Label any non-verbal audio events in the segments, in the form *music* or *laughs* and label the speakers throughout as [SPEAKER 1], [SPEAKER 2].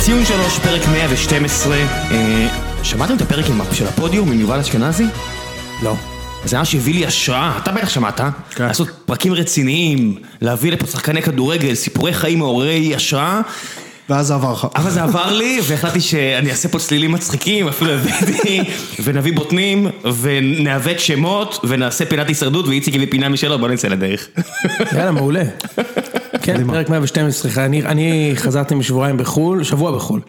[SPEAKER 1] ציון 3, פרק 112. אה, שמעתם את הפרק עם- של הפודיום עם יובל אשכנזי?
[SPEAKER 2] לא.
[SPEAKER 1] זה ממש הביא לי השראה, אתה בטח שמעת,
[SPEAKER 2] כן.
[SPEAKER 1] לעשות פרקים רציניים, להביא לפה שחקני כדורגל, סיפורי חיים מעוררי השראה,
[SPEAKER 2] ואז זה עבר לך.
[SPEAKER 1] אבל זה עבר לי, והחלטתי שאני אעשה פה צלילים מצחיקים, אפילו הבאתי, ונביא בוטנים, ונעוות שמות, ונעשה פינת הישרדות, ואיציק הביא פינה משלו, בוא נצא לדרך.
[SPEAKER 3] יאללה, מעולה. כן, פרק 112, אני, אני חזרתי משבועיים בחו"ל, שבוע בחו"ל.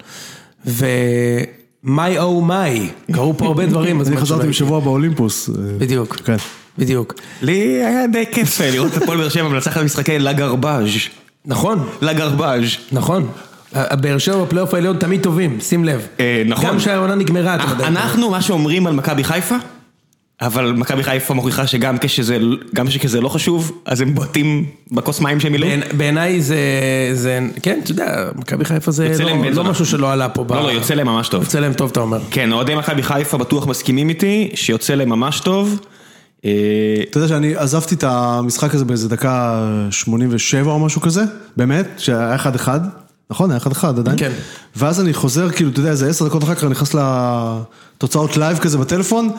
[SPEAKER 3] ו-my oh my, קרו פה הרבה דברים.
[SPEAKER 2] אני חזרתי בשבוע באולימפוס. אה,
[SPEAKER 3] בדיוק.
[SPEAKER 2] כן.
[SPEAKER 3] בדיוק.
[SPEAKER 1] לי היה די כיף אה, לראות את הפועל באר שבע מנצחת במשחקי לה גרבאז'.
[SPEAKER 3] נכון,
[SPEAKER 1] לה גרבאז'.
[SPEAKER 3] נכון. הבאר שבע בפלייאוף העליון תמיד טובים, שים לב.
[SPEAKER 1] אה, נכון.
[SPEAKER 3] גם כשהעונה נגמרה, אתה יודע.
[SPEAKER 1] אה, אנחנו מה שאומרים על מכבי חיפה, אבל מכבי חיפה מוכיחה שגם כשזה, גם כשזה לא חשוב, אז הם בועטים בכוס מים שהם מילאו.
[SPEAKER 3] בעיני- בעיניי זה, זה, כן, אתה יודע, מכבי חיפה זה
[SPEAKER 1] יוצא
[SPEAKER 3] לא-
[SPEAKER 1] להם בן
[SPEAKER 3] לא
[SPEAKER 1] זונה.
[SPEAKER 3] משהו שלא עלה פה. ב-
[SPEAKER 1] לא, לא, יוצא להם ממש טוב.
[SPEAKER 3] יוצא להם טוב, אתה אומר.
[SPEAKER 1] כן, אוהדי מכבי חיפה בטוח מסכימים איתי, שיוצא להם ממש טוב. אה,
[SPEAKER 2] אתה יודע שאני עזבתי את המשחק הזה באיזה דקה 87 או משהו כזה, באמת, שהיה 1-1, נכון? היה 1-1 עדיין.
[SPEAKER 3] כן.
[SPEAKER 2] ואז אני חוזר, כאילו, אתה יודע, איזה 10 דקות אחר כך אני נכנס לתוצאות לייב כזה בטלפון,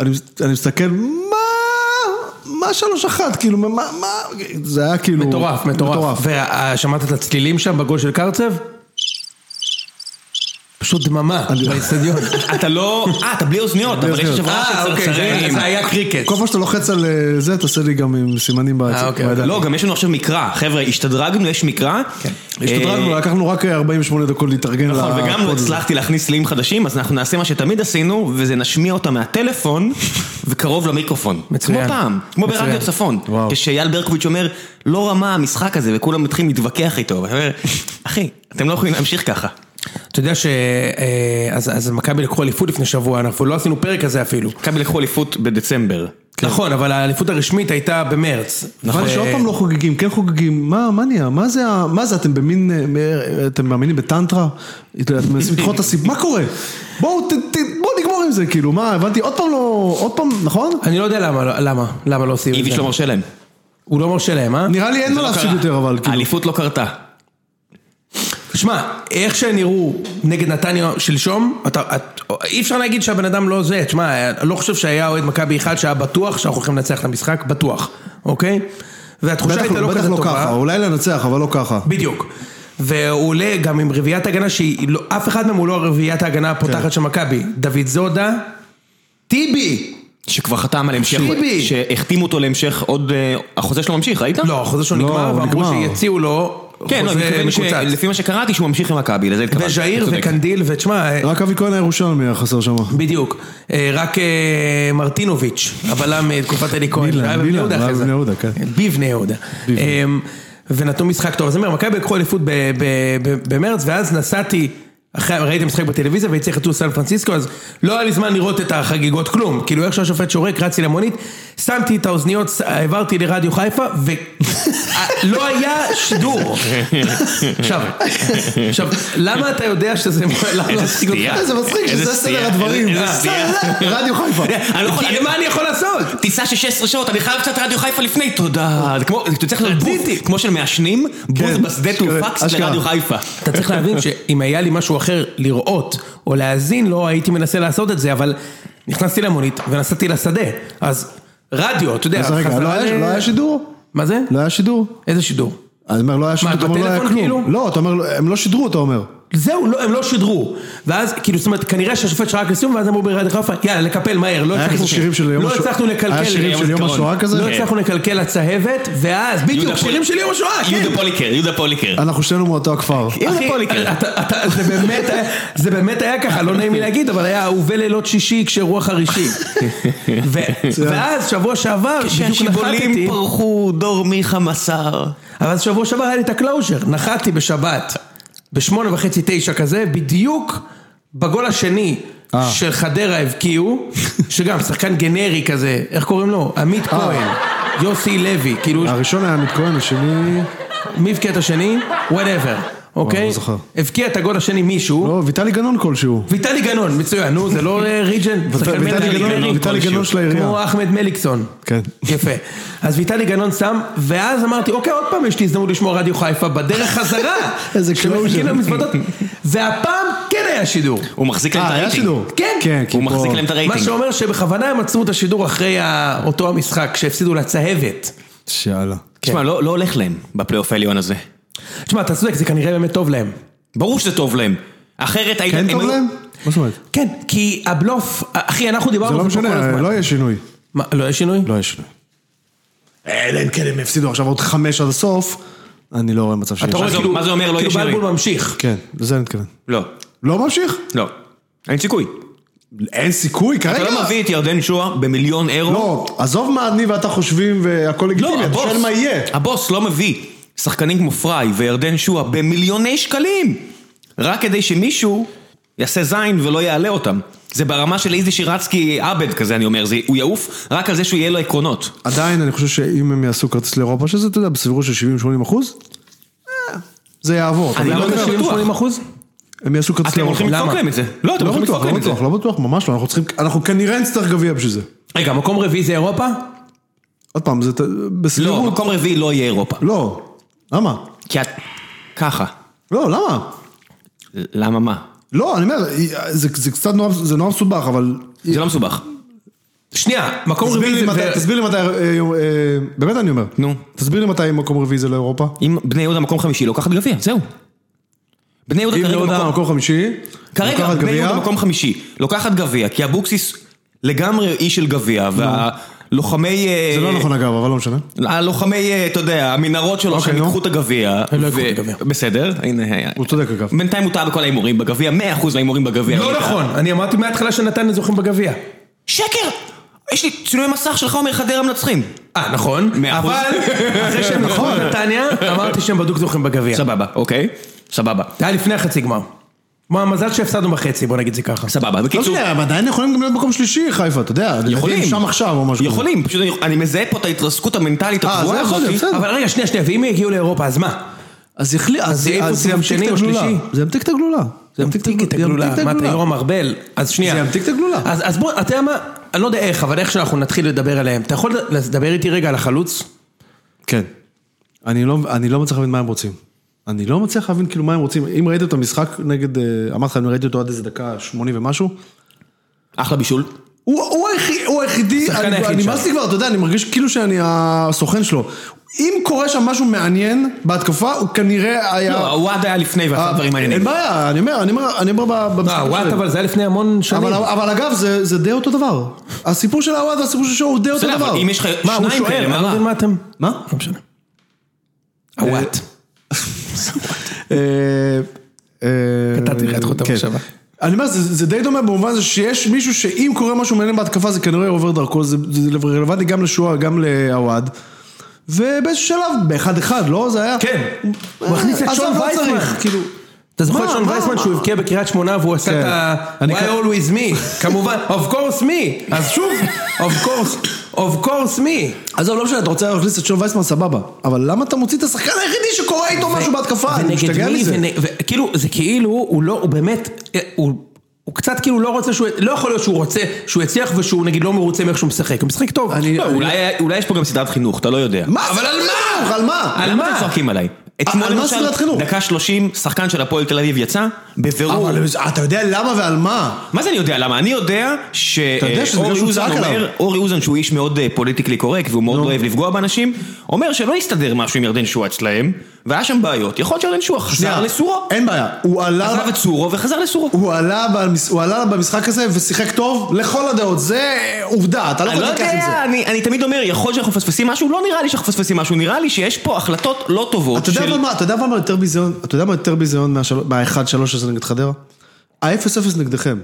[SPEAKER 2] אני, מס- אני מסתכל, מה, מה 3-1, כאילו, מה, מה, זה היה כאילו...
[SPEAKER 3] מטורף, מטורף. ושמעת את הצלילים שם בגול של קרצב? פשוט דממה
[SPEAKER 1] *laughs*
[SPEAKER 3] באצטדיון.
[SPEAKER 1] אתה לא, אה, אתה בלי אוזניות, אבל יש עכשיו רעש
[SPEAKER 3] אה,
[SPEAKER 1] של
[SPEAKER 3] אוקיי, זה-
[SPEAKER 1] צרצרים.
[SPEAKER 3] זה היה קריקט.
[SPEAKER 2] כל פעם שאתה לוחץ על אה, זה, תעשה לי גם עם סימנים בעצם.
[SPEAKER 3] אה, אוקיי.
[SPEAKER 2] בידיים.
[SPEAKER 1] לא, גם יש לנו עכשיו מקרא, חבר'ה, השתדרגנו, יש מקרא.
[SPEAKER 2] השתדרגנו,
[SPEAKER 1] אה,
[SPEAKER 2] לקחנו רק 48 דקות להתארגן
[SPEAKER 1] נכון, וגם לא
[SPEAKER 2] לפוד הזה.
[SPEAKER 1] הצלחתי להכניס סלים חדשים, אז אנחנו נעשה מה שתמיד עשינו, וזה נשמיע אותם
[SPEAKER 2] *laughs*
[SPEAKER 1] מהטלפון, וקרוב למיקרופון.
[SPEAKER 3] מצוין.
[SPEAKER 1] כמו פעם, כמו
[SPEAKER 3] מצוין.
[SPEAKER 1] ברדיו צפון.
[SPEAKER 2] וואו.
[SPEAKER 1] כשאייל ברקוביץ' אומר, לא רמה המשחק הזה, וכולם מתחילים להתווכח איתו, ואני אומר, אחי, אתם לא יכולים להמשיך ככה.
[SPEAKER 3] אתה יודע ש... אה, אז אז מכבי לקחו אליפות לפני שבוע, אנחנו לא עשינו פרק כזה אפילו.
[SPEAKER 1] מכבי לקחו אליפות בדצמבר.
[SPEAKER 3] נכון, אבל האליפות הרשמית הייתה במרץ.
[SPEAKER 1] נכון. אה,
[SPEAKER 2] אבל שעוד פעם לא חוגגים, כן חוגגים, מה, מה נהיה, מה זה, ה- מה זה, אתם במין, אה, מ- אתם מאמינים בטנטרה? אתם מנסים לדחות את הסיפ... מה קורה? בואו, ת- ת- בואו נגמור עם זה, כאילו, מה, הבנתי, עוד פעם לא, עוד פעם, נכון?
[SPEAKER 3] אני לא יודע למה, לא- למה, למה לא עושים את
[SPEAKER 1] איביץ'
[SPEAKER 3] זה.
[SPEAKER 1] לא מרשה להם.
[SPEAKER 3] הוא לא מרשה להם, אה?
[SPEAKER 2] נראה לי אין
[SPEAKER 1] זה
[SPEAKER 2] מה
[SPEAKER 1] לא
[SPEAKER 2] להפסיד
[SPEAKER 1] קרה.
[SPEAKER 2] יותר, אבל, כאילו,
[SPEAKER 1] האליפות לא קרתה.
[SPEAKER 3] שמע, איך שהם נראו נגד נתניה שלשום, אתה, את, אי אפשר להגיד שהבן אדם לא זה, תשמע, אני לא חושב שהיה אוהד מכבי אחד שהיה בטוח שאנחנו הולכים לנצח את המשחק, בטוח, אוקיי? והתחושה
[SPEAKER 2] בטח
[SPEAKER 3] הייתה לא
[SPEAKER 2] לא- בטח
[SPEAKER 3] כזה
[SPEAKER 2] לא
[SPEAKER 3] טובה.
[SPEAKER 2] ככה, אולי לנצח, אבל לא ככה.
[SPEAKER 3] בדיוק. והוא עולה גם עם רביעיית הגנה שהיא, לא, אף אחד מהם הוא לא רביעיית ההגנה הפותחת
[SPEAKER 2] כן.
[SPEAKER 3] של מכבי. דוד זודה, טיבי!
[SPEAKER 1] שכבר חתם על המשך,
[SPEAKER 3] שיבי.
[SPEAKER 1] שהחתימו אותו להמשך עוד, אה, החוזה שלו ממשיך, ראית?
[SPEAKER 3] לא, החוזה שלו
[SPEAKER 2] לא,
[SPEAKER 3] נגמר,
[SPEAKER 2] הוא
[SPEAKER 3] ואמרו
[SPEAKER 2] נגמר.
[SPEAKER 3] שיציעו לו
[SPEAKER 1] כן, לא,
[SPEAKER 3] חוזה
[SPEAKER 1] מכיוון ש-
[SPEAKER 3] מקוצץ.
[SPEAKER 1] לפי מה שקראתי שהוא ממשיך עם מכבי, לזה התכוונתי.
[SPEAKER 3] וז'איר
[SPEAKER 1] אתה צודק.
[SPEAKER 3] וקנדיל, ותשמע,
[SPEAKER 2] רק אבי כהן הירושלמי היה חסר שם.
[SPEAKER 3] בדיוק, אה, רק אה, מרטינוביץ', הבלם אה, תקופת אלי כהן,
[SPEAKER 2] מילן,
[SPEAKER 3] שהיה בבני
[SPEAKER 2] מילן,
[SPEAKER 3] יהודה
[SPEAKER 2] היה
[SPEAKER 3] אחרי זה.
[SPEAKER 2] בבני יהודה, כן.
[SPEAKER 3] בבני יהודה. אמ, ונתנו משחק טוב, אז אני אומר, מכבי לקחו אליפות ב- ב- ב- במרץ, ואז נסעתי, אחרי- ראיתי משחק בטלוויזיה והצליח לטוס סן פרנסיסקו, אז לא היה לי זמן לראות את החגיגות כלום, כאילו איך שהשופט שורק, רצתי למונית, שמתי את האוזניות, ס- העברתי לרדיו חיפה, *laughs* ולא היה
[SPEAKER 1] *laughs*
[SPEAKER 3] שידור. עכשיו, עכשיו, למה אתה יודע שזה, למה
[SPEAKER 1] איזה
[SPEAKER 3] מצחיק אותך?
[SPEAKER 1] סטייה.
[SPEAKER 2] אה, זה מצחיק
[SPEAKER 1] איזה
[SPEAKER 2] שזה
[SPEAKER 1] סטייה,
[SPEAKER 2] סדר הדברים. אה,
[SPEAKER 1] איזה סטייה.
[SPEAKER 2] רדיו
[SPEAKER 1] *laughs*
[SPEAKER 2] חיפה.
[SPEAKER 1] אני לא יכול-
[SPEAKER 3] כי
[SPEAKER 1] אני-
[SPEAKER 3] מה אני יכול לעשות?
[SPEAKER 1] טיסה של 16 שעות, אני חייב קצת רדיו חיפה לפני, תודה. זה כמו, אתה צריך לבוף, כמו של מעשנים, בוף
[SPEAKER 2] כן,
[SPEAKER 1] בשדה תעופה
[SPEAKER 2] אשכרה,
[SPEAKER 1] קצת
[SPEAKER 2] אשכרה.
[SPEAKER 1] לרדיו חיפה.
[SPEAKER 3] אתה צריך להבין שאם היה לי משהו אחר לראות או להאזין לו, הייתי מנסה לעשות את זה, אבל נכנסתי למונית ונסעתי לשדה, אז רדיו, אתה יודע,
[SPEAKER 2] אז רגע,
[SPEAKER 3] חזרה
[SPEAKER 2] לא היה-
[SPEAKER 3] ל-
[SPEAKER 2] לא היה שידור?
[SPEAKER 3] מה זה?
[SPEAKER 2] לא היה שידור?
[SPEAKER 3] איזה שידור?
[SPEAKER 2] אני אומר, לא היה שידור, אתה אומר, לא היה
[SPEAKER 3] בטלפון כאילו?
[SPEAKER 2] כלום. לא, אתה אומר, הם לא שידרו, אתה אומר.
[SPEAKER 3] זהו, לא, הם לא שידרו. ואז, כאילו, זאת אומרת, כנראה שהשופט שרק לסיום, ואז אמרו ברדיו חיפה, יאללה, לקפל מהר, לא
[SPEAKER 2] היה
[SPEAKER 3] הצלחנו-
[SPEAKER 2] כזה שירים של יום
[SPEAKER 3] לא
[SPEAKER 2] השואה-
[SPEAKER 3] הצלחנו לקלקל,
[SPEAKER 2] היה שירים של יום השואה כזה?
[SPEAKER 3] לא הצלחנו לקלקל לצהבת, ואז, בדיוק,
[SPEAKER 2] כאילו,
[SPEAKER 1] יהודה
[SPEAKER 3] שירים
[SPEAKER 1] פול-
[SPEAKER 3] של יום השואה, כן.
[SPEAKER 1] יהודה פוליקר, יהודה פוליקר.
[SPEAKER 2] אנחנו שנינו מאותו הכפר.
[SPEAKER 1] יהודה
[SPEAKER 3] אחי,
[SPEAKER 1] פוליקר.
[SPEAKER 3] אתה- אתה- זה באמת היה- זה באמת היה ככה, לא נעים לי להגיד, אבל היה אהובי לילות שישי כשרוח חרישי. ו- ואז שבוע שעבר, בדיוק נחתתי,
[SPEAKER 1] כשהשיבולים פרחו, דור מיכה מסר.
[SPEAKER 3] אבל אז שבוע שעבר היה לי את הקלוז'ר, נחתתי בשבת, בשמונה וחצי, תשע כזה, בדיוק בגול השני.
[SPEAKER 2] אה.
[SPEAKER 3] של חדרה הבקיעו, שגם שחקן גנרי כזה, איך קוראים לו?
[SPEAKER 2] אה.
[SPEAKER 3] עמית כהן, יוסי לוי, כאילו
[SPEAKER 2] הראשון היה עמית כהן, השני...
[SPEAKER 3] מי הבקיע את השני? וואטאבר. אוקיי?
[SPEAKER 2] לא זוכר.
[SPEAKER 3] הבקיע את הגול השני מישהו.
[SPEAKER 2] לא, ויטלי גנון כלשהו.
[SPEAKER 3] ויטלי גנון, מצוין, נו, זה לא אה, ריג'ן? שחקן
[SPEAKER 2] ויטלי
[SPEAKER 3] מלך,
[SPEAKER 2] גנון,
[SPEAKER 3] ריג'ן
[SPEAKER 2] ויטלי
[SPEAKER 3] כלשהו.
[SPEAKER 2] גנון של העירייה.
[SPEAKER 3] כמו אחמד מליקסון.
[SPEAKER 2] כן.
[SPEAKER 3] יפה. אז ויטלי גנון שם, ואז אמרתי, אוקיי, עוד פעם יש לי הזדמנות לשמוע רדיו חיפה בדרך חזרה.
[SPEAKER 2] *laughs* איזה
[SPEAKER 3] שמחכים
[SPEAKER 2] closure.
[SPEAKER 3] למזוודות. והפעם כן היה שידור.
[SPEAKER 1] הוא מחזיק להם את
[SPEAKER 2] אה, היה
[SPEAKER 1] הרייטינג.
[SPEAKER 2] שידור.
[SPEAKER 3] כן.
[SPEAKER 2] כן, כי
[SPEAKER 1] הוא
[SPEAKER 2] פה-
[SPEAKER 1] מחזיק להם את
[SPEAKER 3] מה
[SPEAKER 1] הרייטינג.
[SPEAKER 3] שאומר שבכוונה הם עצרו את השידור אחרי ה- אותו המשחק שהפסידו לצהבת.
[SPEAKER 2] שאלה.
[SPEAKER 1] תשמע, לא לא הולך להם בפלייאוף העליון הזה.
[SPEAKER 3] תשמע, אתה צודק, זה כנראה באמת טוב להם.
[SPEAKER 1] ברור שזה טוב להם. אחרת הייתם...
[SPEAKER 2] כן
[SPEAKER 1] הם
[SPEAKER 2] טוב
[SPEAKER 1] היו-
[SPEAKER 2] להם? מה זאת אומרת?
[SPEAKER 3] כן, כי הבלוף, אחי, אנחנו
[SPEAKER 2] זה
[SPEAKER 3] דיברנו
[SPEAKER 2] לא
[SPEAKER 3] על פה כל
[SPEAKER 2] משנה,
[SPEAKER 3] הזמן.
[SPEAKER 2] לא יהיה שינוי.
[SPEAKER 3] מה, לא היה שינוי?
[SPEAKER 2] לא יהיה שינוי. אלא אם כן הם יפסידו עכשיו עוד חמש עד הסוף, אני לא רואה מצב שיש.
[SPEAKER 3] אתה רואה
[SPEAKER 1] מה זה-
[SPEAKER 3] כאילו,
[SPEAKER 1] מה זה אומר לא יהיה
[SPEAKER 3] כאילו
[SPEAKER 1] שינוי?
[SPEAKER 3] בלבול ממשיך.
[SPEAKER 2] כן, לזה אני מתכוון.
[SPEAKER 1] לא.
[SPEAKER 2] לא ממשיך?
[SPEAKER 1] לא. אין סיכוי.
[SPEAKER 2] אין סיכוי כרגע.
[SPEAKER 1] אתה לא מביא את ירדן שואה במיליון אירו.
[SPEAKER 2] לא, עזוב מה אני ואתה חושבים והכל לגיטימי,
[SPEAKER 1] לא,
[SPEAKER 2] אתה
[SPEAKER 1] הבוס,
[SPEAKER 2] שואל מה יהיה.
[SPEAKER 1] הבוס לא מביא שחקנים כמו פריי וירדן שועה במיליוני שקלים, רק כדי שמישהו יעשה זין ולא יעלה אותם. זה ברמה של איזי שירצקי עבד כזה, אני אומר, זה, הוא יעוף רק על זה שהוא יהיה לו עקרונות.
[SPEAKER 2] עדיין אני חושב שאם הם יעשו כרטיס לאירופה, שזה, אתה יודע, בסבירות של 70-80 אחוז, אה, זה יעבור. אתה
[SPEAKER 1] אני
[SPEAKER 2] יודע,
[SPEAKER 1] לא
[SPEAKER 2] אבל
[SPEAKER 1] בטוח.
[SPEAKER 3] 80 אחוז?
[SPEAKER 2] הם יעשו כרטיס
[SPEAKER 1] אתם
[SPEAKER 2] לאירופה.
[SPEAKER 1] הולכים לדפוק
[SPEAKER 3] למה?
[SPEAKER 1] להם את זה. לא, אתם
[SPEAKER 2] לא
[SPEAKER 1] הולכים
[SPEAKER 2] בטוח,
[SPEAKER 1] לדפוק להם
[SPEAKER 2] לא
[SPEAKER 1] את זה.
[SPEAKER 2] בטוח, לא בטוח, ממש לא, אנחנו צריכים, אנחנו כנראה נצטרך גביע בשביל זה.
[SPEAKER 3] רגע, מקום רביעי זה אירופה?
[SPEAKER 2] עוד פעם, זה ת-
[SPEAKER 1] לא,
[SPEAKER 2] בסבירות.
[SPEAKER 1] מקום רביעי לא יהיה אירופה.
[SPEAKER 2] לא, למה?
[SPEAKER 1] כי את... ככה.
[SPEAKER 2] לא, למה?
[SPEAKER 1] למה מה?
[SPEAKER 2] לא, אני אומר, זה זה קצת נורא, זה נורא מסובך, אבל...
[SPEAKER 1] זה לא מסובך.
[SPEAKER 3] שנייה, מקום
[SPEAKER 2] תסביר לי
[SPEAKER 3] רביעי
[SPEAKER 2] מתי,
[SPEAKER 3] זה...
[SPEAKER 2] תסביר לי מתי, אה, אה, באמת אני אומר.
[SPEAKER 1] נו.
[SPEAKER 2] תסביר לי מתי מקום רביעי זה לאירופה.
[SPEAKER 1] אם בני יהודה מקום חמישי, לוקחת גביע, זהו. בני יהודה
[SPEAKER 2] אם לא
[SPEAKER 1] כרגע
[SPEAKER 2] יהודה
[SPEAKER 1] מקום-
[SPEAKER 2] מקום חמישי,
[SPEAKER 1] כרגע
[SPEAKER 2] לוקחת
[SPEAKER 1] בני
[SPEAKER 2] גביע.
[SPEAKER 1] יהודה
[SPEAKER 3] לא
[SPEAKER 1] במקום חמישי, לוקחת גביע, כי אבוקסיס לגמרי איש של גביע, והלוחמי... אה,
[SPEAKER 2] זה לא נכון אגב, אבל לא משנה.
[SPEAKER 1] הלוחמי, אה, אתה יודע, המנהרות שלו,
[SPEAKER 2] אוקיי,
[SPEAKER 1] שהם
[SPEAKER 2] נו.
[SPEAKER 1] ייקחו את הגביע.
[SPEAKER 3] הם לא ייקחו
[SPEAKER 1] ו-
[SPEAKER 3] את הגביע.
[SPEAKER 1] בסדר, הנה... היה-
[SPEAKER 2] הוא צודק, אגב.
[SPEAKER 1] בינתיים הוא טעה בכל ההימורים בגביע, 100% מההימורים בגביע.
[SPEAKER 3] לא נכון, אני אמרתי מההתחלה שנתניה זוכים בגביע.
[SPEAKER 1] שקר! יש לי צילומי מסך שלך אומר חדרה מנצחים.
[SPEAKER 3] אה, נכון.
[SPEAKER 1] מאה אחוז.
[SPEAKER 3] אבל אחרי שהם ניצחו את נתניה, אמרתי שהם בדוק זוכים בגביע.
[SPEAKER 1] סבבה, אוקיי? סבבה.
[SPEAKER 3] זה היה לפני החצי גמר. מה, מזל שהפסדנו בחצי, בוא נגיד זה ככה.
[SPEAKER 1] סבבה,
[SPEAKER 2] לא
[SPEAKER 1] בקיצור...
[SPEAKER 2] משנה, אבל עדיין יכולים גם להיות מקום שלישי, חיפה, אתה יודע. לדעתי הם
[SPEAKER 1] יכולים.
[SPEAKER 2] שם עכשיו או משהו. כזה.
[SPEAKER 1] יכולים, פשוט אני- אני מזהה פה את ההתרסקות המנטלית
[SPEAKER 2] אה,
[SPEAKER 1] הקבועה
[SPEAKER 2] זה יכול להיות,
[SPEAKER 1] הזאת.
[SPEAKER 2] בסדר.
[SPEAKER 3] אבל רגע, שנייה, שנייה, ואם יגיעו לאירופה, אז מה?
[SPEAKER 2] אז יחלי- אז-
[SPEAKER 3] זה יעיפו
[SPEAKER 2] אז זה
[SPEAKER 3] סיבוב
[SPEAKER 2] ימתיק
[SPEAKER 3] שני
[SPEAKER 2] את
[SPEAKER 3] או
[SPEAKER 2] הגלולה.
[SPEAKER 3] שלישי.
[SPEAKER 2] זה ימתיק את הגלולה. זה
[SPEAKER 3] ימתיק את הגלולה, מה אתה יורם ארבל? אז שנייה.
[SPEAKER 2] זה ימתיק את הגלולה.
[SPEAKER 3] אז אז בוא, אתה יודע מה? אני לא יודע איך, אבל איך שאנחנו נתחיל לדבר עליהם. אתה יכול לדבר איתי רגע על החלוץ? לא-
[SPEAKER 2] כן. אני לא, אני לא מצליח להבין מה הם רוצים. אני לא מצליח להבין כאילו מה הם רוצים. אם ראיתי את המשחק נגד, אה, אמרתי לך, אני ראיתי אותו עד איזה דקה שמונים ומשהו.
[SPEAKER 1] אחלה בישול.
[SPEAKER 2] הוא, הוא, היחיד, הוא היחידי,
[SPEAKER 3] השחקן
[SPEAKER 2] אני,
[SPEAKER 3] היחיד
[SPEAKER 2] אני
[SPEAKER 3] שם.
[SPEAKER 2] נמאס לי כבר, אתה יודע, אני מרגיש כאילו שאני הסוכן שלו. אם קורה שם משהו מעניין בהתקפה, הוא כנראה היה...
[SPEAKER 1] לא, הוואד היה לפני ועשה דברים מעניינים. לא,
[SPEAKER 2] אין בעיה, אני אומר, אני אומר, אני אומר ב- במשחק.
[SPEAKER 3] אה,
[SPEAKER 2] הזה.
[SPEAKER 3] וואט, אבל זה היה לפני המון שנים.
[SPEAKER 2] אבל, אה, אבל אגב, זה, זה די אותו דבר. הסיפור של הוואד והסיפור של שואו הוא די אותו
[SPEAKER 1] בסדר,
[SPEAKER 2] דבר.
[SPEAKER 1] אבל אם יש לך
[SPEAKER 3] מה, הוא
[SPEAKER 1] שניים
[SPEAKER 3] שוער,
[SPEAKER 1] כאלה,
[SPEAKER 3] אני
[SPEAKER 1] מה
[SPEAKER 3] לא
[SPEAKER 1] רע?
[SPEAKER 3] מבין מה אתם...
[SPEAKER 2] כן, מה?
[SPEAKER 3] לא משנה. הוואט.
[SPEAKER 2] אה, אה,
[SPEAKER 3] קטעתי לך את חוט
[SPEAKER 2] כן.
[SPEAKER 3] המחשבה.
[SPEAKER 2] אני אומר, זה, זה די דומה במובן הזה שיש מישהו שאם קורה משהו מעניין בהתקפה זה כנראה עובר דרכו, זה, זה רלוונטי גם לשועה, גם לעווד. ובאיזשהו שלב, באחד אחד, לא? זה היה...
[SPEAKER 3] כן. הוא
[SPEAKER 2] אה,
[SPEAKER 3] מכניס את
[SPEAKER 2] עזוב,
[SPEAKER 3] שון
[SPEAKER 2] לא
[SPEAKER 3] וייסמן.
[SPEAKER 2] צריך, כאילו...
[SPEAKER 3] אתה זוכר את
[SPEAKER 2] מה,
[SPEAKER 3] שון
[SPEAKER 2] מה,
[SPEAKER 3] וייסמן
[SPEAKER 2] מה?
[SPEAKER 3] שהוא הבקיע בקריית שמונה והוא עשה
[SPEAKER 2] כן.
[SPEAKER 3] את ה...
[SPEAKER 2] אני
[SPEAKER 3] Why
[SPEAKER 2] כ-
[SPEAKER 3] always *laughs* me? כמובן, of course me. אז שוב, of course, of course me.
[SPEAKER 2] עזוב, לא משנה, אתה רוצה להכניס את שון וייסמן, סבבה. אבל למה אתה מוציא את השחקן היחידי שקורה איתו משהו בהתקפה? אני משתגע מזה.
[SPEAKER 3] ונ- ו- כאילו, זה כאילו, הוא לא, הוא באמת, אה, הוא... הוא קצת כאילו לא רוצה שהוא, לא יכול להיות שהוא רוצה שהוא יצליח ושהוא נגיד לא מרוצה מאיך שהוא משחק, הוא משחק טוב.
[SPEAKER 2] אני-
[SPEAKER 1] לא,
[SPEAKER 2] אני-
[SPEAKER 1] אולי- אולי יש פה גם סדרת חינוך, אתה לא יודע.
[SPEAKER 2] מה? אבל על מה? על מה?
[SPEAKER 1] על מה אתם צועקים עליי? אתמול
[SPEAKER 2] על מה
[SPEAKER 1] למשל,
[SPEAKER 2] סדרת חינוך?
[SPEAKER 1] דקה 30, שחקן של הפועל תל אביב יצא, בבירור.
[SPEAKER 2] אבל אתה יודע למה ועל מה?
[SPEAKER 1] מה זה אני יודע למה? אני יודע ש...
[SPEAKER 2] אתה יודע
[SPEAKER 1] אה,
[SPEAKER 2] שזה בגלל
[SPEAKER 1] אורי
[SPEAKER 2] שהוא
[SPEAKER 1] אוזן
[SPEAKER 2] צעק
[SPEAKER 1] אומר-
[SPEAKER 2] עליו.
[SPEAKER 1] אורי אוזן שהוא איש מאוד אה, פוליטיקלי קורקט והוא מאוד לא אוהב לפגוע באנשים, אומר שלא הסתדר משהו עם ירדן שואה אצלהם, והיה שם בעיות. יכול להיות שירדן שואה חזר
[SPEAKER 2] שנייה,
[SPEAKER 1] לסורו.
[SPEAKER 2] אין בעיה, הוא עלה,
[SPEAKER 1] עזב את סורו וחזר לסורו.
[SPEAKER 2] הוא עלה, במש... הוא עלה במשחק הזה ושיחק טוב לכל הדעות, זה עובדה, אתה לא
[SPEAKER 1] אני
[SPEAKER 2] יכול
[SPEAKER 1] לא
[SPEAKER 2] להתווכח עם זה.
[SPEAKER 1] יודע, אני, אני תמיד אומר, יכול להיות שאנחנו מפספסים משהו, לא נראה לי שאנחנו מפספסים משהו, נראה לי שיש פה החלטות לא טובות
[SPEAKER 2] אתה יודע אבל מה, אתה יודע אבל מה יותר ביזיון, אתה יודע מה יותר ביזיון מהשל- מה-1-3 הזה נגד חדרה? ה-0-0 נגדכם.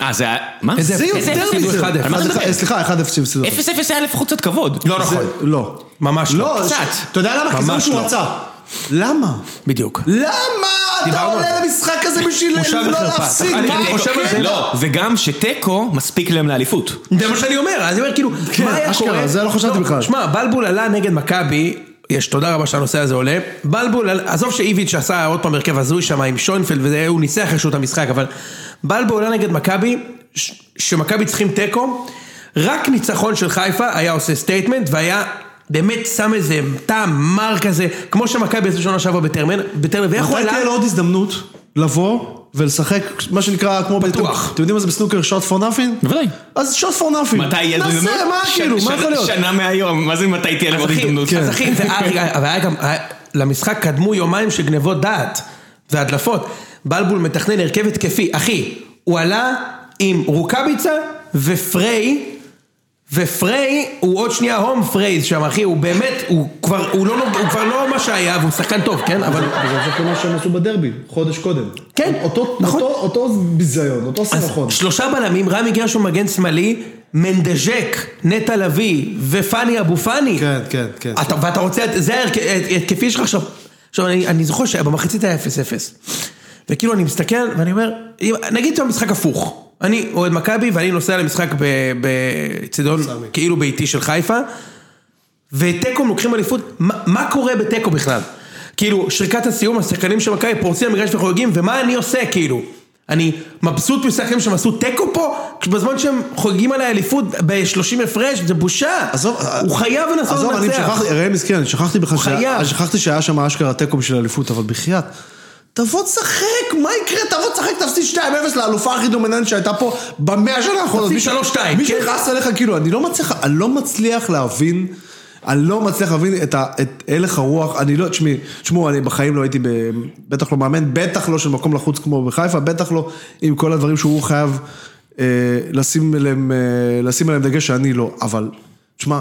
[SPEAKER 1] אה, זה היה... מה?
[SPEAKER 3] איזה- איזה הפסידו
[SPEAKER 1] הפסידו?
[SPEAKER 2] ביזיון.
[SPEAKER 3] 1-0?
[SPEAKER 1] על מה אתה
[SPEAKER 2] אחד-
[SPEAKER 1] מדבר?
[SPEAKER 2] סליחה, 1-0 הפסידו.
[SPEAKER 1] 0-0 היה לפחות קצת כבוד. לא
[SPEAKER 3] נכון.
[SPEAKER 2] זה- לא.
[SPEAKER 3] ממש לא.
[SPEAKER 2] לא, זה-
[SPEAKER 1] קצת.
[SPEAKER 2] אתה יודע למה? כי זה מה
[SPEAKER 3] ממש
[SPEAKER 2] שהוא
[SPEAKER 3] לא.
[SPEAKER 2] רצה. למה?
[SPEAKER 3] בדיוק.
[SPEAKER 2] למה אתה
[SPEAKER 3] דיברנו על
[SPEAKER 2] עולה
[SPEAKER 3] זה.
[SPEAKER 2] למשחק הזה בשביל
[SPEAKER 3] בושה
[SPEAKER 2] לא
[SPEAKER 3] וחרפה.
[SPEAKER 2] להפסיד?
[SPEAKER 3] אני-
[SPEAKER 2] מה?
[SPEAKER 3] אני חושב על זה.
[SPEAKER 1] לא, וגם שתיקו מספיק להם לאליפות.
[SPEAKER 3] זה מה שאני אומר, אז אני אומר כאילו,
[SPEAKER 2] כן,
[SPEAKER 3] מה היה
[SPEAKER 2] אשכרה,
[SPEAKER 3] קורה?
[SPEAKER 2] זה לא חשבתי בכלל.
[SPEAKER 3] שמע, בלבול עלה נגד מכבי, יש, תודה רבה שהנושא הזה עולה. בלבול, על- עזוב שאיביץ' עשה עוד פעם הרכב הזוי שם עם שוינפלד וזה, הוא ניסח איכשהו את המשחק, אבל בלבול עולה נגד מכבי, ש- שמכבי צריכים תיקו, רק ניצחון של חיפה היה עושה סטייטמנט והיה באמת שם איזה טעם מר כזה, כמו שמכבי עשו שנה שעברה בטרמן, בטרמן, ואיך הוא
[SPEAKER 2] מתי
[SPEAKER 3] עלה?
[SPEAKER 2] תהיה לו עוד הזדמנות לבוא ולשחק, מה שנקרא, כמו...
[SPEAKER 3] בטוח.
[SPEAKER 2] אתם יודעים מה זה בסנוקר? שוט פור נאפין?
[SPEAKER 1] בוודאי.
[SPEAKER 2] אז שוט פור נאפין.
[SPEAKER 1] מתי יהיה
[SPEAKER 2] נעשה,
[SPEAKER 1] הזדמנות?
[SPEAKER 2] מה
[SPEAKER 1] ש-
[SPEAKER 2] כאילו,
[SPEAKER 1] ש-
[SPEAKER 2] מה יכול להיות?
[SPEAKER 1] שנה מהיום, מה זה מתי תהיה להם עוד
[SPEAKER 3] אז אחי,
[SPEAKER 1] הזדמנות?
[SPEAKER 3] אז אחי, ואז רגע, אבל היה גם, היה- למשחק קדמו יומיים של גנבות דעת והדלפות. בלבול מתכנן הרכב התקפי. אחי, הוא עלה עם רוקאביצה ופריי, ופריי הוא עוד שנייה הום פרייז שם, אחי, הוא באמת, הוא כבר, הוא לא, הוא כבר לא מה שהיה, והוא שחקן טוב, כן? אבל...
[SPEAKER 2] בגלל זה כמו שהם עשו בדרבי, חודש קודם.
[SPEAKER 3] כן,
[SPEAKER 2] אותו-
[SPEAKER 3] נכון.
[SPEAKER 2] אותו- אותו ביזיון, אותו סרחון.
[SPEAKER 3] שלושה בלמים, רמי גרשון מגן שמאלי, מנדז'ק, נטע לביא ופאני אבו פאני.
[SPEAKER 2] כן, כן, כן.
[SPEAKER 3] אתה, ואתה רוצה, זה ההרכ- ההתקפי שלך עכשיו. עכשיו, אני, אני זוכר שבמחצית היה 0-0. וכאילו אני מסתכל ואני אומר, אם- נגיד זה משחק הפוך. אני אוהד מכבי ואני נוסע למשחק ב- בצידון כאילו ביתי של חיפה, ותיקו הם לוקחים אליפות, מה, מה קורה בתיקו בכלל? כאילו, שריקת הסיום, השחקנים של מכבי פורצים למגרש וחוגגים, ומה אני עושה כאילו? אני מבסוט משחקנים שהם עשו תיקו פה, בזמן שהם חוגגים עלי אליפות ב-30 הפרש, זה בושה.
[SPEAKER 2] עזוב, אה,
[SPEAKER 3] הוא חייב לנסות
[SPEAKER 2] עזוב, אני
[SPEAKER 3] לנצח.
[SPEAKER 2] שכחתי, ראם הזכיר, אני שכחתי בכלל, שהיה-
[SPEAKER 3] חייב.
[SPEAKER 2] אני שכחתי שהיה שם אשכרה תיקו בשביל האליפות, אבל בחייאת. תבוא תשחק, מה יקרה? תבוא תשחק, תפסיד 2-0 לאלופה הכי דומיננט שהייתה פה במאה שנה האחרונות.
[SPEAKER 3] תפסיד 3-2,
[SPEAKER 2] מי
[SPEAKER 3] כן.
[SPEAKER 2] שכעס עליך, כאילו, אני לא מצליח, אני לא מצליח להבין, אני לא מצליח להבין את, ה, את הלך הרוח, אני לא, תשמעי, תשמעו, אני בחיים לא הייתי, ב, בטח לא מאמן, בטח לא של מקום לחוץ כמו בחיפה, בטח לא עם כל הדברים שהוא חייב אה, לשים, אליהם, אה, לשים עליהם דגש שאני לא, אבל, תשמע,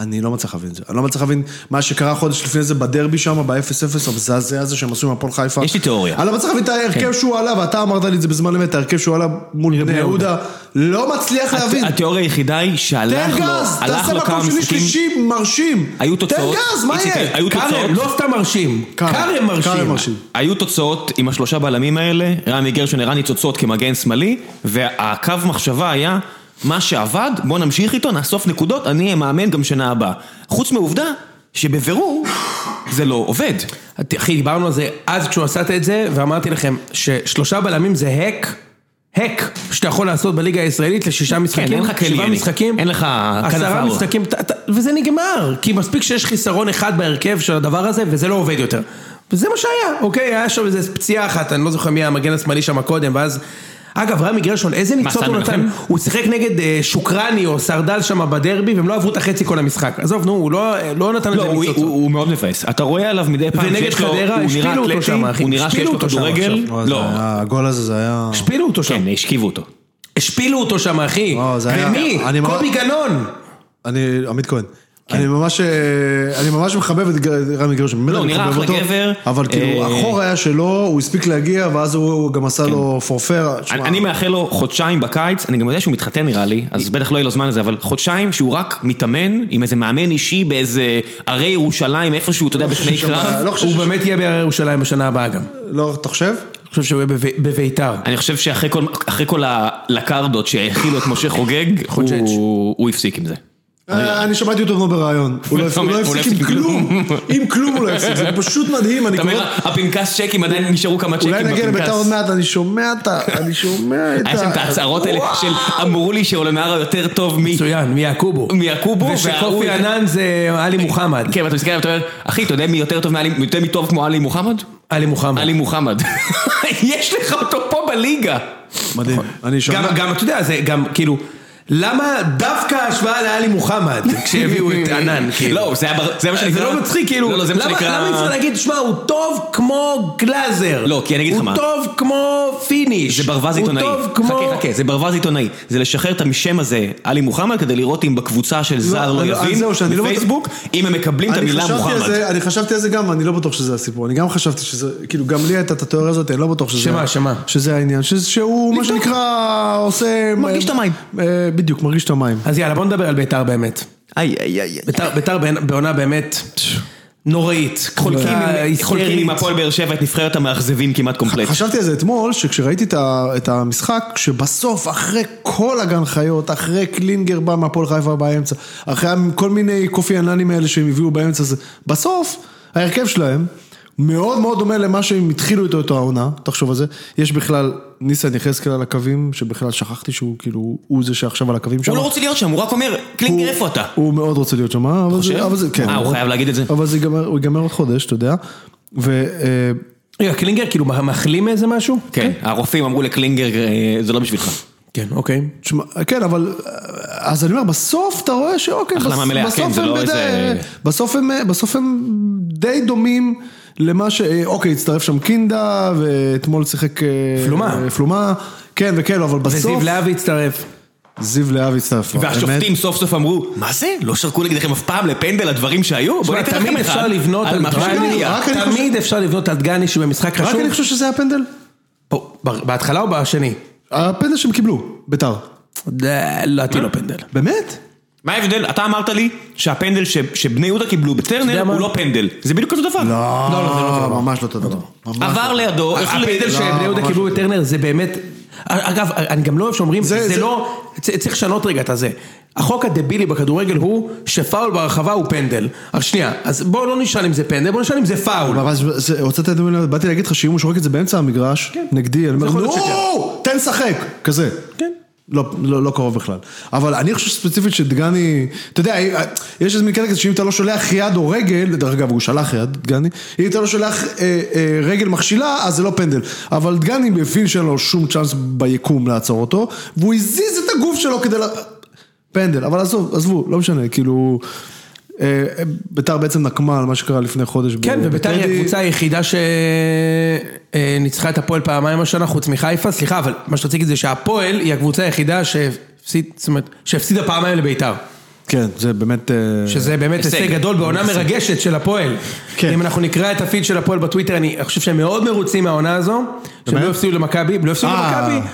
[SPEAKER 2] אני לא מצליח להבין את זה, אני לא מצליח להבין מה שקרה חודש לפני זה בדרבי שם, ב-0-0 המזעזע הזה שהם עשו עם הפועל חיפה.
[SPEAKER 1] יש לי תיאוריה. כן.
[SPEAKER 2] אני לא מצליח להבין את ההרכב שהוא עלה, ואתה אמרת לי את זה בזמן אמת, ההרכב שהוא עלה מול בני יהודה, לא מצליח להבין.
[SPEAKER 1] כן. התיאוריה היחידה היא שהלך
[SPEAKER 2] תן
[SPEAKER 1] לו,
[SPEAKER 2] גז,
[SPEAKER 1] הלך
[SPEAKER 2] תעשה
[SPEAKER 1] לו כמה
[SPEAKER 2] מקום שני
[SPEAKER 1] משחקים,
[SPEAKER 2] שלישי מרשים.
[SPEAKER 1] היו תוצאות,
[SPEAKER 2] תן גז, מה
[SPEAKER 1] איציק,
[SPEAKER 2] יהיה?
[SPEAKER 1] היו תוצאות,
[SPEAKER 3] קארם, לא סתם מרשים. קארם
[SPEAKER 2] קארם
[SPEAKER 3] מרשים.
[SPEAKER 2] מרשים.
[SPEAKER 1] היו תוצאות עם השלושה בלמים האלה, רמי גרשון הראה ניצוצות כמגן שמאלי, והקו מחשבה היה, מה שעבד, בוא נמשיך איתו, נאסוף נקודות, אני אהיה מאמן גם שנה הבאה. חוץ מהעובדה שבבירור זה לא עובד.
[SPEAKER 3] אחי, דיברנו על זה אז כשהוא עשת את זה, ואמרתי לכם ששלושה בלמים זה האק, האק, שאתה יכול לעשות בליגה הישראלית לשישה משחקים,
[SPEAKER 1] כן, אין לך
[SPEAKER 3] שבעה
[SPEAKER 1] קליאני.
[SPEAKER 3] משחקים,
[SPEAKER 1] אין לך
[SPEAKER 3] עשרה
[SPEAKER 1] קנפאו.
[SPEAKER 3] משחקים, ת- ת- וזה נגמר, כי מספיק שיש חיסרון אחד בהרכב של הדבר הזה, וזה לא עובד יותר. וזה מה שהיה, אוקיי, היה שם איזה פציעה אחת, אני לא זוכר מי המגן השמאלי שם קודם, ואז... אגב, רמי גרשון, איזה ניצות
[SPEAKER 1] סן
[SPEAKER 3] הוא נתן?
[SPEAKER 1] מנחם?
[SPEAKER 3] הוא שיחק נגד אה, שוקרני או סרדל שם בדרבי, והם לא עברו את החצי כל המשחק. עזוב, נו, הוא לא לא נתן
[SPEAKER 1] לא,
[SPEAKER 3] איזה
[SPEAKER 1] הוא,
[SPEAKER 3] ניצוצות.
[SPEAKER 1] הוא, הוא מאוד מבאס. אתה רואה עליו מדי פעם
[SPEAKER 3] ונגד
[SPEAKER 1] שיש לו,
[SPEAKER 3] חדרה
[SPEAKER 1] הוא
[SPEAKER 3] השפילו
[SPEAKER 1] נראה
[SPEAKER 3] אותו
[SPEAKER 1] אתלטי,
[SPEAKER 3] שם, אחי.
[SPEAKER 1] הוא נראה שיש
[SPEAKER 3] השפילו
[SPEAKER 1] לו
[SPEAKER 3] אותו שם
[SPEAKER 1] כדורגל,
[SPEAKER 3] עכשיו.
[SPEAKER 1] לא,
[SPEAKER 2] הגול הזה זה היה...
[SPEAKER 3] השפילו אותו שם.
[SPEAKER 1] כן, השכיבו אותו.
[SPEAKER 3] השפילו אותו שם, אחי.
[SPEAKER 2] וואו, זה היה-
[SPEAKER 3] ומי?
[SPEAKER 2] אני מאוד-
[SPEAKER 3] קובי גנון.
[SPEAKER 2] אני, עמית כהן.
[SPEAKER 1] כן.
[SPEAKER 2] אני ממש, אה, אני ממש מחבב את גר- רמי גרשון, באמת
[SPEAKER 1] לא,
[SPEAKER 2] אני
[SPEAKER 1] נראה
[SPEAKER 2] מחבב
[SPEAKER 1] אחלה
[SPEAKER 2] אותו,
[SPEAKER 1] גבר.
[SPEAKER 2] אבל כאילו
[SPEAKER 1] אה, כן.
[SPEAKER 2] החור היה שלו, הוא הספיק להגיע ואז הוא הוא גם עשה לו פורפר,
[SPEAKER 1] אני,
[SPEAKER 2] תשמע,
[SPEAKER 1] אני מאחל לו חודשיים בקיץ, אני גם יודע שהוא מתחתן נראה לי, אז בטח לא יהיה לו זמן לזה, אבל חודשיים שהוא רק מתאמן עם איזה מאמן אישי באיזה ערי ירושלים, איפשהו, אתה יודע, בפני
[SPEAKER 3] *laughs*
[SPEAKER 2] שיש שם בעיה,
[SPEAKER 1] קרב.
[SPEAKER 2] לא חושב
[SPEAKER 3] הוא
[SPEAKER 2] ש-
[SPEAKER 3] באמת יהיה בהר ירושלים בשנה הבאה גם.
[SPEAKER 2] לא, אתה חושב?
[SPEAKER 3] אני חושב שהוא יהיה בב- בביתר.
[SPEAKER 1] אני חושב שאחרי כל, אחרי כל הלקרדות שהאכילו את משה חוגג,
[SPEAKER 3] *laughs* חוג'ג'.
[SPEAKER 1] הוא, הוא הפסיק עם זה.
[SPEAKER 2] אה, אני שמעתי אותו אתמול בריאיון, הוא לא הפ- הוא לא הפסיק עם כלום, עם כלום הוא לא הפסיק, זה פשוט מדהים, אני
[SPEAKER 1] אתה
[SPEAKER 2] קורא,
[SPEAKER 1] אומר, הפנקס צ'קים עדיין נשארו כמה צ'קים
[SPEAKER 2] אולי נגיע לביתר עוד
[SPEAKER 1] בפנקס.
[SPEAKER 2] מעט, אני שומע את ה... אני שומע את ה...
[SPEAKER 1] היה שם את ההצהרות האלה של אמרו לי שאולמרה יותר טוב מ...
[SPEAKER 3] מצוין, מיעקובו.
[SPEAKER 1] מיעקובו, וההוא-
[SPEAKER 3] ושקופי ענן זה עלי מוחמד.
[SPEAKER 1] כן, ואתה מסתכל עליו ואתה אומר, אחי, אתה יודע מי יותר טוב מעלי, יותר מטוב כמו עלי מוחמד?
[SPEAKER 3] עלי מוחמד.
[SPEAKER 1] עלי מוחמד. *laughs* יש לך אותו פה בליגה.
[SPEAKER 2] מדהים, אני שומע,
[SPEAKER 3] גם, גם, אתה יודע, זה גם, כאילו, למה דווקא ההשוואה לעלי מוחמד
[SPEAKER 1] *laughs*
[SPEAKER 3] כשהביאו את ענן, כאילו?
[SPEAKER 1] לא, זה היה בר- זה מה שנקרא...
[SPEAKER 3] זה לא מצחיק, כאילו,
[SPEAKER 1] לא, לא, זה מה
[SPEAKER 3] למה למה אי אפשר
[SPEAKER 1] שנקרא...
[SPEAKER 3] להגיד, שמע, הוא טוב כמו גלאזר.
[SPEAKER 1] לא, כי אני אגיד לך מה.
[SPEAKER 3] הוא טוב כמו פיניש.
[SPEAKER 1] זה ברווז עיתונאי.
[SPEAKER 3] הוא טוב כמו...
[SPEAKER 1] חכה, חכה, זה ברווז עיתונאי. זה לשחרר את השם הזה, עלי מוחמד, כדי לראות אם בקבוצה של זר לא
[SPEAKER 2] אני- אז
[SPEAKER 1] יבין,
[SPEAKER 2] זהו, שאני לא-
[SPEAKER 1] בפייסבוק, אם הם מקבלים את
[SPEAKER 2] אני
[SPEAKER 1] המילה
[SPEAKER 2] חשבתי על
[SPEAKER 1] מוחמד.
[SPEAKER 2] זה- אני חשבתי על זה גם, אני לא בטוח שזה הסיפור, אני גם חשבתי שזה, כאילו גם לי הייתה את התיאוריה הזאת, אני לא בטוח שזה,
[SPEAKER 3] שמה, שמה?
[SPEAKER 2] שזה העניין, ש- שהוא מה שנקרא עושה,
[SPEAKER 1] מרגיש את המים.
[SPEAKER 2] אה, בדיוק, מרגיש את המים.
[SPEAKER 3] אז יאללה, בוא נדבר על ביתר באמת.
[SPEAKER 1] איי, איי, איי. איי.
[SPEAKER 3] ביתר- ביתר בעונה- בעונה באמת נוראית. אה,
[SPEAKER 1] חולקים עם- חולקים
[SPEAKER 3] היסטרית.
[SPEAKER 1] עם הפועל באר שבע את נבחרת המאכזבים כמעט קומפלט.
[SPEAKER 2] אה, חשבתי על זה אתמול, שכשראיתי את ה- את המשחק, שבסוף, אחרי כל הגן חיות, אחרי קלינגר בא מהפועל חיפה באמצע, אחרי כל מיני קופי עננים האלה שהם הביאו באמצע, זה- בסוף, ההרכב שלהם מאוד מאוד דומה למה שהם התחילו איתו את העונה, תחשוב על זה. יש בכלל ניסן יחזקאל על הקווים, שבכלל שכחתי שהוא כאילו, הוא זה שעכשיו על הקווים שם.
[SPEAKER 1] הוא לא רוצה להיות שם, הוא רק אומר, קלינגר איפה אתה?
[SPEAKER 2] הוא מאוד רוצה להיות שם, אה? אבל
[SPEAKER 1] חושב?
[SPEAKER 2] זה, אבל זה, כן.
[SPEAKER 1] אה, הוא חייב להגיד את זה.
[SPEAKER 2] אבל זה ייגמר, הוא ייגמר עוד חודש, אתה יודע. ו... אה,
[SPEAKER 3] רגע, קלינגר כאילו מאכלים איזה משהו?
[SPEAKER 1] כן, הרופאים אמרו לקלינגר, אה, זה לא בשבילך.
[SPEAKER 3] כן, אוקיי.
[SPEAKER 2] תשמע, כן, אבל אז אני אומר, בסוף אתה רואה שאוקיי,
[SPEAKER 1] החלמה
[SPEAKER 2] בס-
[SPEAKER 1] מלאה,
[SPEAKER 2] בסוף
[SPEAKER 1] כן, זה
[SPEAKER 2] הם
[SPEAKER 1] לא
[SPEAKER 2] די-
[SPEAKER 1] איזה-
[SPEAKER 2] בסוף הם, בסוף הם די דומים למה ש... אה, אוקיי, הצטרף שם קינדה, ואתמול שיחק... אה,
[SPEAKER 3] פלומה.
[SPEAKER 2] אה, פלומה, כן וכן, אבל בסוף...
[SPEAKER 3] וזיו להבי הצטרף.
[SPEAKER 2] זיו להב הצטרף.
[SPEAKER 1] והשופטים סוף סוף אמרו, מה זה? לא שרקו נגדכם אף פעם לפנדל הדברים שהיו? בוא
[SPEAKER 3] תשמע,
[SPEAKER 1] ניתן לכם אחד
[SPEAKER 3] תמיד אפשר לבנות
[SPEAKER 1] על
[SPEAKER 3] על
[SPEAKER 1] משהו שלא
[SPEAKER 3] דגני,
[SPEAKER 1] היה.
[SPEAKER 2] רק אני
[SPEAKER 3] תמיד אפשר לבנות על דגני שהוא במשחק
[SPEAKER 2] באמת, רק
[SPEAKER 3] חשוב.
[SPEAKER 2] אני חושב שזה היה פנדל.
[SPEAKER 3] פה, ב- בהתחלה או בשני?
[SPEAKER 2] הפנדל שהם קיבלו, ביתר.
[SPEAKER 3] ד- לדעתי לא פנדל.
[SPEAKER 2] באמת?
[SPEAKER 1] מה ההבדל? אתה אמרת לי שהפנדל ש- שבני יהודה קיבלו בטרנר
[SPEAKER 3] יודע מה?
[SPEAKER 1] הוא לא פנדל. זה בדיוק אותו דבר.
[SPEAKER 2] לא, לא, ממש לא אותו דבר. ממש
[SPEAKER 1] עבר
[SPEAKER 2] לא.
[SPEAKER 1] לידו, החליט-
[SPEAKER 3] הפנדל
[SPEAKER 1] לא.
[SPEAKER 3] שבני יהודה קיבלו בטרנר זה באמת... אגב, אני גם לא אוהב שאומרים,
[SPEAKER 2] זה-
[SPEAKER 3] זה
[SPEAKER 2] זה-
[SPEAKER 3] לא... צ- צריך לשנות רגע את הזה. החוק הדבילי בכדורגל הוא שפאול ברחבה הוא פנדל. אז שנייה, אז בואו לא נשאל אם זה פנדל, בואו נשאל אם זה פאול.
[SPEAKER 2] אבל זה- זה- הוצאת את זה, באתי להגיד לך שאם הוא שורק את זה באמצע המגרש, נגדי, אני אומר,
[SPEAKER 3] כן. יכול להיות שכן.
[SPEAKER 2] נו, תן לשחק, כזה.
[SPEAKER 3] כן.
[SPEAKER 2] לא, לא, לא קרוב בכלל. אבל אני חושב ספציפית שדגני, אתה יודע, יש איזה מין קטע כזה שאם אתה לא שולח יד או רגל, דרך אגב, הוא שלח יד, דגני, אם אתה לא שולח אה, אה, רגל מכשילה, אז זה לא פנדל. אבל דגני מבין שאין לו שום צ'אנס ביקום לעצור אותו, והוא הזיז את הגוף שלו כדי ל... פנדל, אבל עזוב, עזבו, לא משנה, כאילו... אה, אה, ביתר בעצם נקמה על מה שקרה לפני חודש.
[SPEAKER 3] כן,
[SPEAKER 2] ב-
[SPEAKER 3] וביתר היא
[SPEAKER 2] בטדי.
[SPEAKER 3] הקבוצה היחידה שניצחה את הפועל פעמיים השנה, חוץ מחיפה, סליחה, אבל מה שרציתי להגיד זה שהפועל היא הקבוצה היחידה שהפסיד- זאת אומרת, שהפסידה פעמיים לביתר.
[SPEAKER 2] כן, זה באמת... אה,
[SPEAKER 3] שזה באמת
[SPEAKER 1] הישג.
[SPEAKER 3] הישג גדול בעונה מרגשת של הפועל.
[SPEAKER 2] כן.
[SPEAKER 3] אם אנחנו נקרא את הפיד של הפועל בטוויטר, אני חושב שהם מאוד מרוצים מהעונה הזו. שהם
[SPEAKER 2] באמת?
[SPEAKER 3] לא הפסידו למכבי, הם לא הפסידו
[SPEAKER 2] אה.
[SPEAKER 3] למכבי,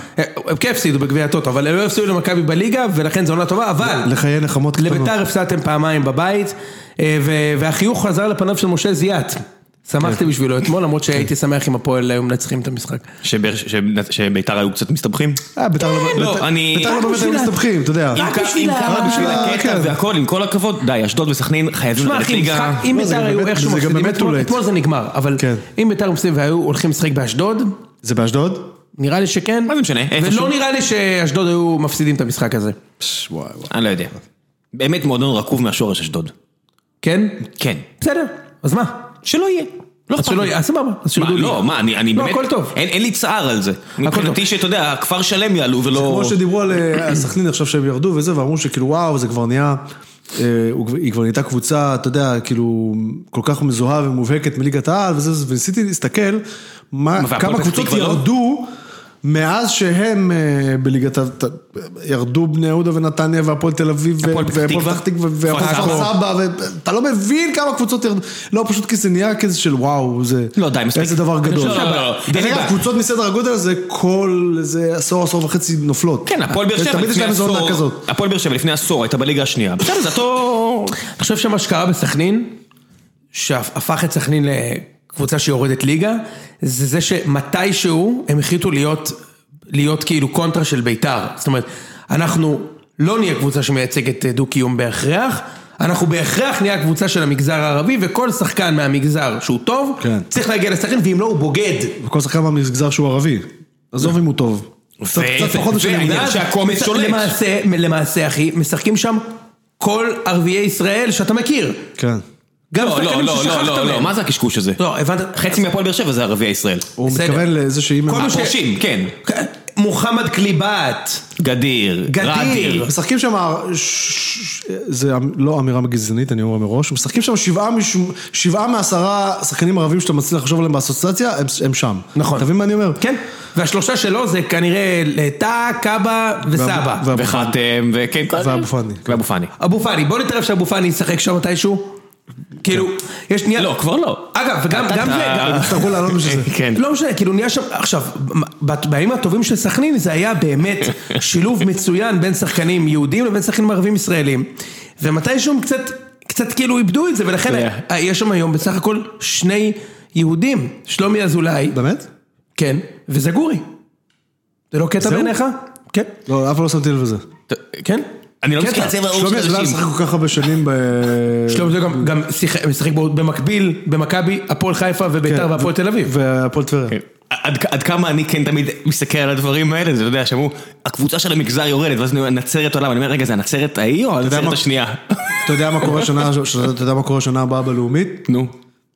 [SPEAKER 3] הם כן הפסידו בגביע הטוטו, אבל הם לא הפסידו למכבי בליגה, ולכן זו עונה טובה, אבל...
[SPEAKER 2] לחיי נחמות קטנות.
[SPEAKER 3] לביתר הפסדתם פעמיים בבית, אה, ו- והחיוך חזר לפניו של משה זיאת. שמחתי
[SPEAKER 2] כן.
[SPEAKER 3] בשבילו אתמול, למרות שהייתי שמח אם הפועל היו מנצחים את המשחק.
[SPEAKER 1] שבאר- ש- שביתר היו קצת מסתבכים?
[SPEAKER 2] אה, ביתר לא
[SPEAKER 3] כן,
[SPEAKER 1] לא,
[SPEAKER 2] ביתר-
[SPEAKER 1] אני-
[SPEAKER 2] ביתר
[SPEAKER 1] רק
[SPEAKER 2] לא באמת היו
[SPEAKER 3] בשביל ה-
[SPEAKER 2] מסתבכים, אתה יודע.
[SPEAKER 1] עם כ-
[SPEAKER 3] בשביל
[SPEAKER 1] עם
[SPEAKER 3] ה-
[SPEAKER 1] כמה בשביל הקטע
[SPEAKER 2] כן.
[SPEAKER 1] והכל, עם כל הכבוד, די, אשדוד וסכנין חייבים
[SPEAKER 3] תשמע
[SPEAKER 1] לרדת
[SPEAKER 3] אחי, משחק,
[SPEAKER 1] ליגה.
[SPEAKER 3] אם
[SPEAKER 2] לא, זה
[SPEAKER 3] ביתר
[SPEAKER 2] גם
[SPEAKER 3] היו
[SPEAKER 2] באמת-
[SPEAKER 3] איכשהו
[SPEAKER 2] זה גם
[SPEAKER 3] מפסידים,
[SPEAKER 2] באמת
[SPEAKER 3] אתמול
[SPEAKER 2] too late.
[SPEAKER 3] אתמול זה נגמר, אבל
[SPEAKER 2] כן.
[SPEAKER 3] אם ביתר מפסידים והיו הולכים לשחק באשדוד,
[SPEAKER 2] זה באשדוד?
[SPEAKER 3] נראה לי שכן.
[SPEAKER 1] מה זה משנה, איפשהו.
[SPEAKER 3] ולא נראה לי שאשדוד היו מפסידים את המשחק הזה.
[SPEAKER 2] פש, וואי וואי.
[SPEAKER 1] אני לא יודע. באמת מועדון רקוב מהשורש אשדוד.
[SPEAKER 3] כן?
[SPEAKER 1] כן.
[SPEAKER 3] בסדר, אז מה?
[SPEAKER 1] שלא יהיה. לא
[SPEAKER 3] אז
[SPEAKER 1] אכפת
[SPEAKER 3] שלא
[SPEAKER 1] לי.
[SPEAKER 3] יהיה, אז סבבה. אז
[SPEAKER 1] מה,
[SPEAKER 3] שירדו
[SPEAKER 1] לא,
[SPEAKER 3] ליגה.
[SPEAKER 1] מה, אני אני
[SPEAKER 3] לא,
[SPEAKER 1] באמת...
[SPEAKER 3] הכל טוב.
[SPEAKER 1] אין אין לי צער על זה. מבחינתי שאתה יודע, כפר שלם יעלו ולא...
[SPEAKER 2] כמו שדיברו על אה, על סכנין עכשיו שהם ירדו וזה, ואמרו שכאילו וואו, זה כבר נהיה, אה, הוא כבר- היא כבר נהייתה קבוצה, אתה יודע, כאילו, כל כך מזוהה ומובהקת מליגת העל וזה, וזה, וניסיתי להסתכל מה-
[SPEAKER 1] והפועל
[SPEAKER 2] כמה
[SPEAKER 1] פתח
[SPEAKER 2] קבוצות
[SPEAKER 1] תקווה לא?
[SPEAKER 2] ירדו. מאז שהם אה, בליגת ה... ת- ירדו בני יהודה ונתניה והפועל תל אביב ו-
[SPEAKER 1] הפועל פתח
[SPEAKER 2] והפועל
[SPEAKER 1] תקווה.
[SPEAKER 2] פתח תקווה והפועל
[SPEAKER 1] כפר
[SPEAKER 2] כפר סבא, ואתה לא מבין כמה קבוצות ירדו, לא פשוט כי זה נהיה כזה של וואו, זה...
[SPEAKER 1] לא, די, מספיק.
[SPEAKER 2] איזה דבר
[SPEAKER 1] אני
[SPEAKER 2] גדול.
[SPEAKER 1] חושב- לא, לא, לא, אין
[SPEAKER 2] דרך
[SPEAKER 1] לי
[SPEAKER 2] אגב,
[SPEAKER 1] בעיה.
[SPEAKER 2] קבוצות מסדר הגודל הזה כל איזה עשור, עשור וחצי נופלות.
[SPEAKER 1] כן, הפועל באר שבע
[SPEAKER 2] תמיד יש
[SPEAKER 1] לפני
[SPEAKER 2] להם איזו עונה
[SPEAKER 1] עשור,
[SPEAKER 2] כזאת.
[SPEAKER 1] הפועל באר שבע לפני עשור הייתה בליגה השנייה. בסדר, זה אותו...
[SPEAKER 3] אני חושב שמה שקרה בסכנין, שהפך את סכנין לקבוצה שיורדת ליגה, זה זה שמתישהו הם החליטו להיות, להיות כאילו קונטרה של בית"ר. זאת אומרת, אנחנו לא נהיה קבוצה שמייצגת אה, דו-קיום בהכרח. אנחנו בהכרח נהיה הקבוצה של המגזר הערבי, וכל שחקן מהמגזר שהוא טוב,
[SPEAKER 2] כן.
[SPEAKER 3] צריך להגיע לסכנין, ואם לא הוא בוגד.
[SPEAKER 2] וכל שחקן מהמגזר שהוא ערבי. עזוב אם הוא טוב. קצת קצת
[SPEAKER 1] ו-
[SPEAKER 2] פחות משנה.
[SPEAKER 1] והעניין
[SPEAKER 2] מגזר.
[SPEAKER 1] שהקומץ
[SPEAKER 3] מצ-
[SPEAKER 1] שולט.
[SPEAKER 3] למעשה, למעשה, אחי, משחקים שם כל ערביי ישראל שאתה מכיר.
[SPEAKER 2] כן.
[SPEAKER 3] גם
[SPEAKER 1] לא, לא,
[SPEAKER 3] שחקנים
[SPEAKER 1] לא,
[SPEAKER 3] ששכחת
[SPEAKER 1] לא, לא, לא,
[SPEAKER 3] מהם.
[SPEAKER 1] מה זה הקשקוש הזה?
[SPEAKER 3] לא, הבנת,
[SPEAKER 1] חצי מהפועל באר שבע זה ערביי ישראל.
[SPEAKER 2] הוא
[SPEAKER 3] בסדר.
[SPEAKER 2] מתכוון לזה שאם...
[SPEAKER 3] כל
[SPEAKER 2] הם-
[SPEAKER 3] מי ש-
[SPEAKER 1] הפורשים, כן.
[SPEAKER 3] מוחמד קליבת.
[SPEAKER 1] גדיר,
[SPEAKER 3] גדיר.
[SPEAKER 1] רדיר.
[SPEAKER 2] משחקים שם, ש- ש- ש- זה לא אמירה גזענית, אני אומר מראש, משחקים שם שבעה משום- שבעה מעשרה שחקנים ערבים שאתה מצליח לחשוב עליהם באסוציאציה, הם- הם שם.
[SPEAKER 3] נכון.
[SPEAKER 2] אתה מבין מה אני אומר?
[SPEAKER 3] כן. והשלושה שלו זה כנראה טאה, קאבה וסבא.
[SPEAKER 2] ואבו-
[SPEAKER 1] וחתם, וכן.
[SPEAKER 2] ואבו פאני.
[SPEAKER 1] ואבו פאני.
[SPEAKER 3] אבו פאני, בוא נתערב שאבו פאני ישחק שם מתישהו. כאילו, יש
[SPEAKER 2] כן.
[SPEAKER 3] נהיה...
[SPEAKER 1] לא, כבר לא.
[SPEAKER 3] אגב, וגם גם זה...
[SPEAKER 1] אתה-
[SPEAKER 3] גם-
[SPEAKER 2] יצטרכו לעלות בשביל זה.
[SPEAKER 1] כן.
[SPEAKER 3] לא משנה, כאילו נהיה שם, עכשיו, ב- בימים הטובים של סכנין זה היה באמת שילוב מצוין בין שחקנים יהודים לבין שחקנים ערבים ישראלים. ומתישהו הם קצת, קצת כאילו איבדו את זה, ולכן
[SPEAKER 1] אתה
[SPEAKER 3] אה, יש שם היום בסך הכל שני יהודים, שלומי אזולאי,
[SPEAKER 2] באמת?
[SPEAKER 3] כן, וזגורי. זה לא קטע
[SPEAKER 2] זהו?
[SPEAKER 3] בעיניך? כן,
[SPEAKER 2] לא, אף פעם לא שמתי לב לזה.
[SPEAKER 3] כן.
[SPEAKER 1] אני לא
[SPEAKER 3] קטע.
[SPEAKER 1] מסכים לצבע האור
[SPEAKER 2] שלומי
[SPEAKER 1] של
[SPEAKER 2] אזולאי
[SPEAKER 1] אנשים.
[SPEAKER 2] משחק כל כך הרבה שנים ב...
[SPEAKER 3] שלומי אזולאי לא, גם- גם שיחק- משחק בו- במקביל, במכבי, הפועל חיפה וביתר
[SPEAKER 2] כן,
[SPEAKER 3] והפועל
[SPEAKER 2] ו-
[SPEAKER 3] תל אביב.
[SPEAKER 2] והפועל טבריה.
[SPEAKER 1] כן. עד, כ- עד כמה אני כן תמיד מסתכל על הדברים האלה, זה, אתה יודע, שאמרו, הקבוצה של המגזר יורדת, ואז אני אומר, נצרת עולה, ואני אומר, רגע, זה הנצרת ההיא או
[SPEAKER 2] יודע
[SPEAKER 1] הנצרת
[SPEAKER 2] מה-
[SPEAKER 1] השנייה? *laughs*
[SPEAKER 2] אתה יודע מה קורה שנה, אתה יודע מה קורה שנה הבאה בלאומית?
[SPEAKER 1] נו,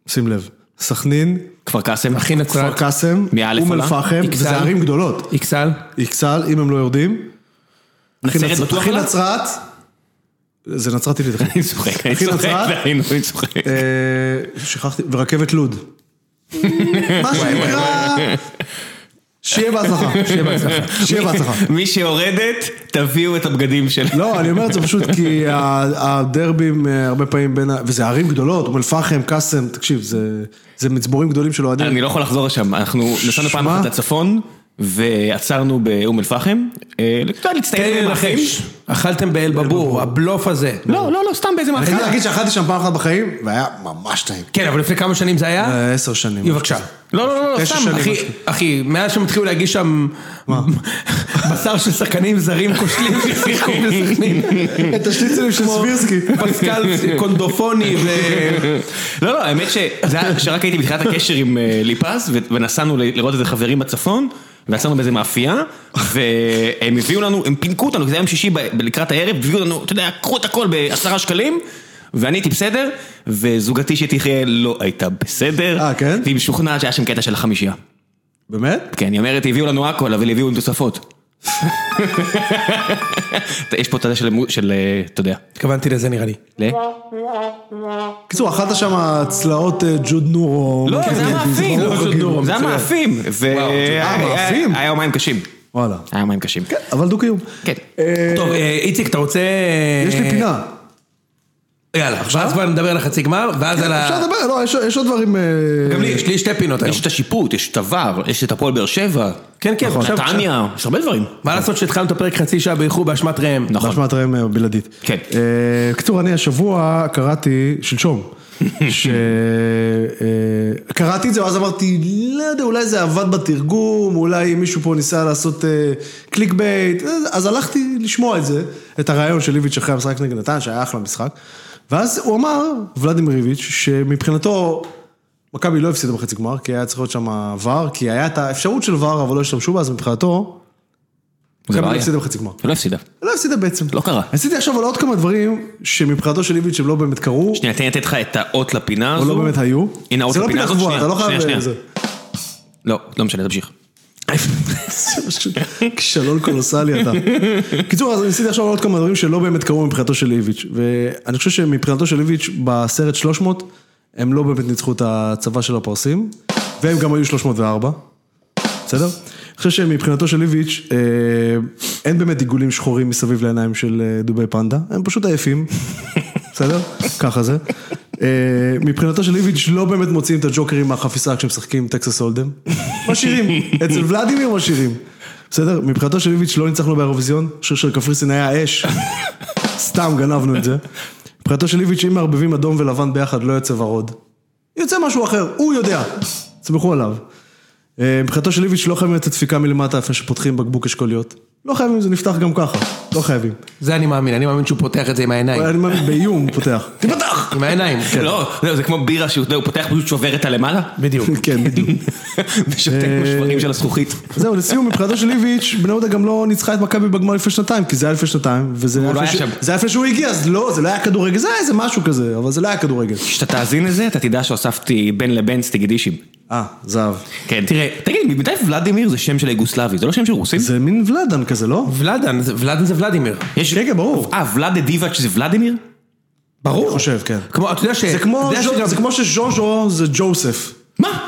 [SPEAKER 2] שים לב. סכנין,
[SPEAKER 1] כפר קאסם.
[SPEAKER 3] אחי
[SPEAKER 2] כפר
[SPEAKER 3] נצרת,
[SPEAKER 2] קאסם,
[SPEAKER 1] מא'
[SPEAKER 2] אום
[SPEAKER 1] עולה?
[SPEAKER 2] אל-פחם,
[SPEAKER 3] אכסאל.
[SPEAKER 2] וזה ערים גדולות.
[SPEAKER 3] איקסל,
[SPEAKER 2] אכסל, אם הם לא יורדים. אחי
[SPEAKER 1] נצרת
[SPEAKER 2] נצרת-
[SPEAKER 1] בטוח
[SPEAKER 2] אחי
[SPEAKER 1] עולה?
[SPEAKER 2] נצרת, זה נצרת עילית. אחי.
[SPEAKER 1] *laughs* אני צוחק, אני
[SPEAKER 2] אחי
[SPEAKER 1] צוחק,
[SPEAKER 2] נצרת?
[SPEAKER 1] והיינו, *laughs* אני צוחק.
[SPEAKER 2] אה, שכחתי,
[SPEAKER 1] *laughs*
[SPEAKER 2] ורכבת לוד. מה שנקרא, שיהיה בהצלחה.
[SPEAKER 3] שיהיה בהצלחה.
[SPEAKER 2] שיהיה *laughs* בהצלחה.
[SPEAKER 1] מי שיורדת, תביאו את הבגדים שלה.
[SPEAKER 2] לא, אני אומר את זה פשוט כי ה- הדרבים אה, הרבה פעמים בין, ה- וזה ערים גדולות, אום אל-פחם, קאסם, תקשיב, זה- זה מצבורים גדולים של
[SPEAKER 1] *laughs*
[SPEAKER 2] אוהדים.
[SPEAKER 1] אני לא יכול לחזור לשם, אנחנו נסענו פעם
[SPEAKER 2] שמע.
[SPEAKER 1] אחת לצפון, ועצרנו באום אל-פחם, אה, אתה יודע,
[SPEAKER 3] תן
[SPEAKER 1] להצטיין
[SPEAKER 3] לי
[SPEAKER 1] עם האחים.
[SPEAKER 3] לנחש, אכלתם באלבבור, הבלוף הזה.
[SPEAKER 1] לא, לא, לא, סתם באיזה
[SPEAKER 2] אני חייב
[SPEAKER 1] מאכל.
[SPEAKER 2] להגיד שאכלתי שם פעם אחת בחיים, והיה ממש טעים.
[SPEAKER 3] כן, אבל לפני כמה שנים זה היה?
[SPEAKER 2] אה, עשר שנים.
[SPEAKER 3] יו, בבקשה. לא, לא, לא, לא,
[SPEAKER 2] תשע
[SPEAKER 3] סתם,
[SPEAKER 2] שנים,
[SPEAKER 3] אחי,
[SPEAKER 2] משהו.
[SPEAKER 3] אחי, מאז שהם התחילו להגיש שם *laughs* בשר של שחקנים זרים כושלים ששיחקו
[SPEAKER 2] *laughs*
[SPEAKER 3] בסכנין,
[SPEAKER 2] אה, את השניצלים של סבירסקי.
[SPEAKER 3] פסקל קונדופוני ו...
[SPEAKER 1] לא, לא, האמת שזה היה כשרק הייתי בתחילת הקשר עם אה, ליפז, ו- ונסענו ל- לראות איזה חברים בצפון, ועצרנו באיזה מאפייה, והם הביאו לנו, הם פינקו אותנו, כי זה היה יום שישי ב- ב- לקראת הערב, הביאו לנו, אתה יודע, קחו את הכל בעשרה שקלים. ואני הייתי בסדר, וזוגתי שתחיה לא הייתה בסדר.
[SPEAKER 2] אה, כן?
[SPEAKER 1] והיא משוכנעת שהיה שם קטע של החמישייה.
[SPEAKER 2] באמת?
[SPEAKER 1] כן, היא אומרת, הביאו לנו הכל, אבל הביאו עם תוספות. *laughs* יש פה את הזה של, של, אה, אתה יודע,
[SPEAKER 3] התכוונתי לזה נראה לי.
[SPEAKER 1] ל...
[SPEAKER 2] קיצור, אכלת שם צלעות אה, כן, ג'וד נורו.
[SPEAKER 1] לא, זה היה מאפים,
[SPEAKER 3] לא, זה נורא
[SPEAKER 1] זה היה
[SPEAKER 3] מצוין.
[SPEAKER 1] מאפים, ו-
[SPEAKER 3] וואו,
[SPEAKER 1] היה-
[SPEAKER 2] מאפים?
[SPEAKER 1] היה יומיים קשים,
[SPEAKER 2] וואלה.
[SPEAKER 1] היה יומיים קשים.
[SPEAKER 2] כן, אבל דו-קיום.
[SPEAKER 1] כן. אה,
[SPEAKER 2] אה,
[SPEAKER 3] טוב, אה, איציק, אתה רוצה...
[SPEAKER 2] יש לי פינה.
[SPEAKER 3] יאללה, ואז כבר נדבר על החצי גמר, ואז על ה...
[SPEAKER 2] אפשר לדבר, לא, יש- יש עוד דברים... אה,
[SPEAKER 3] גם לי, יש לי שתי פינות היום.
[SPEAKER 1] יש את השיפוט, יש את הוואר, יש את הפועל באר שבע, נכון.
[SPEAKER 3] כן, כן, עכשיו...
[SPEAKER 1] נתניה, יש הרבה דברים.
[SPEAKER 3] מה לעשות שהתחלנו את הפרק חצי שעה באיחור באשמת ראם?
[SPEAKER 1] נכון.
[SPEAKER 2] באשמת ראם אה, בלעדית.
[SPEAKER 1] כן.
[SPEAKER 2] אה, קצור, אני השבוע קראתי,
[SPEAKER 1] *laughs*
[SPEAKER 2] שלשום, ש... אה, קראתי את זה, ואז אמרתי, לא יודע, אולי זה עבד בתרגום, אולי מישהו פה ניסה לעשות אה, קליק בייט, אה, אז הלכתי לשמוע את זה, את הרעיון של איביץ' אחרי המשחק נגד נתן, שהיה אחלה משחק, ואז הוא אמר, ולדימיר איביץ', שמבחינתו... מכבי לא הפסידה בחצי גמר, כי היה צריך להיות שם ור, כי היה את האפשרות של ור, אבל לא השתמשו בה, אז מבחינתו,
[SPEAKER 1] זה לא
[SPEAKER 2] מכבי לא
[SPEAKER 1] היה.
[SPEAKER 2] הפסידה בחצי גמר.
[SPEAKER 1] היא לא הפסידה.
[SPEAKER 2] לא הפסידה בעצם.
[SPEAKER 1] לא קרה.
[SPEAKER 2] עשיתי עכשיו על עוד כמה דברים שמבחינתו של איביץ' הם לא באמת קרו,
[SPEAKER 1] שנייה, תן לי לתת לך את האות לפינה
[SPEAKER 2] או
[SPEAKER 1] הזו.
[SPEAKER 2] לא באמת היו.
[SPEAKER 1] הנה, האות
[SPEAKER 2] זה לא
[SPEAKER 1] לפינה
[SPEAKER 2] פינה
[SPEAKER 1] הזאת,
[SPEAKER 2] קבועה,
[SPEAKER 1] שנייה,
[SPEAKER 2] אתה לא
[SPEAKER 1] שנייה,
[SPEAKER 2] חייב...
[SPEAKER 1] שנייה.
[SPEAKER 2] זה.
[SPEAKER 1] לא, לא משנה, תמשיך.
[SPEAKER 2] כישלון קולוסלי
[SPEAKER 1] *laughs*
[SPEAKER 2] אתה. קיצור, אז ניסיתי עכשיו על עוד כמה דברים שלא באמת קרו מבחינתו של איביץ', ואני חושב שמבחינתו של איביץ' בסרט 300, הם לא באמת ניצחו את הצבא של הפרסים, והם גם היו 304, בסדר? אני חושב שמבחינתו של איביץ', אה, אין באמת עיגולים שחורים מסביב לעיניים של אה, דובי פנדה, הם פשוט עייפים, *laughs* בסדר? ככה זה. אה, מבחינתו של איביץ' לא באמת מוציאים את הג'וקרים מהחפיסה כשמשחקים טקסס הולדם. משאירים, אצל ולדימיר משאירים. בסדר? מבחינתו של איביץ' לא ניצחנו באירוויזיון, השיר של קפריסין היה אש, סתם גנבנו את זה. מבחינתו של איביץ', אם מערבבים אדום ולבן ביחד לא יוצא ורוד. יוצא משהו אחר, הוא יודע, תסמכו עליו. אה, מבחינתו של איביץ' לא חייבים לתת דפיקה מלמטה לפני שפותחים בקבוק אשכוליות. לא חייבים, זה נפתח גם ככה, לא חייבים.
[SPEAKER 3] זה אני מאמין, אני מאמין שהוא פותח את זה עם העיניים.
[SPEAKER 2] אני מאמין, באיום הוא פותח. תפתח!
[SPEAKER 3] עם העיניים, כן.
[SPEAKER 1] לא, לא, זה כמו בירה שהוא אתה יודע, הוא פותח פשוט שובר את הלמעלה.
[SPEAKER 3] בדיוק.
[SPEAKER 2] *laughs*
[SPEAKER 1] *laughs*
[SPEAKER 2] כן,
[SPEAKER 3] *laughs*
[SPEAKER 2] בדיוק. אה,
[SPEAKER 1] ושותה כמו שברים של הזכוכית.
[SPEAKER 2] זהו, לסיום, מבחינתו של איביץ', בני יהודה גם לא ניצחה את מכבי בגמר לפני שנתיים, כי זה היה לפני שנתיים, וזה
[SPEAKER 1] לא
[SPEAKER 2] לפני
[SPEAKER 1] היה
[SPEAKER 2] ש-
[SPEAKER 1] שם.
[SPEAKER 2] זה היה לפני שהוא הגיע, אז לא, זה לא היה כדורגל, זה היה איזה משהו כזה, אבל זה לא היה כדורגל.
[SPEAKER 1] כשאתה תאזין לזה, אתה תדע שהוספתי בין לבין סטיגדישים.
[SPEAKER 2] אה, זהב.
[SPEAKER 1] כן. תראה, תגיד, מתי ולדימיר זה שם של יוגוסלבי? זה לא שם של רוסים?
[SPEAKER 2] זה מין ולאדן כזה, לא?
[SPEAKER 3] ולדן, זה- ולדן זה ולדימיר.
[SPEAKER 1] יש...
[SPEAKER 2] כן, כן, ברור.
[SPEAKER 1] אה, ולאדה דיבאץ' זה ולדימיר?
[SPEAKER 2] ברור. חושב, כן.
[SPEAKER 3] כמו, אתה יודע ש...
[SPEAKER 2] זה כמו
[SPEAKER 3] אתה יודע
[SPEAKER 2] ז'ו-
[SPEAKER 3] שגם-
[SPEAKER 2] זה כמו שז'וז'ו זה ג'וסף.
[SPEAKER 1] מה?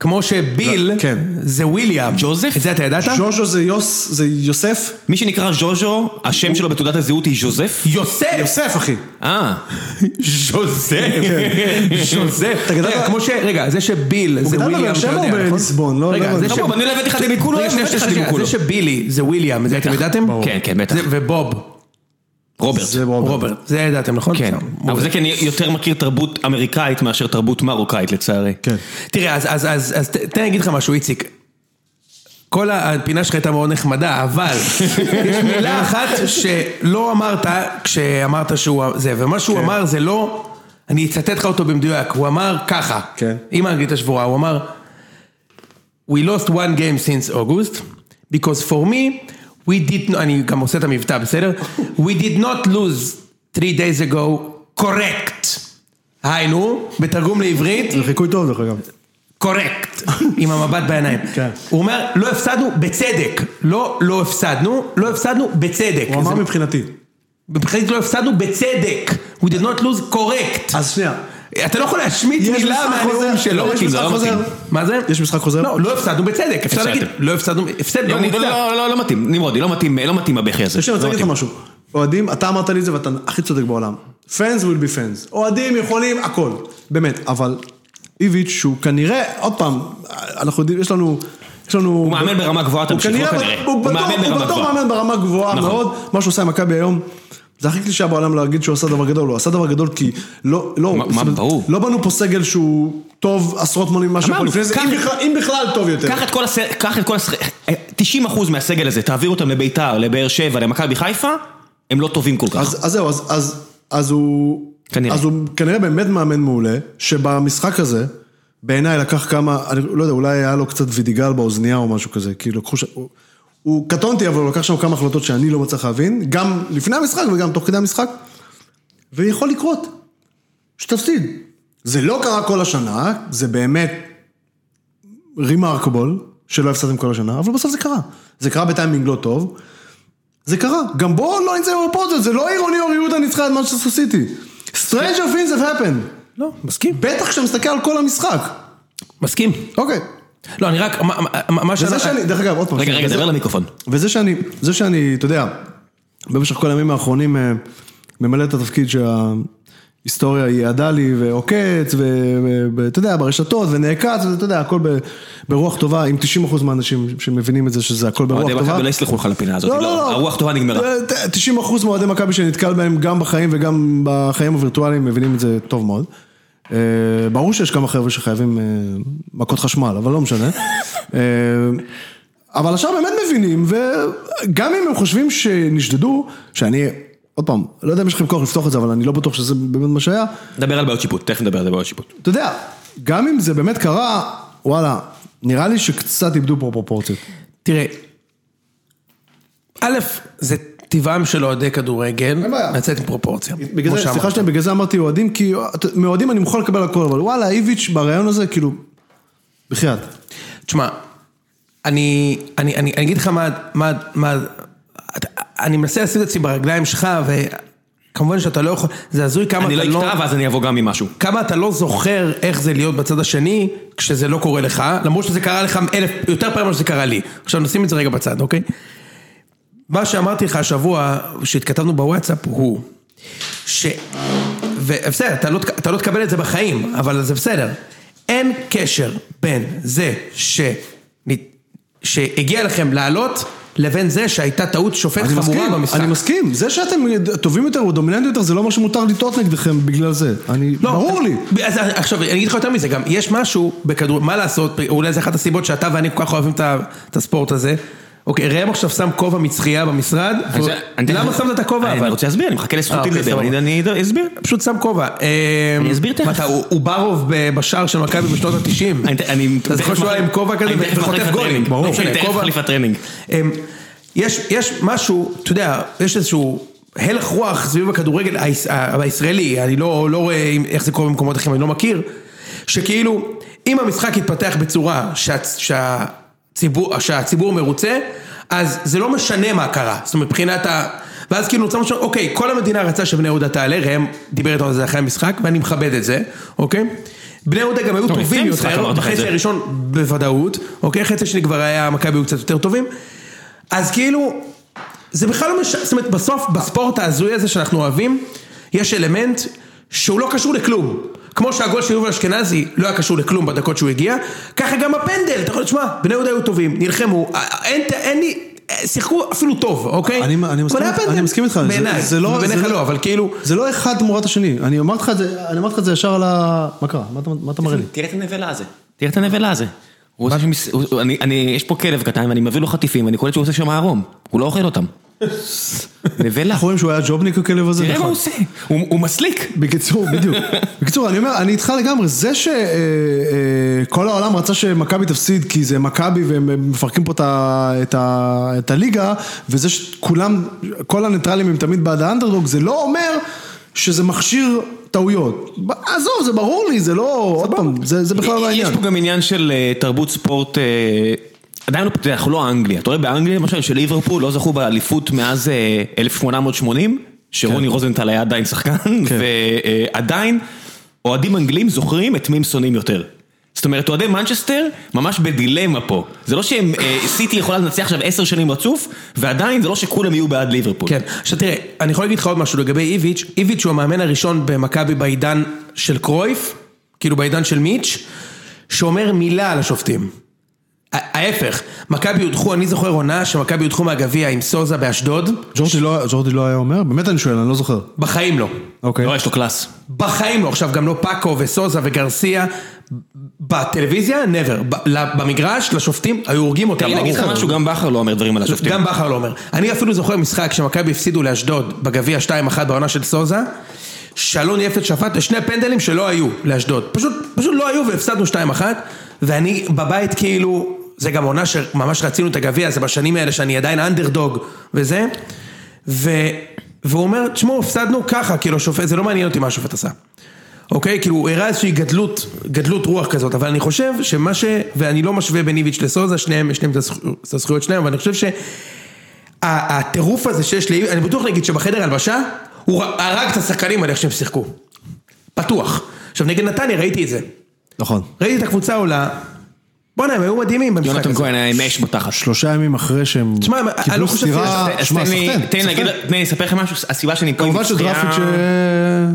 [SPEAKER 3] כמו שביל,
[SPEAKER 2] כן.
[SPEAKER 3] זה וויליאם.
[SPEAKER 1] ג'וזף?
[SPEAKER 3] את זה אתה ידעת?
[SPEAKER 2] ז'וז'ו זה יוס, זה יוסף?
[SPEAKER 3] אה.
[SPEAKER 1] מי שנקרא ז'וז'ו, השם שלו בתעודת הזהות היא ז'וזף?
[SPEAKER 3] יוסף!
[SPEAKER 2] יוסף, אחי.
[SPEAKER 1] אה. ז'וזף.
[SPEAKER 2] כן,
[SPEAKER 3] יוסף. אתה
[SPEAKER 2] גדל ב-
[SPEAKER 3] כמו ש... רגע, זה שביל, זה
[SPEAKER 2] גדל
[SPEAKER 3] וויליאם,
[SPEAKER 2] בבאר
[SPEAKER 3] אתה
[SPEAKER 2] שבע
[SPEAKER 3] יודע,
[SPEAKER 2] או
[SPEAKER 3] נכון?
[SPEAKER 2] בליסבון? לא-
[SPEAKER 3] רגע,
[SPEAKER 2] לא
[SPEAKER 3] זה
[SPEAKER 2] הבנתי.
[SPEAKER 3] ש...
[SPEAKER 1] טוב, אני לא הבאתי לך דמיקולו,
[SPEAKER 3] רגע,
[SPEAKER 1] אני
[SPEAKER 3] שנייה,
[SPEAKER 1] הבאתי לך
[SPEAKER 3] שנייה, שנייה,
[SPEAKER 1] דמיקולו.
[SPEAKER 3] זה שבילי זה וויליאם, זה אתם ידעתם?
[SPEAKER 1] כן, כן, בטח.
[SPEAKER 3] זה- ובוב.
[SPEAKER 1] רוברט.
[SPEAKER 2] זה רוברט.
[SPEAKER 3] רוברט, זה ידעתם נכון?
[SPEAKER 1] כן,
[SPEAKER 3] שם.
[SPEAKER 1] אבל זה כי אני יותר מכיר תרבות אמריקאית מאשר תרבות מרוקאית לצערי.
[SPEAKER 2] כן.
[SPEAKER 3] תראה, אז, אז, אז, אז ת- תן לי להגיד לך משהו, איציק. כל הפינה שלך הייתה מאוד נחמדה, אבל *laughs* יש מילה אחת שלא אמרת כשאמרת שהוא זה, ומה שהוא
[SPEAKER 2] כן.
[SPEAKER 3] אמר זה לא, אני אצטט לך אותו במדויק, הוא אמר ככה,
[SPEAKER 2] כן.
[SPEAKER 3] עם האנגלית השבורה, הוא אמר, We lost one game since August, because for me, we did, not, אני גם עושה את המבטא, בסדר? We did not lose three days ago, correct. היינו, בתרגום לעברית,
[SPEAKER 2] זה חיקוי טוב דרך אגב.
[SPEAKER 3] קורקט, *laughs* עם המבט בעיניים.
[SPEAKER 2] כן.
[SPEAKER 3] הוא אומר, לא הפסדנו בצדק. לא, לא הפסדנו, לא הפסדנו בצדק.
[SPEAKER 2] הוא אמר
[SPEAKER 3] זה-
[SPEAKER 2] מבחינתי.
[SPEAKER 3] מבחינת לא הפסדנו בצדק. We did not lose correct.
[SPEAKER 2] אז שנייה.
[SPEAKER 3] אתה לא יכול להשמיט
[SPEAKER 2] יש
[SPEAKER 3] מילה
[SPEAKER 2] משחק
[SPEAKER 3] מהנאום
[SPEAKER 2] חוזר,
[SPEAKER 3] שלו.
[SPEAKER 2] יש
[SPEAKER 3] כאילו,
[SPEAKER 2] משחק
[SPEAKER 3] לא
[SPEAKER 2] חוזר.
[SPEAKER 3] מתאים. מה זה?
[SPEAKER 2] יש משחק חוזר?
[SPEAKER 3] לא, לא הפסדנו בצדק. אפשר
[SPEAKER 1] הפסדתם.
[SPEAKER 3] להגיד, לא הפסדנו, הפסד
[SPEAKER 1] לא,
[SPEAKER 3] לא
[SPEAKER 1] אני- לא,
[SPEAKER 3] מוצדק.
[SPEAKER 1] לא, לא, לא מתאים, נמרודי, לא מתאים, לא מתאים הבכי הזה.
[SPEAKER 2] עכשיו אני רוצה
[SPEAKER 1] לא
[SPEAKER 2] להגיד לך משהו. אוהדים, אתה אמרת לי את זה ואתה הכי צודק בעולם. Fans will be fans. אוהדים יכולים הכל. באמת, אבל איביץ' שהוא כנראה, עוד פעם, אנחנו יודעים, יש לנו... יש לנו... הוא
[SPEAKER 1] מאמן ברמה גבואה, תמשיך, לא
[SPEAKER 2] כנראה-
[SPEAKER 1] כנראה.
[SPEAKER 2] הוא
[SPEAKER 1] הוא
[SPEAKER 2] בטוח-
[SPEAKER 1] מאמן
[SPEAKER 2] הוא
[SPEAKER 1] ברמה
[SPEAKER 2] בטוח
[SPEAKER 1] גבוהה.
[SPEAKER 2] מאמן ברמה גבוהה
[SPEAKER 1] נכון.
[SPEAKER 2] מאוד. מה שהוא עשה עם מכבי היום, זה הכי קלישה בעולם להגיד שהוא עשה דבר גדול. הוא עשה דבר גדול כי לא... לא-
[SPEAKER 1] מה-
[SPEAKER 2] זאת אומרת,
[SPEAKER 1] ברור.
[SPEAKER 2] לא בנו פה סגל שהוא טוב עשרות מונים ממה שהיה פה
[SPEAKER 1] אמרנו,
[SPEAKER 2] לפני זה,
[SPEAKER 1] קח-
[SPEAKER 2] אם בכלל- אם בכלל טוב יותר.
[SPEAKER 1] קח את כל הס... קח את כל הס... 90% מהסגל הזה, תעביר אותם לביתר, לבאר שבע, למכבי חיפה, הם לא טובים כל כך.
[SPEAKER 2] אז, אז זהו, אז, אז, אז הוא...
[SPEAKER 1] כנראה.
[SPEAKER 2] אז הוא כנראה באמת מאמן מעולה, שבמשחק הזה, בעיניי לקח כמה, אני לא יודע, אולי היה לו קצת וידיגל באוזנייה או משהו כזה, כי לקחו ש... הוא, הוא קטונתי, אבל הוא לקח שם כמה החלטות שאני לא מצליח להבין, גם לפני המשחק וגם תוך כדי המשחק, ויכול לקרות, שתפסיד. זה לא קרה כל השנה, זה באמת רימרקבול, שלא הפסדתם כל השנה, אבל בסוף זה קרה. זה קרה בטיימינג לא טוב, זה קרה. גם בואו לא נצא מהפרופורציות, זה לא עירוני אור יהודה ניצחה את מנצ'סטר סיטי. Strange
[SPEAKER 1] כן.
[SPEAKER 2] of things have happened.
[SPEAKER 3] לא, מסכים.
[SPEAKER 2] בטח כשאתה מסתכל על כל המשחק.
[SPEAKER 3] מסכים.
[SPEAKER 2] אוקיי.
[SPEAKER 3] לא, אני רק, מה- מה- מה
[SPEAKER 2] וזה
[SPEAKER 3] שאני...
[SPEAKER 2] שאני, דרך אגב, עוד פעם.
[SPEAKER 1] רגע, רגע,
[SPEAKER 2] וזה-
[SPEAKER 1] דבר למיקרופון.
[SPEAKER 2] וזה שאני, זה שאני, אתה יודע, במשך כל הימים האחרונים אה, ממלא את התפקיד שההיסטוריה ייעדה לי ועוקץ, ואתה יודע, ברשתות ונעקץ, ואתה יודע, הכל ב- ברוח טובה, עם 90% מהאנשים שמבינים את זה, שזה הכל ברוח
[SPEAKER 1] אוהדי
[SPEAKER 2] טובה.
[SPEAKER 1] מכבי לא יסלחו לך לפינה הזאת, לא, הרוח טובה נגמרה.
[SPEAKER 2] אה, ת- 90% מאוהדי מכבי שנתקל בהם גם בחיים וגם בחיים הווירטואליים מבינים את זה טוב מאוד. אה, ברור שיש כמה חבר'ה שחייבים אה, מכות חשמל, אבל לא משנה. אה, אבל השאר באמת מבינים, וגם אם הם חושבים שנשדדו, שאני, עוד פעם, לא יודע אם יש לכם כוח לפתוח את זה, אבל אני לא בטוח שזה באמת מה שהיה,
[SPEAKER 1] נדבר על בעיות שיפוט, תכף נדבר על בעיות שיפוט.
[SPEAKER 2] אתה יודע, גם אם זה באמת קרה, וואלה, נראה לי שקצת איבדו פה פרופורציות.
[SPEAKER 3] תראה, א', זה טבעם של אוהדי כדורגל,
[SPEAKER 2] אין בעיה.
[SPEAKER 3] לצאת מפרופורציה.
[SPEAKER 2] בגלל
[SPEAKER 3] כמו
[SPEAKER 2] זה, סליחה
[SPEAKER 3] שאמרת.
[SPEAKER 2] שנייה, בגלל זה אמרתי אוהדים, כי מאוהדים אני מוכן לקבל הכל, אבל וואלה, איביץ' בריאיון הזה, כאילו, בחייאת.
[SPEAKER 3] תשמע, אני, אני, אני, אני אגיד לך מה, מה, מה, אתה- אני מנסה לשים את עצמי ברגליים שלך, וכמובן שאתה לא יכול, זה הזוי כמה
[SPEAKER 1] אני לא
[SPEAKER 3] אתה לא,
[SPEAKER 1] אקטע ואז אני אבוא גם עם משהו.
[SPEAKER 3] כמה אתה לא זוכר איך זה להיות בצד השני, כשזה לא קורה לך, למרות שזה קרה לך אלף, יותר פעמים ממה שזה קרה לי. עכשיו נשים את זה רגע בצד, אוקיי? מה שאמרתי לך השבוע, שהתכתבנו בוואטסאפ, הוא ש... ובסדר, אתה, לא, תק- אתה לא תקבל את זה בחיים, אבל זה בסדר. אין קשר בין זה ש... שהגיע לכם לעלות, לבין זה שהייתה טעות שופט
[SPEAKER 2] אני
[SPEAKER 3] חמורה
[SPEAKER 2] מסכים,
[SPEAKER 3] במשחק.
[SPEAKER 2] אני מסכים, זה שאתם טובים יותר או דומיננטיים יותר, זה לא אומר שמותר לטעות נגדכם בגלל זה. אני,
[SPEAKER 3] לא,
[SPEAKER 2] ברור לי.
[SPEAKER 3] אז, עכשיו, אני אגיד לך יותר מזה, גם יש משהו בכדור, מה לעשות, אולי זה אחת הסיבות שאתה ואני כל כך אוהבים את, ה- את הספורט הזה. אוקיי, ראם עכשיו שם כובע מצחייה במשרד, ו... למה שמת את הכובע
[SPEAKER 1] אני
[SPEAKER 3] אבל?
[SPEAKER 1] רוצה להסביר, אני מחכה
[SPEAKER 3] אה,
[SPEAKER 1] לזכותי
[SPEAKER 3] אוקיי,
[SPEAKER 1] לדבר,
[SPEAKER 3] סבבה.
[SPEAKER 1] אני- אני אסביר.
[SPEAKER 3] פשוט שם כובע.
[SPEAKER 1] אני אסביר תכף.
[SPEAKER 3] מה אתה, הוא הוא ברוב ב- בשער של מכבי בשנות ה-90.
[SPEAKER 1] אני- אני-
[SPEAKER 3] אתה זוכר
[SPEAKER 1] תכף
[SPEAKER 3] שהוא היה עם
[SPEAKER 1] מחליף-
[SPEAKER 3] כובע כזה
[SPEAKER 1] אני תכף מחליף
[SPEAKER 3] וחוטף
[SPEAKER 1] את
[SPEAKER 3] גולים.
[SPEAKER 1] הטרנינג,
[SPEAKER 3] לא
[SPEAKER 1] ברור.
[SPEAKER 3] משנה,
[SPEAKER 1] אני תכף
[SPEAKER 3] כובע.
[SPEAKER 1] מחליף את הטרנינג.
[SPEAKER 3] אמ, יש, יש משהו, אתה יודע, יש איזשהו הלך רוח סביב הכדורגל היש- ה- הישראלי, אני לא, לא רואה אם- איך זה קורה במקומות אחרים, אני לא מכיר, שכאילו, אם המשחק יתפתח בצורה שה, שהציבור, שהציבור מרוצה, אז זה לא משנה מה קרה, זאת אומרת, מבחינת ה... ואז כאילו נוצר משהו, אוקיי, כל המדינה רצה שבני יהודה תעלה, ראם דיבר איתנו על זה אחרי המשחק, ואני מכבד את זה, אוקיי? בני יהודה גם היו
[SPEAKER 1] לא, לפני
[SPEAKER 3] טובים
[SPEAKER 1] המשחק
[SPEAKER 3] יותר,
[SPEAKER 1] אמרתי לך את
[SPEAKER 3] בחצי
[SPEAKER 1] זה.
[SPEAKER 3] הראשון בוודאות, אוקיי? חצי שני כבר היה, מכבי היו קצת יותר טובים. אז כאילו, זה בכלל לא משנה, זאת אומרת, בסוף, בספורט ההזוי הזה שאנחנו אוהבים, יש אלמנט שהוא לא קשור לכלום. כמו שהגול של יובל אשכנזי לא היה קשור לכלום בדקות שהוא הגיע, ככה גם הפנדל, אתה יכול לשמוע, בני יהודה היו טובים, נלחמו, א- א- אין, אין לי, אה, שיחקו אפילו טוב, אוקיי?
[SPEAKER 2] אני- אני מסכים
[SPEAKER 3] כולל
[SPEAKER 2] איתך- אני
[SPEAKER 3] הפנדל.
[SPEAKER 2] מסכים איתך, זה-
[SPEAKER 3] בעיניי,
[SPEAKER 2] זה לא-
[SPEAKER 3] בעיניך
[SPEAKER 2] זה לא-
[SPEAKER 3] לא, אבל כאילו...
[SPEAKER 2] זה לא אחד תמורת השני, אני אמרתי לך את זה, אני אמרתי לך את זה ישר על ה... מה קרה? מה אתה- מה אתה מראה לי?
[SPEAKER 1] תראה את הנבלה הזה. תראה את הנבלה הזה. הוא עושה שמס- הוא- אני, אני, יש פה כלב קטן ואני מביא לו חטיפים ואני קולט שהוא עושה שם ערום. הוא לא אוכל *laughs* אותם. נבלה.
[SPEAKER 2] אנחנו רואים שהוא היה ג'ובניק הכלב הזה?
[SPEAKER 1] תראה מה
[SPEAKER 2] נכון.
[SPEAKER 1] הוא עושה. הוא הוא מסליק.
[SPEAKER 2] בקיצור,
[SPEAKER 1] *laughs*
[SPEAKER 2] בדיוק. בקיצור, אני אומר, אני איתך לגמרי, זה שכל העולם רצה שמכבי תפסיד כי זה מכבי והם מפרקים פה את ה- את ה- את הליגה, וזה שכולם, כל הניטרלים הם תמיד בעד האנדרדוג, זה לא אומר שזה מכשיר טעויות. ב- עזוב, זה ברור לי, זה לא, עוד פעם, זה זה בכלל לא העניין.
[SPEAKER 1] יש פה גם עניין של אה, תרבות ספורט, אה, עדיין לא פתח, אנחנו לא אנגליה. אתה רואה באנגליה למשל שליברפול לא זכו באליפות מאז אה, 1880, שרוני רוזנטל היה עדיין שחקן, ועדיין אוהדים אנגלים זוכרים את מי הם שונאים יותר. זאת אומרת, אוהדי מנצ'סטר ממש בדילמה פה. זה לא שהם, אה, סיטי יכולה לנצח עכשיו עשר שנים רצוף, ועדיין זה לא שכולם יהיו בעד ליברפול.
[SPEAKER 3] כן, עכשיו תראה, אני יכול להגיד לך עוד משהו לגבי איביץ', איביץ' הוא המאמן הראשון במכבי בעידן של קרויף, כאילו בעידן של מיץ', שאומר מילה על השופטים. ה- ההפך, מכבי הודחו, אני זוכר עונה שמכבי הודחו מהגביע עם סוזה באשדוד,
[SPEAKER 2] ג'ורדי לא- ג'ורדי לא היה אומר? באמת אני שואל, אני לא זוכר.
[SPEAKER 3] בחיים לא.
[SPEAKER 2] אוקיי.
[SPEAKER 1] לא, יש לו קלאס.
[SPEAKER 3] בחיים לא. עכשיו גם לא פאקו וסוזה וגרסיה, בטלוויזיה, never. ב- ל- במגרש, לשופטים, היו הורגים אותם.
[SPEAKER 1] אני אגיד לך
[SPEAKER 3] ברור.
[SPEAKER 1] משהו, גם בכר לא אומר דברים על השופטים.
[SPEAKER 3] גם בכר לא אומר. אני אפילו זוכר משחק שמכבי הפסידו לאשדוד בגביע 2-1 בעונה של סוזה, שאלון יפת שפט לשני פנדלים שלא היו לאשדוד. פשוט, פשוט לא היו והפסדנו 2-1, ואני בבית כאילו, זה גם עונה שממש רצינו את הגביע, זה בשנים האלה שאני עדיין אנדרדוג וזה, ו, והוא אומר, תשמעו, הפסדנו ככה, כאילו השופט, זה לא מעניין אותי מה השופט עשה. אוקיי? כאילו הוא הראה איזושהי גדלות, גדלות רוח כזאת, אבל אני חושב שמה ש... ואני לא משווה בין איביץ' לסוזה, שניהם, יש להם את הזכו- את הזכויות שלהם, אבל אני חושב שה- הטירוף הזה שיש לאיביץ', אני בטוח נגיד שבחדר הלבשה, הוא ר- הרג את השחקנים על איך שהם שיחקו. בטוח. עכשיו נגד נתניה ראיתי את זה.
[SPEAKER 2] נכון.
[SPEAKER 3] ראיתי את הקבוצה עולה, בואנה הם היו מדהימים במשחק
[SPEAKER 1] יונתן
[SPEAKER 3] הזה.
[SPEAKER 1] כהן היה עם אש בתחת.
[SPEAKER 2] שלושה ימים אחרי שהם
[SPEAKER 3] תשמע, אני לא
[SPEAKER 2] קיבלו
[SPEAKER 3] חושב
[SPEAKER 2] סטירה,
[SPEAKER 3] שיש-
[SPEAKER 1] אז
[SPEAKER 2] אה, שמע,
[SPEAKER 1] תן לי-
[SPEAKER 2] סחטיין,
[SPEAKER 1] תן לי להגיד,
[SPEAKER 2] סחטיין.
[SPEAKER 1] תן לי לספר לכם משהו, הסיבה שאני פה היא
[SPEAKER 2] כמובן שדרפיץ'
[SPEAKER 1] זכייה-
[SPEAKER 2] אה,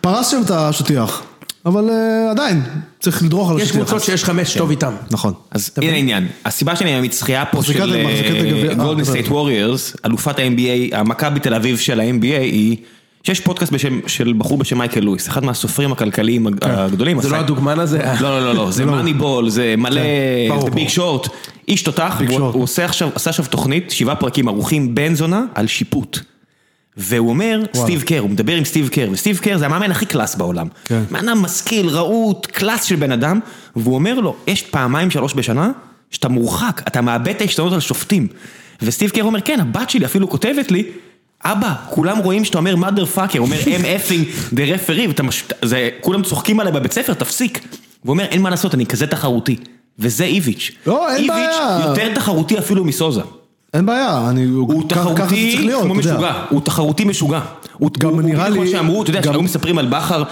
[SPEAKER 2] פרס שם את השטיח, אבל אה, עדיין, צריך לדרוך על
[SPEAKER 3] יש
[SPEAKER 2] השטיח.
[SPEAKER 3] קבוצות שיש חמש
[SPEAKER 1] כן.
[SPEAKER 3] טוב איתם.
[SPEAKER 2] נכון.
[SPEAKER 1] אז הנה העניין, הסיבה שאני המצחייה פה
[SPEAKER 2] מחזיקת-
[SPEAKER 1] של
[SPEAKER 2] מחזיקת הגביע- אה,
[SPEAKER 1] גולדן סטייט
[SPEAKER 2] בסדר.
[SPEAKER 1] ווריורס, אלופת ה-NBA, המכבי תל אביב של ה-NBA היא, שיש פודקאסט בשם, של בחור בשם מייקל לואיס, אחד מהסופרים הכלכליים
[SPEAKER 2] כן.
[SPEAKER 1] הג- הגדולים.
[SPEAKER 3] זה
[SPEAKER 1] עשה-
[SPEAKER 3] לא הדוגמן הזה.
[SPEAKER 1] לא, לא, לא, לא, זה מאני בול, זה
[SPEAKER 2] כן,
[SPEAKER 1] מלא,
[SPEAKER 3] ברור,
[SPEAKER 1] זה ביג שורט, איש תותח, הוא-
[SPEAKER 2] שורט.
[SPEAKER 1] הוא עושה עכשיו, עשה עכשיו תוכנית, שבעה פרקים ערוכים בן זונה על שיפוט. והוא אומר, סטיב קר, הוא מדבר עם סטיב קר, וסטיב קר זה המאמן הכי קלאס בעולם.
[SPEAKER 2] כן.
[SPEAKER 1] מאמן משכיל, רהוט, קלאס של בן אדם, והוא אומר לו, יש פעמיים שלוש בשנה, שאתה מורחק, אתה מאבד את ההשתנות על שופטים. וסטיב קר אומר, כן, הבת שלי אפילו כותבת לי, אבא, כולם רואים שאתה אומר mother fucker, אומר I'm effing the referee, ואתה מש... זה, כולם צוחקים עליי בבית ספר, תפסיק. והוא אומר, אין מה לעשות, אני כזה תחרותי. וזה איביץ'.
[SPEAKER 2] לא, אין בעיה.
[SPEAKER 1] איביץ' יותר תחרותי אפילו מסוזה.
[SPEAKER 2] אין בעיה, אני...
[SPEAKER 1] הוא
[SPEAKER 2] ככה- ככה זה צריך
[SPEAKER 1] תחרותי
[SPEAKER 2] להיות,
[SPEAKER 1] כמו
[SPEAKER 2] אתה יודע.
[SPEAKER 1] משוגע, הוא תחרותי משוגע. הוא
[SPEAKER 2] גם
[SPEAKER 1] הוא-
[SPEAKER 2] נראה
[SPEAKER 1] הוא בדיוק
[SPEAKER 2] לי-
[SPEAKER 1] כמו שאמרו, אתה יודע,
[SPEAKER 2] גם-
[SPEAKER 1] שהיו מספרים על בכר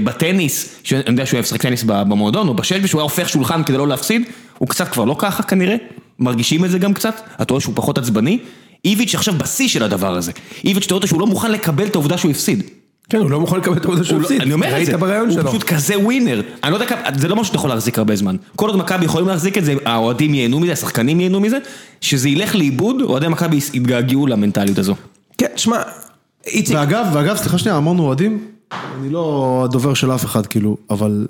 [SPEAKER 1] שבטניס, שאני יודע שהוא אוהב לשחק טניס במועדון, או בשש, ושהוא היה הופך שולחן כדי לא להפסיד, הוא קצת כבר לא ככה כנראה, מרגישים את זה גם קצת, אתה רואה שהוא פחות עצבני. איביץ' עכשיו בשיא של הדבר הזה. איביץ', אתה רואה שהוא לא מוכן לקבל את העובדה שהוא הפסיד.
[SPEAKER 3] כן, הוא לא מוכן לקבל את העבודה שהוא
[SPEAKER 1] הוא לא-
[SPEAKER 3] הפסיד.
[SPEAKER 1] אני אומר את זה,
[SPEAKER 3] ראית בריאיון
[SPEAKER 1] הוא
[SPEAKER 3] שלו.
[SPEAKER 1] פשוט כזה ווינר, אני לא יודע כמה, זה לא משהו שאתה יכול להחזיק הרבה זמן. כל עוד מכבי יכולים להחזיק את זה, האוהדים ייהנו מזה, השחקנים ייהנו מזה, שזה ילך לאיבוד, אוהדי מכבי יתגעגעו למנטליות הזו.
[SPEAKER 3] כן, שמע,
[SPEAKER 1] לא.
[SPEAKER 3] איציק,
[SPEAKER 2] ואגב, ואגב, סליחה שנייה, אמרנו אוהדים, אני לא הדובר של אף אחד, כאילו, אבל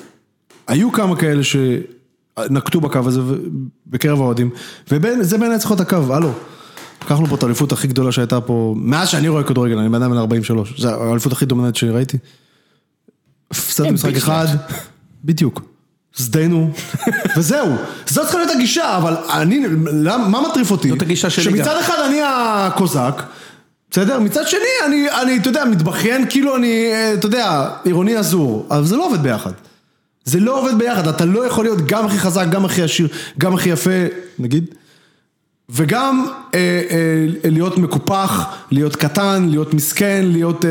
[SPEAKER 2] היו כמה כאלה שנקטו בקו הזה ו- בקרב האוהדים, וזה בעיניי צריך להיות הקו, הלו. לקחנו פה את האליפות הכי גדולה שהייתה פה, מאז שאני רואה כדורגל, אני בן אדם בן 43, זו האליפות הכי דומיננטית שראיתי. הפסדנו
[SPEAKER 1] אין
[SPEAKER 2] משחק
[SPEAKER 1] ביג
[SPEAKER 2] אחד, בדיוק. הזדיינו, וזהו. זו צריכה להיות הגישה, אבל אני, למ- מה מטריף אותי?
[SPEAKER 3] זאת הגישה שלי גם.
[SPEAKER 2] שמצד אחד אני הקוזק, בסדר? מצד שני, אני, אני, אתה יודע, מתבכיין כאילו אני, אה, אתה יודע, עירוני אזור, אבל זה לא עובד ביחד. זה לא עובד ביחד, אתה לא יכול להיות גם הכי חזק, גם הכי עשיר, גם הכי יפה, נגיד, וגם אה, אה, להיות מקופח, להיות קטן, להיות מסכן, להיות... אה,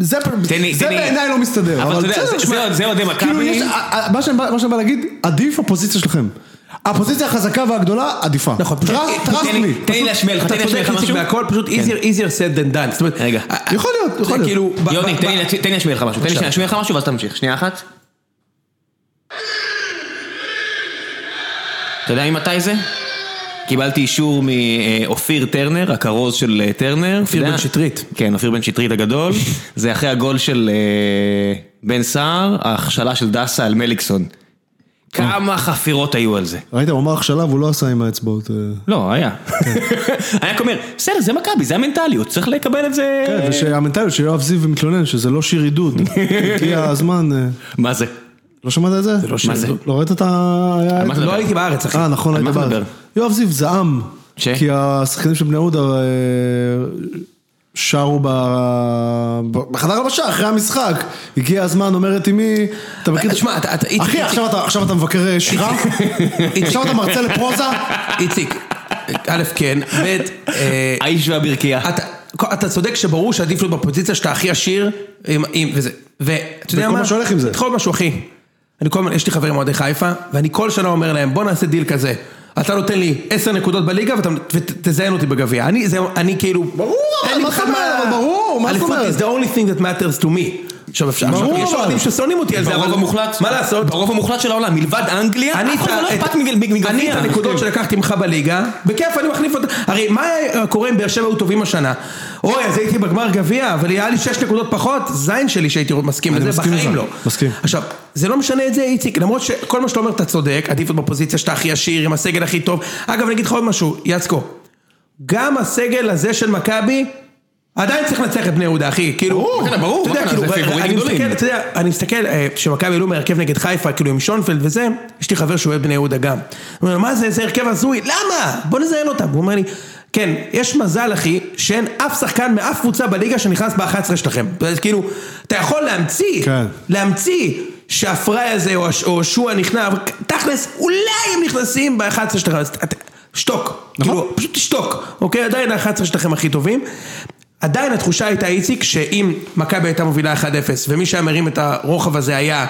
[SPEAKER 2] זה
[SPEAKER 1] תן לי-
[SPEAKER 2] זה
[SPEAKER 1] תן לי-
[SPEAKER 2] בעיניי לא מסתדר,
[SPEAKER 1] אבל אתה יודע,
[SPEAKER 2] בסדר,
[SPEAKER 1] זה-
[SPEAKER 2] שמע,
[SPEAKER 1] זה- זה אוהדי מכבי.
[SPEAKER 2] כאילו, יש- ה- ה- מה שאני בא מה שאני בא להגיד, עדיף הפוזיציה שלכם. הפוזיציה החזקה והגדולה עדיפה.
[SPEAKER 3] נכון, פשוט-
[SPEAKER 2] Trust-
[SPEAKER 3] תן לי-
[SPEAKER 2] trust
[SPEAKER 1] תן לי-
[SPEAKER 2] me.
[SPEAKER 1] תן לי להשמיע לך,
[SPEAKER 3] אתה
[SPEAKER 1] תן לי להשמיע
[SPEAKER 3] צודק
[SPEAKER 1] לך
[SPEAKER 3] איציק
[SPEAKER 1] משהו. כן.
[SPEAKER 3] בהכל, פשוט easier easier said than done. זאת אומרת,
[SPEAKER 1] רגע.
[SPEAKER 2] יכול להיות, יכול
[SPEAKER 3] זה
[SPEAKER 2] להיות.
[SPEAKER 3] כאילו, ב-
[SPEAKER 1] יוני,
[SPEAKER 3] ב-
[SPEAKER 1] תן לי
[SPEAKER 3] ב-
[SPEAKER 1] להצ- תן לי להשמיע לך משהו, תן לי
[SPEAKER 3] עכשיו.
[SPEAKER 1] להשמיע לך משהו ואז תמשיך, שנייה אחת. אתה יודע ממתי זה? אתה קיבלתי אישור מאופיר טרנר, הכרוז של אה, טרנר.
[SPEAKER 3] אופיר
[SPEAKER 1] אתה יודע?
[SPEAKER 3] בן שטרית.
[SPEAKER 1] כן, אופיר בן שטרית
[SPEAKER 3] *laughs*
[SPEAKER 1] הגדול. זה אחרי הגול של אה, בן סער, ההכשלה של דסה על מליקסון. כמה חפירות היו על זה.
[SPEAKER 2] ראית, הוא אמר הכשלה והוא לא עשה עם האצבעות. אה.
[SPEAKER 1] לא, *laughs* היה. היה אומר, בסדר, זה מכבי, זה המנטליות, צריך לקבל את זה.
[SPEAKER 2] כן, ושהמנטליות של יואב זיו מתלונן שזה לא שיר
[SPEAKER 1] *laughs*
[SPEAKER 2] עידוד. הגיע הזמן, אה,
[SPEAKER 1] מה זה?
[SPEAKER 2] לא שמעת את זה? זה
[SPEAKER 3] לא שיר
[SPEAKER 1] עידוד.
[SPEAKER 2] לא ראית את ה... היה-
[SPEAKER 1] מה זה?
[SPEAKER 3] לא הייתי בארץ, אחי.
[SPEAKER 2] אה, נכון,
[SPEAKER 1] על
[SPEAKER 2] היית
[SPEAKER 1] מה אתה
[SPEAKER 2] בארץ.
[SPEAKER 1] מדבר?
[SPEAKER 2] יואב זיו זעם.
[SPEAKER 1] ש?
[SPEAKER 2] כי השחקנים של בני יהודה אה, שרו ב- בחדר הלבשה אחרי המשחק. הגיע הזמן, אומרת אמי, אתה מכיר...
[SPEAKER 3] תשמע, אתה- אתה- איציק,
[SPEAKER 2] אחי,
[SPEAKER 3] איציק.
[SPEAKER 2] עכשיו אתה- עכשיו אתה מבקר אה,
[SPEAKER 3] *laughs*
[SPEAKER 2] שירה? עכשיו אתה מרצה לפרוזה?
[SPEAKER 3] איציק, א', כן, ב', אה,
[SPEAKER 1] האיש והברכייה.
[SPEAKER 3] אתה, אתה צודק שברור שעדיף להיות בפוזיציה שאתה הכי עשיר, עם, עם, וזה, ואתה יודע
[SPEAKER 2] וכל
[SPEAKER 3] מה?
[SPEAKER 2] מה שהולך עם זה.
[SPEAKER 3] תתחול משהו אחי. אני כל הזמן, יש לי חברים אוהדי חיפה, ואני כל שנה אומר להם, בוא נעשה דיל כזה. אתה נותן לי עשר נקודות בליגה ואתה- ותזיין אותי בגביע. אני, זה, אני כאילו...
[SPEAKER 2] ברור, אבל
[SPEAKER 3] אין לי
[SPEAKER 2] מה זאת
[SPEAKER 3] בכלל
[SPEAKER 2] אומרת? אבל ברור, מה זאת
[SPEAKER 3] אליפות
[SPEAKER 2] אומרת?
[SPEAKER 3] is the only thing that matters to me. עכשיו אפשר,
[SPEAKER 2] ברור,
[SPEAKER 3] עכשיו, יש
[SPEAKER 2] אבל.
[SPEAKER 3] אוהדים ששונאים אותי על זה, אבל...
[SPEAKER 1] ברוב המוחלט.
[SPEAKER 3] מה לעשות?
[SPEAKER 1] ברוב המוחלט של העולם, מלבד אנגליה, אף
[SPEAKER 3] אני את
[SPEAKER 1] אחד לא
[SPEAKER 3] ה-
[SPEAKER 1] אכפת
[SPEAKER 3] את-
[SPEAKER 1] מגל- לא מגביע.
[SPEAKER 3] אני את הנקודות שלקחתי ממך בליגה, בכיף אני מחליף אותה. הרי מה היה קורה אם באר שבע היו טובים השנה? אוי, אז הייתי בגמר גביע, אבל היה לי שש נקודות פחות, זין שלי שהייתי מסכים
[SPEAKER 2] אני
[SPEAKER 3] לזה,
[SPEAKER 2] מסכים
[SPEAKER 3] בחיים
[SPEAKER 2] איתך,
[SPEAKER 3] לא.
[SPEAKER 2] מסכים.
[SPEAKER 3] עכשיו, זה לא משנה את זה, איציק, למרות שכל מה שאתה אומר אתה צודק, עדיף להיות בפוזיציה שאתה הכי עשיר, עם הסגל הכי טוב. אגב, אני אגיד לך עוד משהו, יצקו, גם הסגל הזה של מכבי, עדיין צריך לנצח את בני יהודה, אחי, כאילו,
[SPEAKER 1] ברור, כן, ברור,
[SPEAKER 3] אתה יודע,
[SPEAKER 1] מה
[SPEAKER 3] כאילו,
[SPEAKER 1] קרה, זה פיבורים
[SPEAKER 3] אני
[SPEAKER 1] גדולים.
[SPEAKER 3] מסתכל, אתה יודע, אני מסתכל, אה, כשמכבי עלו מהרכב נגד חיפה, כאילו עם שונפלד וזה, יש לי חבר שהוא אוהב בני יהודה גם. הוא אומר, מה זה, איזה הרכב הזוי, למה? בוא נזיין אותם. הוא אומר לי, כן, יש מזל אחי, שאין אף שחקן מאף קבוצה בליגה שנכנס ב-11 שלכם. אז כאילו, אתה יכול להמציא,
[SPEAKER 2] כן.
[SPEAKER 3] להמציא שהפראי הזה או, הש- או שועה נכנע, אבל תכלס, אולי הם נכנסים ב-11 שלכם, אז ת- ת- שתוק.
[SPEAKER 2] נכון.
[SPEAKER 3] כאילו, פשוט תשתוק, אוקיי? עדיין ה-11 שלכם הכי טובים. עדיין התחושה הייתה, איציק, שאם מכבי הייתה מובילה 1-0, ומי שהיה מרים את הרוחב הזה היה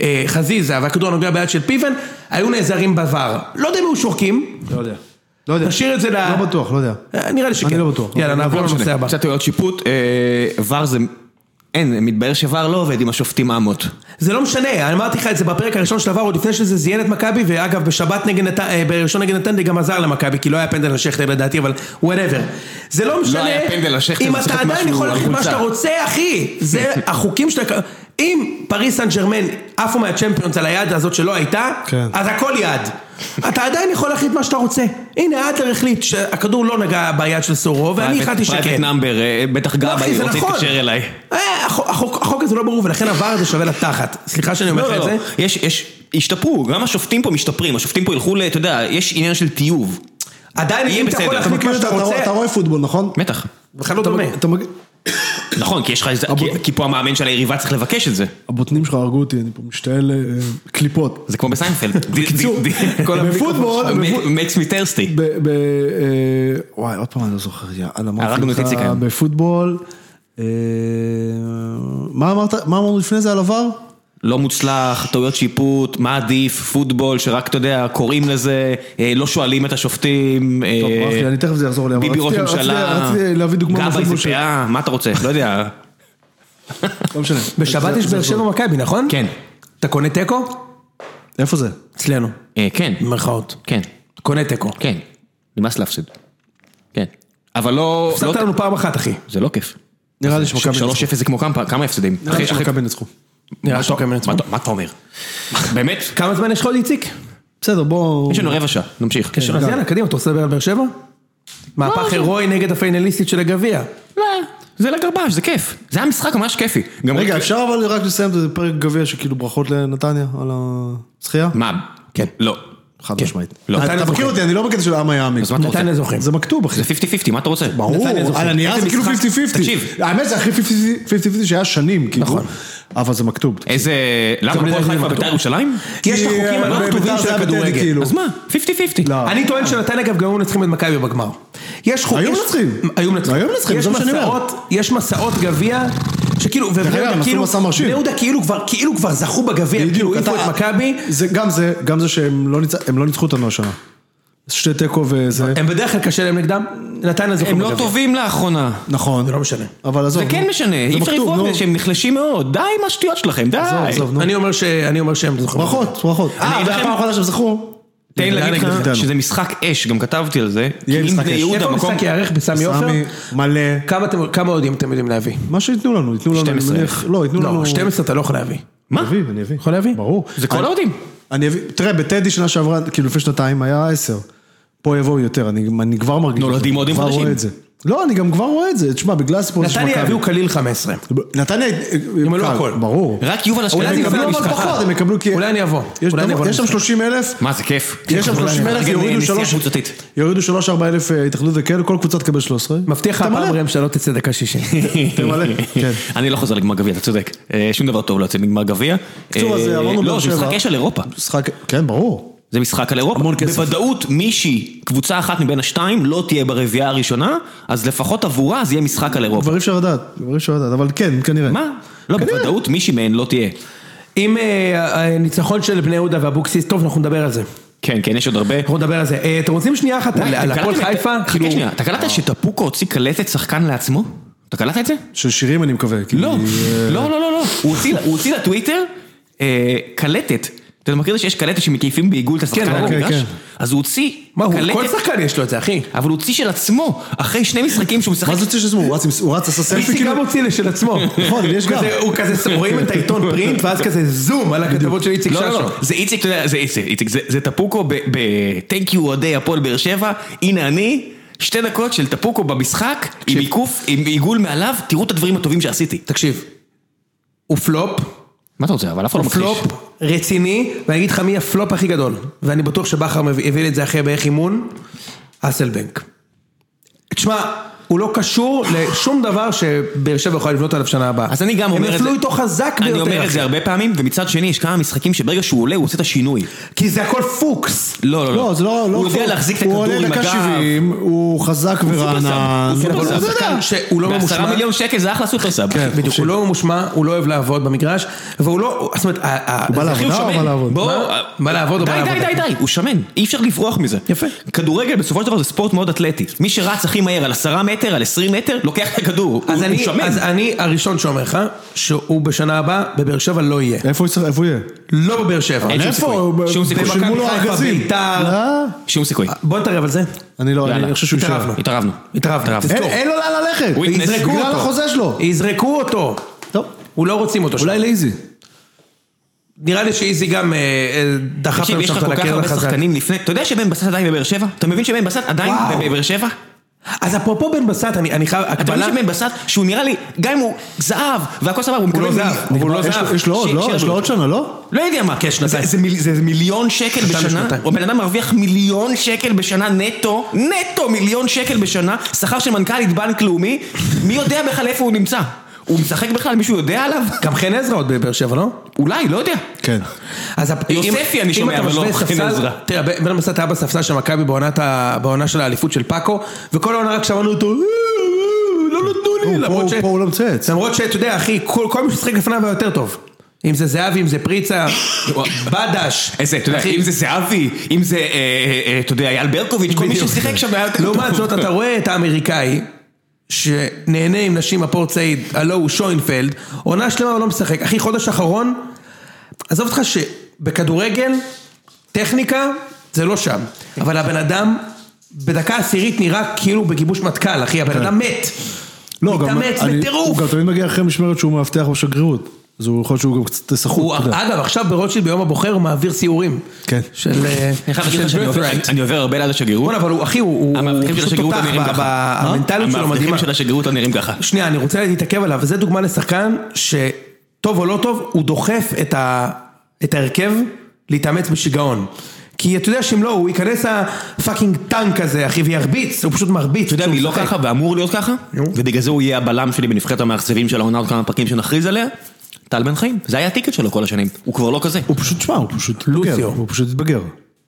[SPEAKER 3] אה, חזיזה, והכדור הנוגע ביד של פיבן, היו נעזרים בVAR. לא יודע אם היו שורקים,
[SPEAKER 2] לא יודע. לא יודע.
[SPEAKER 3] נשאיר את זה ל...
[SPEAKER 2] לא בטוח, לא יודע.
[SPEAKER 3] אה, נראה לי שכן.
[SPEAKER 2] אני לא בטוח.
[SPEAKER 3] יאללה,
[SPEAKER 2] לא
[SPEAKER 3] נעבור לנושא הבא.
[SPEAKER 1] קצת טעויות שיפוט, אה, ור זה... אין, מתברר שוואר לא עובד עם השופטים אמות.
[SPEAKER 3] זה לא משנה, אני אמרתי לך את זה בפרק הראשון של עבר, עוד לפני שזה זיין את מכבי, ואגב, בשבת נגד נתן, אה, בראשון נגד נתניה גם עזר למכבי, כי לא היה פנדל לשכטר לדעתי, אבל וואטאבר. זה לא משנה,
[SPEAKER 1] היה פנדל לשכטר,
[SPEAKER 3] אם
[SPEAKER 1] זה צריך
[SPEAKER 3] אתה
[SPEAKER 1] להיות
[SPEAKER 3] עדיין
[SPEAKER 1] משהו
[SPEAKER 3] יכול להחליט מה
[SPEAKER 1] על
[SPEAKER 3] שאתה
[SPEAKER 1] קבוצה.
[SPEAKER 3] רוצה, אחי,
[SPEAKER 1] *laughs*
[SPEAKER 3] זה החוקים שאתה... אם פריס סן ג'רמן עפו מהצ'מפיונס על היד הזאת שלא הייתה,
[SPEAKER 2] כן.
[SPEAKER 3] אז הכל יד. אתה עדיין יכול להחליט מה שאתה רוצה. הנה, אדלר החליט שהכדור לא נגע ביד של סורו, ואני החלטתי
[SPEAKER 1] פרייבט
[SPEAKER 3] שכן.
[SPEAKER 1] נאמבר, אה, בטח
[SPEAKER 3] לא,
[SPEAKER 1] גבאי
[SPEAKER 3] אחי, זה
[SPEAKER 1] רוצה
[SPEAKER 3] נכון.
[SPEAKER 1] להתקשר אליי.
[SPEAKER 3] אה, החוק- החוק החוק הזה לא ברור, ולכן עבר הזה שווה לתחת. סליחה שאני אומר
[SPEAKER 1] לא,
[SPEAKER 3] לך את
[SPEAKER 1] לא,
[SPEAKER 3] זה.
[SPEAKER 1] לא. יש, יש, השתפרו, גם השופטים פה משתפרים, השופטים פה ילכו ל... אתה יודע, יש עניין של טיוב.
[SPEAKER 3] עדיין
[SPEAKER 1] יהיה
[SPEAKER 3] אם אתה יכול
[SPEAKER 1] בסדר.
[SPEAKER 3] להחליט מה
[SPEAKER 2] אתה
[SPEAKER 3] שאתה
[SPEAKER 2] רואה-
[SPEAKER 3] רוצה,
[SPEAKER 2] אתה רואה פוטבול, נכון?
[SPEAKER 1] בטח.
[SPEAKER 3] בכלל לא דומה.
[SPEAKER 2] אתה מג-
[SPEAKER 1] נכון, כי יש לך איזה... כי- כי פה המאמן של היריבה צריך לבקש את זה.
[SPEAKER 2] הבוטנים שלך הרגו אותי, אני פה משתעל אה, קליפות.
[SPEAKER 1] זה כמו בסיינפלד. בקיצור,
[SPEAKER 2] בפוטבול- בפוט-
[SPEAKER 1] מקס מיטרסטי.
[SPEAKER 2] ב... ב אה, וואי, עוד פעם אני לא זוכר, יאללה,
[SPEAKER 1] הרגנו את איציק היום.
[SPEAKER 2] בפוטבול, אה, מה אמרת, מה אמרנו לפני זה על עבר?
[SPEAKER 1] לא מוצלח, טעויות שיפוט, מה עדיף, פוטבול, שרק, אתה יודע, קוראים לזה, אה, לא שואלים את השופטים. אה,
[SPEAKER 2] טוב, אחי, אני תכף זה יחזור לי, אבל
[SPEAKER 1] ביבי ראש
[SPEAKER 2] רציתי- רציתי-
[SPEAKER 1] ממשלה,
[SPEAKER 2] רציתי להביא דוגמה
[SPEAKER 1] גבאי
[SPEAKER 2] מהפוטבול
[SPEAKER 1] זה
[SPEAKER 2] של-
[SPEAKER 1] פאה, מה אתה רוצה? לא יודע.
[SPEAKER 2] לא משנה.
[SPEAKER 3] בשבת
[SPEAKER 2] זה-
[SPEAKER 3] יש
[SPEAKER 2] זה
[SPEAKER 3] באר שבע
[SPEAKER 2] יחזור.
[SPEAKER 3] מכבי, נכון?
[SPEAKER 1] כן.
[SPEAKER 3] אתה קונה תיקו?
[SPEAKER 2] איפה זה?
[SPEAKER 3] אצלנו.
[SPEAKER 1] אה, כן,
[SPEAKER 3] במרכאות.
[SPEAKER 1] כן,
[SPEAKER 3] קונה תיקו.
[SPEAKER 1] כן. נמאס להפסיד. כן. אבל לא... לא-
[SPEAKER 3] הפסדת לנו פעם אחת, אחי.
[SPEAKER 1] זה לא כיף.
[SPEAKER 2] נראה לי שמכבי ינצחו.
[SPEAKER 1] 3-0 זה כמו כמה כמה הפסדים.
[SPEAKER 2] נראה
[SPEAKER 1] אחי-
[SPEAKER 2] לי
[SPEAKER 1] אחי-
[SPEAKER 2] שמכבי ינצחו.
[SPEAKER 3] נראה לי שאתה מקבל
[SPEAKER 1] מה
[SPEAKER 3] ניצחון.
[SPEAKER 1] אתה- מה אתה אומר? באמת?
[SPEAKER 3] כמה זמן יש לך עוד, איציק?
[SPEAKER 2] בסדר, בוא...
[SPEAKER 1] יש לנו רבע שעה, נמשיך.
[SPEAKER 2] כן.
[SPEAKER 3] אז יאללה, קדימה, אתה רוצה לדבר על באר שבע? מהפך הירואי נגד הפיינליסטית של הגביע.
[SPEAKER 1] לא, זה לגרבש, זה כיף. זה היה משחק ממש כיפי. גם
[SPEAKER 2] רגע,
[SPEAKER 1] רק-
[SPEAKER 2] אפשר אבל רק לסיים את פרק גביע שכאילו ברכות לנתניה על הזכייה?
[SPEAKER 1] מה?
[SPEAKER 3] כן.
[SPEAKER 1] לא.
[SPEAKER 2] חד
[SPEAKER 3] כן.
[SPEAKER 2] משמעית.
[SPEAKER 1] לא.
[SPEAKER 2] אתה
[SPEAKER 3] נתניה
[SPEAKER 2] מכיר אותי, אני לא בקטע של העם היעמיק.
[SPEAKER 1] אז מה אתה רוצה?
[SPEAKER 3] נתניה זוכים.
[SPEAKER 2] זה מכתוב, אחי.
[SPEAKER 1] זה 50-50, מה אתה רוצה?
[SPEAKER 2] ברור,
[SPEAKER 3] נתניה זוכרת.
[SPEAKER 2] על הנייר
[SPEAKER 1] איזה
[SPEAKER 2] זה כאילו
[SPEAKER 1] משחק-
[SPEAKER 2] 50-50.
[SPEAKER 1] תקשיב.
[SPEAKER 2] האמת זה הכי 50-50 שהיה שנים, כאילו.
[SPEAKER 3] נכון.
[SPEAKER 2] אבל זה מכתוב.
[SPEAKER 1] איזה... למה
[SPEAKER 3] בדרך
[SPEAKER 1] הפועל
[SPEAKER 3] כלל
[SPEAKER 1] חיפה
[SPEAKER 3] זה
[SPEAKER 1] בית"ר
[SPEAKER 3] בטוח.
[SPEAKER 1] ירושלים? לא
[SPEAKER 3] יש את החוקים
[SPEAKER 2] אה,
[SPEAKER 3] הלא
[SPEAKER 2] בביתר
[SPEAKER 3] כתובים
[SPEAKER 2] זה
[SPEAKER 3] של
[SPEAKER 2] היה בטדי,
[SPEAKER 3] הכדורגל.
[SPEAKER 2] כאילו.
[SPEAKER 1] אז מה? 50-50.
[SPEAKER 2] לא.
[SPEAKER 3] אני טוען שנתניה אגב גם היו מנצחים את מכבי בגמר. יש חוק...
[SPEAKER 2] היו
[SPEAKER 3] יש-
[SPEAKER 2] מנצחים.
[SPEAKER 3] היו מנצחים.
[SPEAKER 2] היו מנצחים,
[SPEAKER 3] יש
[SPEAKER 2] זה מה שאני אומר.
[SPEAKER 3] מסעות- יש מסעות גביע, שכאילו, ובני
[SPEAKER 2] אגב, הם
[SPEAKER 3] יהודה
[SPEAKER 2] עשו
[SPEAKER 3] כאילו,
[SPEAKER 2] מסע מרשים.
[SPEAKER 3] בני יהודה כאילו כבר, כאילו כבר זכו בגביע, כאילו העיפו
[SPEAKER 2] אתה-
[SPEAKER 3] את מכבי.
[SPEAKER 2] זה גם זה, גם זה שהם לא ניצ- הם לא ניצחו אותנו השנה. שתי תיקו וזה.
[SPEAKER 3] הם בדרך כלל קשה להם נגדם, נתניה זוכים
[SPEAKER 1] הם לא
[SPEAKER 3] בגביע.
[SPEAKER 1] טובים לאחרונה.
[SPEAKER 2] נכון.
[SPEAKER 3] זה לא משנה.
[SPEAKER 2] אבל עזוב.
[SPEAKER 1] זה כן
[SPEAKER 2] נו.
[SPEAKER 1] משנה,
[SPEAKER 2] זה
[SPEAKER 1] אי אפשר
[SPEAKER 2] מכתוב,
[SPEAKER 1] לברוח
[SPEAKER 2] נו.
[SPEAKER 1] מזה שהם נחלשים מאוד. די עם השטויות שלכם, די.
[SPEAKER 2] עזוב, עזוב, נו.
[SPEAKER 3] אני אומר ש- אני אומר שהם זוכים.
[SPEAKER 2] ברכות, ברכות.
[SPEAKER 1] אני
[SPEAKER 2] אה,
[SPEAKER 1] אגיד
[SPEAKER 2] והפעם
[SPEAKER 1] לכם-
[SPEAKER 2] האחרונה שהם זכו,
[SPEAKER 1] תן לי להגיד
[SPEAKER 2] נגד
[SPEAKER 1] לך
[SPEAKER 2] בית"ר.
[SPEAKER 1] שזה משחק אש, גם כתבתי על זה. כי אם
[SPEAKER 2] משחק
[SPEAKER 1] בני
[SPEAKER 2] אש.
[SPEAKER 1] יהודה,
[SPEAKER 3] איפה
[SPEAKER 1] מקום...
[SPEAKER 3] המשחק ייערך בסמי עופר?
[SPEAKER 2] סמי מלא.
[SPEAKER 3] כמה אתם- כמה אוהדים אתם יודעים להביא?
[SPEAKER 2] מה שייתנו לנו, ייתנו לנו, אני
[SPEAKER 1] 12,000.
[SPEAKER 2] מניח, לא, ייתנו לנו,
[SPEAKER 3] לא, 12 אתה לא יכול להביא.
[SPEAKER 1] מה?
[SPEAKER 2] אני אביא, אני אביא,
[SPEAKER 3] יכול להביא?
[SPEAKER 2] ברור,
[SPEAKER 1] זה כל
[SPEAKER 2] אני-
[SPEAKER 1] האוהדים.
[SPEAKER 2] אני אביא, תראה, בטדי שנה שעברה, כאילו לפני שנתיים היה עשר. פה יבואו יותר, אני, אני כבר מרגיש.
[SPEAKER 1] נולדים
[SPEAKER 2] את זה,
[SPEAKER 1] אוהדים
[SPEAKER 2] כבר
[SPEAKER 1] חדשים.
[SPEAKER 2] רואה את זה. לא, אני גם כבר רואה את זה. תשמע, בגלל הסיפור הזה של
[SPEAKER 3] נתניה
[SPEAKER 2] מכבי.
[SPEAKER 3] יביאו קליל 15.
[SPEAKER 2] נתניה...
[SPEAKER 3] ימלאו
[SPEAKER 2] קל,
[SPEAKER 3] הכל.
[SPEAKER 2] ברור.
[SPEAKER 1] רק יובל
[SPEAKER 2] הם
[SPEAKER 1] אשכנזי.
[SPEAKER 3] אולי אני
[SPEAKER 2] יקבלו
[SPEAKER 3] אבוא
[SPEAKER 2] אבל
[SPEAKER 3] למשפחה.
[SPEAKER 2] פחות, הם יקבלו כי...
[SPEAKER 3] אולי אני אבוא.
[SPEAKER 2] יש
[SPEAKER 3] אולי אני
[SPEAKER 2] דבר-
[SPEAKER 3] אבוא
[SPEAKER 2] יש שם
[SPEAKER 3] למשחק.
[SPEAKER 2] 30 אלף,
[SPEAKER 1] מה, זה כיף.
[SPEAKER 2] יש שם
[SPEAKER 1] אולי
[SPEAKER 2] 30 אלף,
[SPEAKER 1] נארגן
[SPEAKER 2] יורידו
[SPEAKER 1] נסיעה
[SPEAKER 2] שלוש-
[SPEAKER 1] קבוצתית.
[SPEAKER 2] יורידו 3-4 אלף אה, התאחדות וכאלה, כל קבוצה תקבל 13.
[SPEAKER 3] מבטיח לך
[SPEAKER 2] תמלא.
[SPEAKER 3] הפעם ראם שלא תצא דקה *laughs* 60.
[SPEAKER 2] תמלא, כן.
[SPEAKER 1] אני לא חוזר לגמר גביע, אתה צודק. אה, שום דבר טוב לא יוצא מגמר גביע.
[SPEAKER 2] בקיצור, אז
[SPEAKER 1] אה,
[SPEAKER 2] עברנו
[SPEAKER 1] לא,
[SPEAKER 2] באר
[SPEAKER 1] זה
[SPEAKER 2] שבע.
[SPEAKER 1] משחק אש על אירופה.
[SPEAKER 2] משחק, כן, ברור.
[SPEAKER 1] זה משחק על אירופה.
[SPEAKER 2] המון כסף.
[SPEAKER 1] בוודאות מישהי, קבוצה אחת מבין השתיים, לא תהיה ברביעייה הראשונה, אז לפחות עבורה זה יהיה משחק על אירופה.
[SPEAKER 2] כבר אי אפשר לדעת, כבר אי אפשר לדעת, אבל כן, כנראה.
[SPEAKER 1] מה? לא, בוודאות מישהי מהן לא תהיה.
[SPEAKER 3] עם אה, הניצחון של בני יהודה ואבוקסיס, טוב, אנחנו נדבר על זה.
[SPEAKER 1] כן, כן, יש עוד הרבה.
[SPEAKER 3] אנחנו נדבר על זה. אה, אתם רוצים שנייה אחת על- על הפועל חיפה?
[SPEAKER 1] חכה
[SPEAKER 3] כאילו-
[SPEAKER 1] שנייה, אתה קלטת שטפוקו הוציא קלטת שחקן לעצמו? אתה קלטת את זה?
[SPEAKER 2] של שירים אני מקווה. כי-
[SPEAKER 1] לא, לא, לא, לא, לא. הוא הוציא- הוא הוציא לטוויטר אה, קלטת. אתה מכיר את זה שיש קלטת שמקיפים בעיגול את השחקן
[SPEAKER 3] כן,
[SPEAKER 1] על
[SPEAKER 3] ברור,
[SPEAKER 1] המגרש?
[SPEAKER 2] כן.
[SPEAKER 1] אז הוא הוציא
[SPEAKER 3] מה, הוא- כל
[SPEAKER 1] קלטת,
[SPEAKER 3] שחקן יש לו את זה, אחי.
[SPEAKER 1] אבל הוא הוציא של עצמו, אחרי שני משחקים שהוא משחק.
[SPEAKER 2] מה זה יוצא שזה הוא רץ עם- הוא רץ עשה סלפי
[SPEAKER 3] איציק
[SPEAKER 2] כאילו?
[SPEAKER 3] גם הוציא של עצמו.
[SPEAKER 2] נכון, יש גם.
[SPEAKER 3] כזה- הוא כזה, רואים את העיתון פרינט, ואז כזה זום על הכתבות של איציק
[SPEAKER 1] לא, לא,
[SPEAKER 3] ששו.
[SPEAKER 1] לא, זה איציק, אתה יודע, זה איציק, איציק, זה- זה טפוקו ב-Thank you אוהדי הפועל באר שבע, הנה אני, שתי דקות של טפוקו במשחק, עם עיקוף, עם עיגול מעליו, תראו את הדברים הטובים שעשיתי.
[SPEAKER 3] תקשיב, הוא פלופ,
[SPEAKER 1] מה אתה רוצה, אבל אף אחד לא
[SPEAKER 3] הוא פלופ
[SPEAKER 1] מכחיש.
[SPEAKER 3] רציני, ואני אגיד לך מי הפלופ הכי גדול, ואני בטוח שבכר מביא הביא לי את זה אחרי בערך אימון, אסלבנק. תשמע, הוא לא קשור לשום דבר שבאר שבע יכולה לבנות עליו שנה הבאה.
[SPEAKER 1] אז אני גם אומר את זה.
[SPEAKER 3] הם נפלו איתו חזק ביותר.
[SPEAKER 1] אני אומר את
[SPEAKER 3] אחי.
[SPEAKER 1] זה הרבה פעמים, ומצד שני יש כמה משחקים שברגע שהוא עולה הוא עושה את השינוי.
[SPEAKER 3] כי זה הכל פוקס.
[SPEAKER 1] לא, לא,
[SPEAKER 2] לא, זה לא... לא-
[SPEAKER 1] הוא יודע להחזיק את הכדור
[SPEAKER 2] הוא עולה
[SPEAKER 1] עם
[SPEAKER 2] דקה
[SPEAKER 1] הגב.
[SPEAKER 2] 70, הוא חזק ורענן. כן,
[SPEAKER 1] הוא סופר
[SPEAKER 2] אבל
[SPEAKER 1] סאב. כן, הוא
[SPEAKER 2] אתה יודע.
[SPEAKER 3] שחקן שהוא לא
[SPEAKER 1] בעשרה
[SPEAKER 3] ממושמע.
[SPEAKER 1] מיליון שקל זה אחלה סופר סאב.
[SPEAKER 2] כן.
[SPEAKER 3] בדיוק,
[SPEAKER 2] חופשי.
[SPEAKER 3] הוא לא ממושמע, הוא לא אוהב לעבוד במגרש, והוא לא, זאת אומרת, הוא
[SPEAKER 2] בא לעבודה או בא לעבוד?
[SPEAKER 1] בוא,
[SPEAKER 3] מה? בא לעבוד או
[SPEAKER 1] די,
[SPEAKER 3] בא
[SPEAKER 1] די,
[SPEAKER 3] לעבודה?
[SPEAKER 1] די, די, הוא שמן, אי אפשר לברוח מזה.
[SPEAKER 3] יפה.
[SPEAKER 1] כדורגל בסופו של דבר זה ספורט מאוד אתלטי. מי שרץ הכי מהר על עשרה מטר, על עשרים מטר, לוקח את הכדור, הוא
[SPEAKER 3] אז
[SPEAKER 1] הוא
[SPEAKER 3] אני,
[SPEAKER 1] שמן.
[SPEAKER 3] אז אני הראשון שאומר לך, שהוא בשנה הבאה בבאר שבע לא יהיה.
[SPEAKER 2] איפה הוא יצטרך- איפה הוא יהיה?
[SPEAKER 3] לא בבאר שבע.
[SPEAKER 1] אין שום סיכוי.
[SPEAKER 2] הוא-
[SPEAKER 1] שום סיכוי.
[SPEAKER 2] שילמו
[SPEAKER 3] במכבי
[SPEAKER 2] לו
[SPEAKER 3] חיפה,
[SPEAKER 2] ארגזים.
[SPEAKER 3] בית"ר.
[SPEAKER 2] לא,
[SPEAKER 1] שום סיכוי.
[SPEAKER 3] בוא נתערב על זה.
[SPEAKER 2] אני לא,
[SPEAKER 1] יאללה.
[SPEAKER 2] אני חושב שהוא יישאר.
[SPEAKER 3] התערבנו.
[SPEAKER 1] התערבנו.
[SPEAKER 3] התערבנו.
[SPEAKER 2] אין-
[SPEAKER 3] תזכור.
[SPEAKER 2] אין לו לאן ללכת.
[SPEAKER 1] הוא יתנס-
[SPEAKER 2] יזרקו בגלל
[SPEAKER 3] אותו.
[SPEAKER 2] החוזה שלו.
[SPEAKER 3] יזרקו אותו.
[SPEAKER 2] טוב.
[SPEAKER 3] הוא לא רוצים אותו.
[SPEAKER 2] אולי
[SPEAKER 3] שם.
[SPEAKER 2] לאיזי.
[SPEAKER 3] נראה לי שאיזי גם אה, אה, דחף
[SPEAKER 1] תקשיב,
[SPEAKER 3] לנו
[SPEAKER 1] יש
[SPEAKER 3] שם
[SPEAKER 1] לך
[SPEAKER 3] את
[SPEAKER 1] כל כך
[SPEAKER 3] הקרן
[SPEAKER 1] הרבה
[SPEAKER 3] החזק.
[SPEAKER 1] שחקנים לפני, אתה יודע שבן בסט עדיין בבאר שבע? אתה מבין שבן בסט עדיין
[SPEAKER 3] וואו.
[SPEAKER 1] בבאר שבע?
[SPEAKER 3] אז אפרופו בן בסט, אני אני חייב,
[SPEAKER 1] אתה
[SPEAKER 3] הקבלה,
[SPEAKER 1] מבין שבן בסט, שהוא נראה לי, גם אם הוא זהב והכל סבבה, הוא מקבל...
[SPEAKER 3] לא
[SPEAKER 1] מיל-
[SPEAKER 3] זהב, אבל הוא לא
[SPEAKER 2] יש
[SPEAKER 1] זהב.
[SPEAKER 2] לו- יש לו עוד,
[SPEAKER 1] ש-
[SPEAKER 2] לא?
[SPEAKER 1] שירדו
[SPEAKER 2] יש לו
[SPEAKER 1] אותו.
[SPEAKER 2] עוד שנה, לא?
[SPEAKER 1] לא יודע מה,
[SPEAKER 3] כן, שנתיים.
[SPEAKER 1] זה- זה מיל- זה זה מיליון שקל
[SPEAKER 3] שנתיים
[SPEAKER 1] בשנה,
[SPEAKER 3] ושנתיים.
[SPEAKER 1] או בן אדם מרוויח מיליון שקל בשנה נטו, נטו מיליון שקל בשנה, שכר של מנכ"לית בנק לאומי, מי יודע בכלל איפה הוא נמצא? הוא משחק בכלל, מישהו יודע עליו?
[SPEAKER 3] גם חן עזרא עוד בבאר שבע, לא?
[SPEAKER 1] אולי, לא יודע.
[SPEAKER 2] כן.
[SPEAKER 3] אז הפ- אם-
[SPEAKER 1] יוספי אני
[SPEAKER 3] אם
[SPEAKER 1] שומע,
[SPEAKER 3] אתה
[SPEAKER 1] אבל לא
[SPEAKER 3] משווה
[SPEAKER 1] חן
[SPEAKER 3] ספסל-
[SPEAKER 1] עזרא.
[SPEAKER 3] תראה, בן המסעת היה בספסל של מכבי בעונת ה- בעונה של האליפות של פאקו, וכל העונה רק שמענו אותו, "אה, אה, לא נתנו לי,
[SPEAKER 2] הוא-
[SPEAKER 3] למרות
[SPEAKER 2] פה-
[SPEAKER 3] ש...
[SPEAKER 2] פה הוא לא מצייץ.
[SPEAKER 3] למרות שאתה יודע, אחי, כל כל מי ששחק לפניו היה יותר טוב. אם זה זהבי, אם זה פריצה, בדש.
[SPEAKER 1] איזה, אתה יודע,
[SPEAKER 3] אחי,
[SPEAKER 1] אם זה זהבי, אם זה, אה, אה, אה, אתה יודע, אייל ברקוביץ', *laughs* כל מי
[SPEAKER 3] בדיוק.
[SPEAKER 1] ששיחק שם היה יותר טוב.
[SPEAKER 3] לעומת זאת, אתה רואה את האמריקאי. שנהנה עם נשים הפורט סעיד, הלו הוא שוינפלד, עונה שלמה הוא לא משחק. אחי, חודש אחרון, עזוב אותך שבכדורגל, טכניקה, זה לא שם. אבל הבן אדם, בדקה עשירית נראה כאילו בגיבוש מטכ"ל, אחי,
[SPEAKER 1] כן.
[SPEAKER 3] הבן אדם מת.
[SPEAKER 2] לא, גם...
[SPEAKER 3] מתאמץ
[SPEAKER 2] אני-
[SPEAKER 3] בטירוף.
[SPEAKER 2] הוא גם תמיד מגיע אחרי משמרת שהוא מאבטח בשגרירות. אז הוא יכול להיות שהוא גם קצת
[SPEAKER 3] הוא,
[SPEAKER 2] סחוט. אתה יודע.
[SPEAKER 3] אגב, עכשיו ברוטשילד ביום הבוחר הוא מעביר סיורים.
[SPEAKER 2] כן.
[SPEAKER 3] של... אה,
[SPEAKER 1] אני חייב להגיד לך
[SPEAKER 3] של
[SPEAKER 1] שאני עובר-
[SPEAKER 3] birthright.
[SPEAKER 1] אני עובר הרבה ליד השגרירות,
[SPEAKER 3] בוא'נה, אבל הוא, אחי, הוא- הוא
[SPEAKER 1] המאבטחים של
[SPEAKER 3] פשוט
[SPEAKER 1] השגרירות לא
[SPEAKER 3] תותח
[SPEAKER 1] נראים
[SPEAKER 3] ב- ב-
[SPEAKER 1] כאילו ככה. אה?
[SPEAKER 3] המנטליות שלו
[SPEAKER 1] המאבטחים
[SPEAKER 3] מדהימה.
[SPEAKER 1] של השגרירות לא נראים ככה.
[SPEAKER 3] שנייה, אני רוצה להתעכב עליו, וזו דוגמה לשחקן שטוב או לא טוב, הוא דוחף את, ה... את ההרכב להתאמץ בשיגעון. כי אתה יודע שאם לא, הוא ייכנס הפאקינג טנק הזה, אחי, וירביץ, הוא פשוט מרביץ.
[SPEAKER 1] אתה יודע
[SPEAKER 3] כשהוא
[SPEAKER 1] מי לא
[SPEAKER 3] משחק.
[SPEAKER 1] ככה ואמור להיות ככה,
[SPEAKER 3] נו.
[SPEAKER 1] ובגלל זה הוא יהיה הבלם שלי בנבחרת המאכזבים של העונה עוד כמה פרקים שנכריז עליה, טל בן חיים, זה היה הטיקט שלו כל השנים, הוא כבר לא כזה.
[SPEAKER 2] הוא פשוט, שמע, הוא פשוט התבגר.
[SPEAKER 3] לוסיו.
[SPEAKER 2] הוא פשוט התבגר.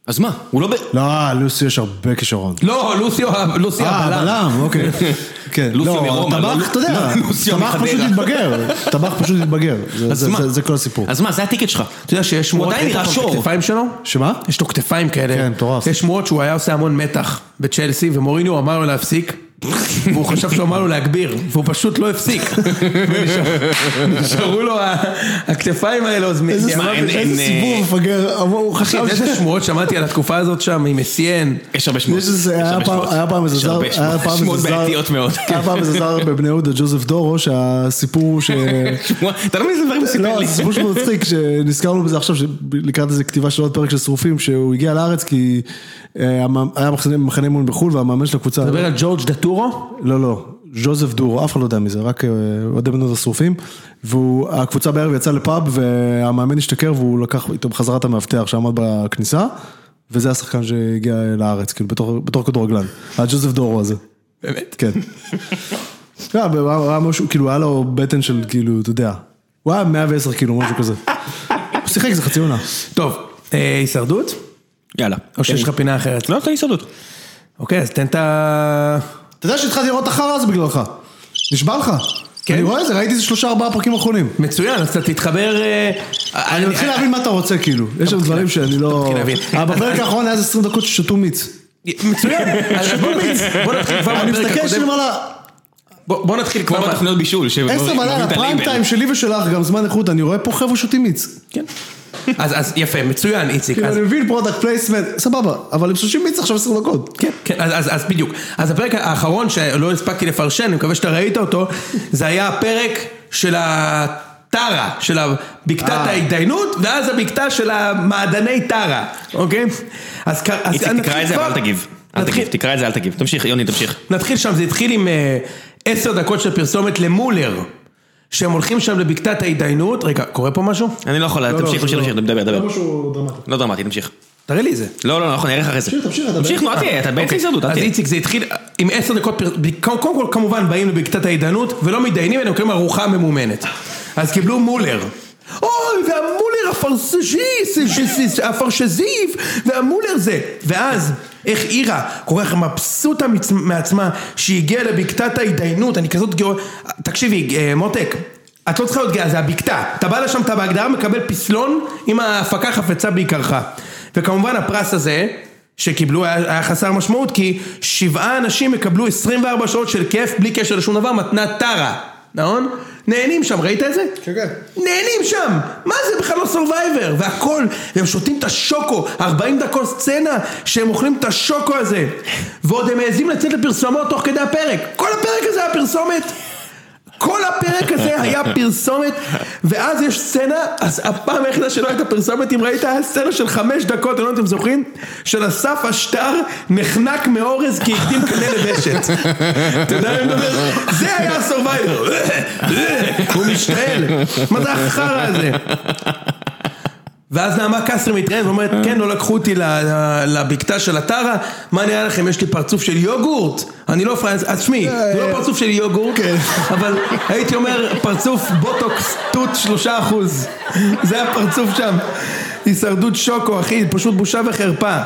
[SPEAKER 1] אז מה, הוא לא ב...
[SPEAKER 2] לא, לוסי יש הרבה כישרון.
[SPEAKER 3] לא, לוסיו, לוסיו
[SPEAKER 2] אה,
[SPEAKER 3] הבלם.
[SPEAKER 2] בלם,
[SPEAKER 1] *laughs*
[SPEAKER 2] אוקיי. כן.
[SPEAKER 1] לוסיו
[SPEAKER 2] לא,
[SPEAKER 1] מרומא, לא-
[SPEAKER 2] טבח, אתה יודע,
[SPEAKER 1] לא, לוסיו
[SPEAKER 2] טבח פשוט
[SPEAKER 1] מחדרה.
[SPEAKER 2] התבגר. טבח פשוט התבגר. זה-
[SPEAKER 1] אז
[SPEAKER 2] זה-
[SPEAKER 1] מה?
[SPEAKER 2] זה- זה כל הסיפור.
[SPEAKER 1] אז מה, זה הטיקט שלך.
[SPEAKER 3] אתה יודע שיש שמועות,
[SPEAKER 1] עדיין
[SPEAKER 3] ראית
[SPEAKER 1] נראה
[SPEAKER 3] פעם את
[SPEAKER 1] שור.
[SPEAKER 3] הכתפיים שלו?
[SPEAKER 2] שמה?
[SPEAKER 3] יש לו כתפיים כאלה.
[SPEAKER 2] כן, מטורף.
[SPEAKER 3] יש שמועות שהוא היה עושה המון מתח בצ'לסי, ומוריניו אמר לו להפסיק. והוא חשב שהוא אמר לו להגביר, והוא פשוט לא הפסיק. *laughs* ונשאר- נשארו לו ה- הכתפיים האלה, אז מ-
[SPEAKER 2] איזה
[SPEAKER 1] מה,
[SPEAKER 2] סיבוב,
[SPEAKER 1] אין- אין, אה,
[SPEAKER 2] איזה סיבוב מפגר, אבל הוא חשב ש...
[SPEAKER 3] איזה שמועות שמעתי על התקופה הזאת שם עם אסיין.
[SPEAKER 1] יש הרבה שמות.
[SPEAKER 2] יש איזה- היה פעם- היה פעם איזה זר,
[SPEAKER 1] יש
[SPEAKER 2] היה
[SPEAKER 1] הרבה
[SPEAKER 2] פעם
[SPEAKER 1] שמות, שמות
[SPEAKER 2] איזה זר,
[SPEAKER 1] בעייתיות
[SPEAKER 2] *laughs*
[SPEAKER 1] מאוד.
[SPEAKER 2] היה פעם איזה זר בבני יהודה, ג'וזף דורו,
[SPEAKER 1] *laughs*
[SPEAKER 2] שהסיפור ש...
[SPEAKER 1] אתה לא מבין איזה דברים הוא סיפר
[SPEAKER 2] לא,
[SPEAKER 1] לי.
[SPEAKER 2] הסיפור שלו מצחיק, שנזכרנו בזה עכשיו, לקראת איזה כתיבה של עוד פרק של שרופים, שהוא הגיע לארץ כי אה, המאמן- היה מחנה- מחנה אימון בחו"ל והמאמן של הקבוצה...
[SPEAKER 3] מדבר על ג'ורג' דטורו?
[SPEAKER 2] לא, לא, ז'וזף דור, אף אחד לא יודע מי זה, רק אה, אוהדי בנות השרופים. והקבוצה בערב יצאה לפאב, והמאמן השתכר והוא לקח איתו בחזרה את המאבטח שעמד בכניסה, וזה השחקן שהגיע לארץ, כאילו, בתור, בתור כדורגלן. הג'וזף דורו הזה,
[SPEAKER 3] באמת? *laughs*
[SPEAKER 2] כן. לא, אבל הוא היה הוא היה משהו, כאילו, היה לו בטן של, כאילו, אתה יודע. הוא היה 110 כאילו, משהו כזה. הוא שיחק איזה חצי עונה.
[SPEAKER 3] טוב, אה, הישרדות?
[SPEAKER 1] יאללה.
[SPEAKER 3] או שיש לך פינה אחרת?
[SPEAKER 1] לא, תן הישרדות.
[SPEAKER 3] אוקיי, אז תן את ה...
[SPEAKER 2] אתה יודע שהתחלתי לראות את החרא הזה בגללך. נשבע לך.
[SPEAKER 3] כן?
[SPEAKER 2] אני רואה את זה, ראיתי איזה שלושה ארבעה פרקים אחרונים.
[SPEAKER 3] מצוין, אז אתה תתחבר... אה,
[SPEAKER 2] אני מתחיל להבין מה אתה רוצה כאילו, יש שם דברים שאני לא...
[SPEAKER 3] מתחיל להבין.
[SPEAKER 2] אבל בפרק האחרון היה איזה 20 דקות ששתו מיץ. *laughs*
[SPEAKER 3] מצוין, אז בוא נתחיל- בוא נתחיל כבר
[SPEAKER 2] אני
[SPEAKER 3] מהפרק
[SPEAKER 2] מסתכל
[SPEAKER 3] לא, הקודם.
[SPEAKER 2] שלמעלה,
[SPEAKER 3] בוא בוא נתחיל
[SPEAKER 1] כמו
[SPEAKER 3] כבר... מה-
[SPEAKER 1] בתוכניות בישול. שהם
[SPEAKER 2] 10
[SPEAKER 1] מביאים את
[SPEAKER 2] בלילה, פריים
[SPEAKER 1] הלייבל.
[SPEAKER 2] טיים שלי ושלך, גם זמן איכות, אני רואה פה חבר'ה שותים מיץ.
[SPEAKER 3] כן. אז אז יפה, מצוין איציק.
[SPEAKER 2] כאילו,
[SPEAKER 3] אז-
[SPEAKER 2] אני מבין פרודקט פלייסמנט, סבבה, אבל הם שותים מיץ עכשיו 10 דקות.
[SPEAKER 3] כן, כן, אז, אז, אז בדיוק. אז הפרק האחרון שלא הספקתי לפרשן, אני מקווה שאתה ראית אותו, זה היה הפרק של הטרה, של בקתת
[SPEAKER 2] אה.
[SPEAKER 3] ההתדיינות, ואז הבקתה של המעדני טרה, אוקיי? אז כ- אז
[SPEAKER 1] איציק,
[SPEAKER 3] נתחיל
[SPEAKER 1] תקרא את זה, אבל
[SPEAKER 3] כבר-
[SPEAKER 1] אל תגיב. אל
[SPEAKER 3] נתחיל-
[SPEAKER 1] תגיב, תקרא את זה, אל תגיב. תמשיך, יוני, תמשיך.
[SPEAKER 3] נתחיל שם, זה התחיל עם אה, עשר דקות של פרסומת למולר, שהם הולכים שם לבקתת ההתדיינות, רגע, קורה פה משהו?
[SPEAKER 1] אני לא יכול, תמשיך, תמשיך, תמשיך, דבר, דבר.
[SPEAKER 2] משהו דרמטי.
[SPEAKER 1] לא דרמטי, תמשיך.
[SPEAKER 3] תראה לי את זה.
[SPEAKER 1] לא, לא, לא, אנחנו נראה לך אחרי זה.
[SPEAKER 2] תמשיך, תמשיך, אתה
[SPEAKER 1] תמשיך, נו, אל תהיה, אוקיי, אתה באמצע הישרדות, אל
[SPEAKER 3] אוקיי, אז
[SPEAKER 1] תהיה.
[SPEAKER 3] איציק, זה התחיל עם עשר דקות, פר- ב- קודם קודם כל כמובן באים לבקתת העידנות, ולא מתדיינים, אלא מקבלים ארוחה ממומנת. אז קיבלו מולר. אוי, והמולר הפרשזי, הפרשזיף, והמולר זה. ואז, איך אירה כל כך מבסוטה מצ- מעצמה, שהיא הגיעה לבקתת ההתדיינות, אני כזאת גאו... תקשיבי, אה, מותק. את לא צריכה להיות גאה, זה הבקתה. אתה בא לשם, אתה בהגדרה מקבל פסלון עם ההפקה חפצה בעיקרך. וכמובן הפרס הזה, שקיבלו היה, היה חסר משמעות כי שבעה אנשים יקבלו 24 שעות של כיף בלי קשר לשום דבר מתנת טרה, נכון? נהנים שם, ראית את זה?
[SPEAKER 2] כן, כן.
[SPEAKER 3] נהנים שם! מה זה בכלל לא סורווייבר? והכל, והם שותים את השוקו, 40 דקות סצנה שהם אוכלים את השוקו הזה ועוד הם מעזים לצאת לפרסומות תוך כדי הפרק כל הפרק הזה היה פרסומת כל הפרק הזה היה פרסומת, ואז יש סצנה, אז הפעם היחידה שלא הייתה פרסומת, אם ראית, היה סצנה של חמש דקות, אני לא יודע אם אתם זוכרים, של אסף אשטר נחנק מאורז כי הקדים קנה לרשת. אתה יודע מה אני מדבר? זה היה הסורווייבר. הוא משתעל. מה זה החרא הזה? ואז נעמה קסרי מתראיינת ואומרת, כן, לא לקחו אותי ל- ל- לבקתה של הטרה, מה נראה לכם, יש לי פרצוף של יוגורט. אני לא פרנס, אז שמי, זה לא פרצוף של יוגורט, אבל הייתי אומר, פרצוף בוטוקס תות שלושה אחוז. זה הפרצוף שם. הישרדות שוקו, אחי, פשוט בושה וחרפה.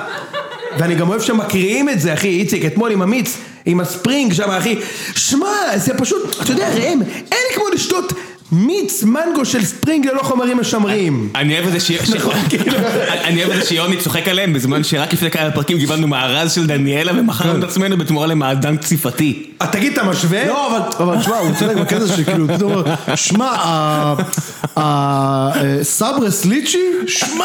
[SPEAKER 3] ואני גם אוהב שמקריאים את זה, אחי, איציק, אתמול עם אמיץ, עם הספרינג שם, אחי. שמע, זה פשוט, אתה יודע, ראם, אין כמו לשתות מיץ מנגו של ספרינג ללא חומרים משמרים.
[SPEAKER 1] אני אוהב את זה ש- *laughs* ש- כאילו. אני אוהב את זה שיוני צוחק עליהם בזמן שרק לפני כמה פרקים קיבלנו מארז של דניאלה ומכרנו את
[SPEAKER 2] כן.
[SPEAKER 1] עצמנו בתמורה למעדן קציפתי.
[SPEAKER 3] אה, תגיד, אתה משווה?
[SPEAKER 2] לא, אבל, אבל שמע, הוא צודק בקטע שכאילו, אתה אומר, שמע, ה- ה- אה, סברס ליצ'י, שמע,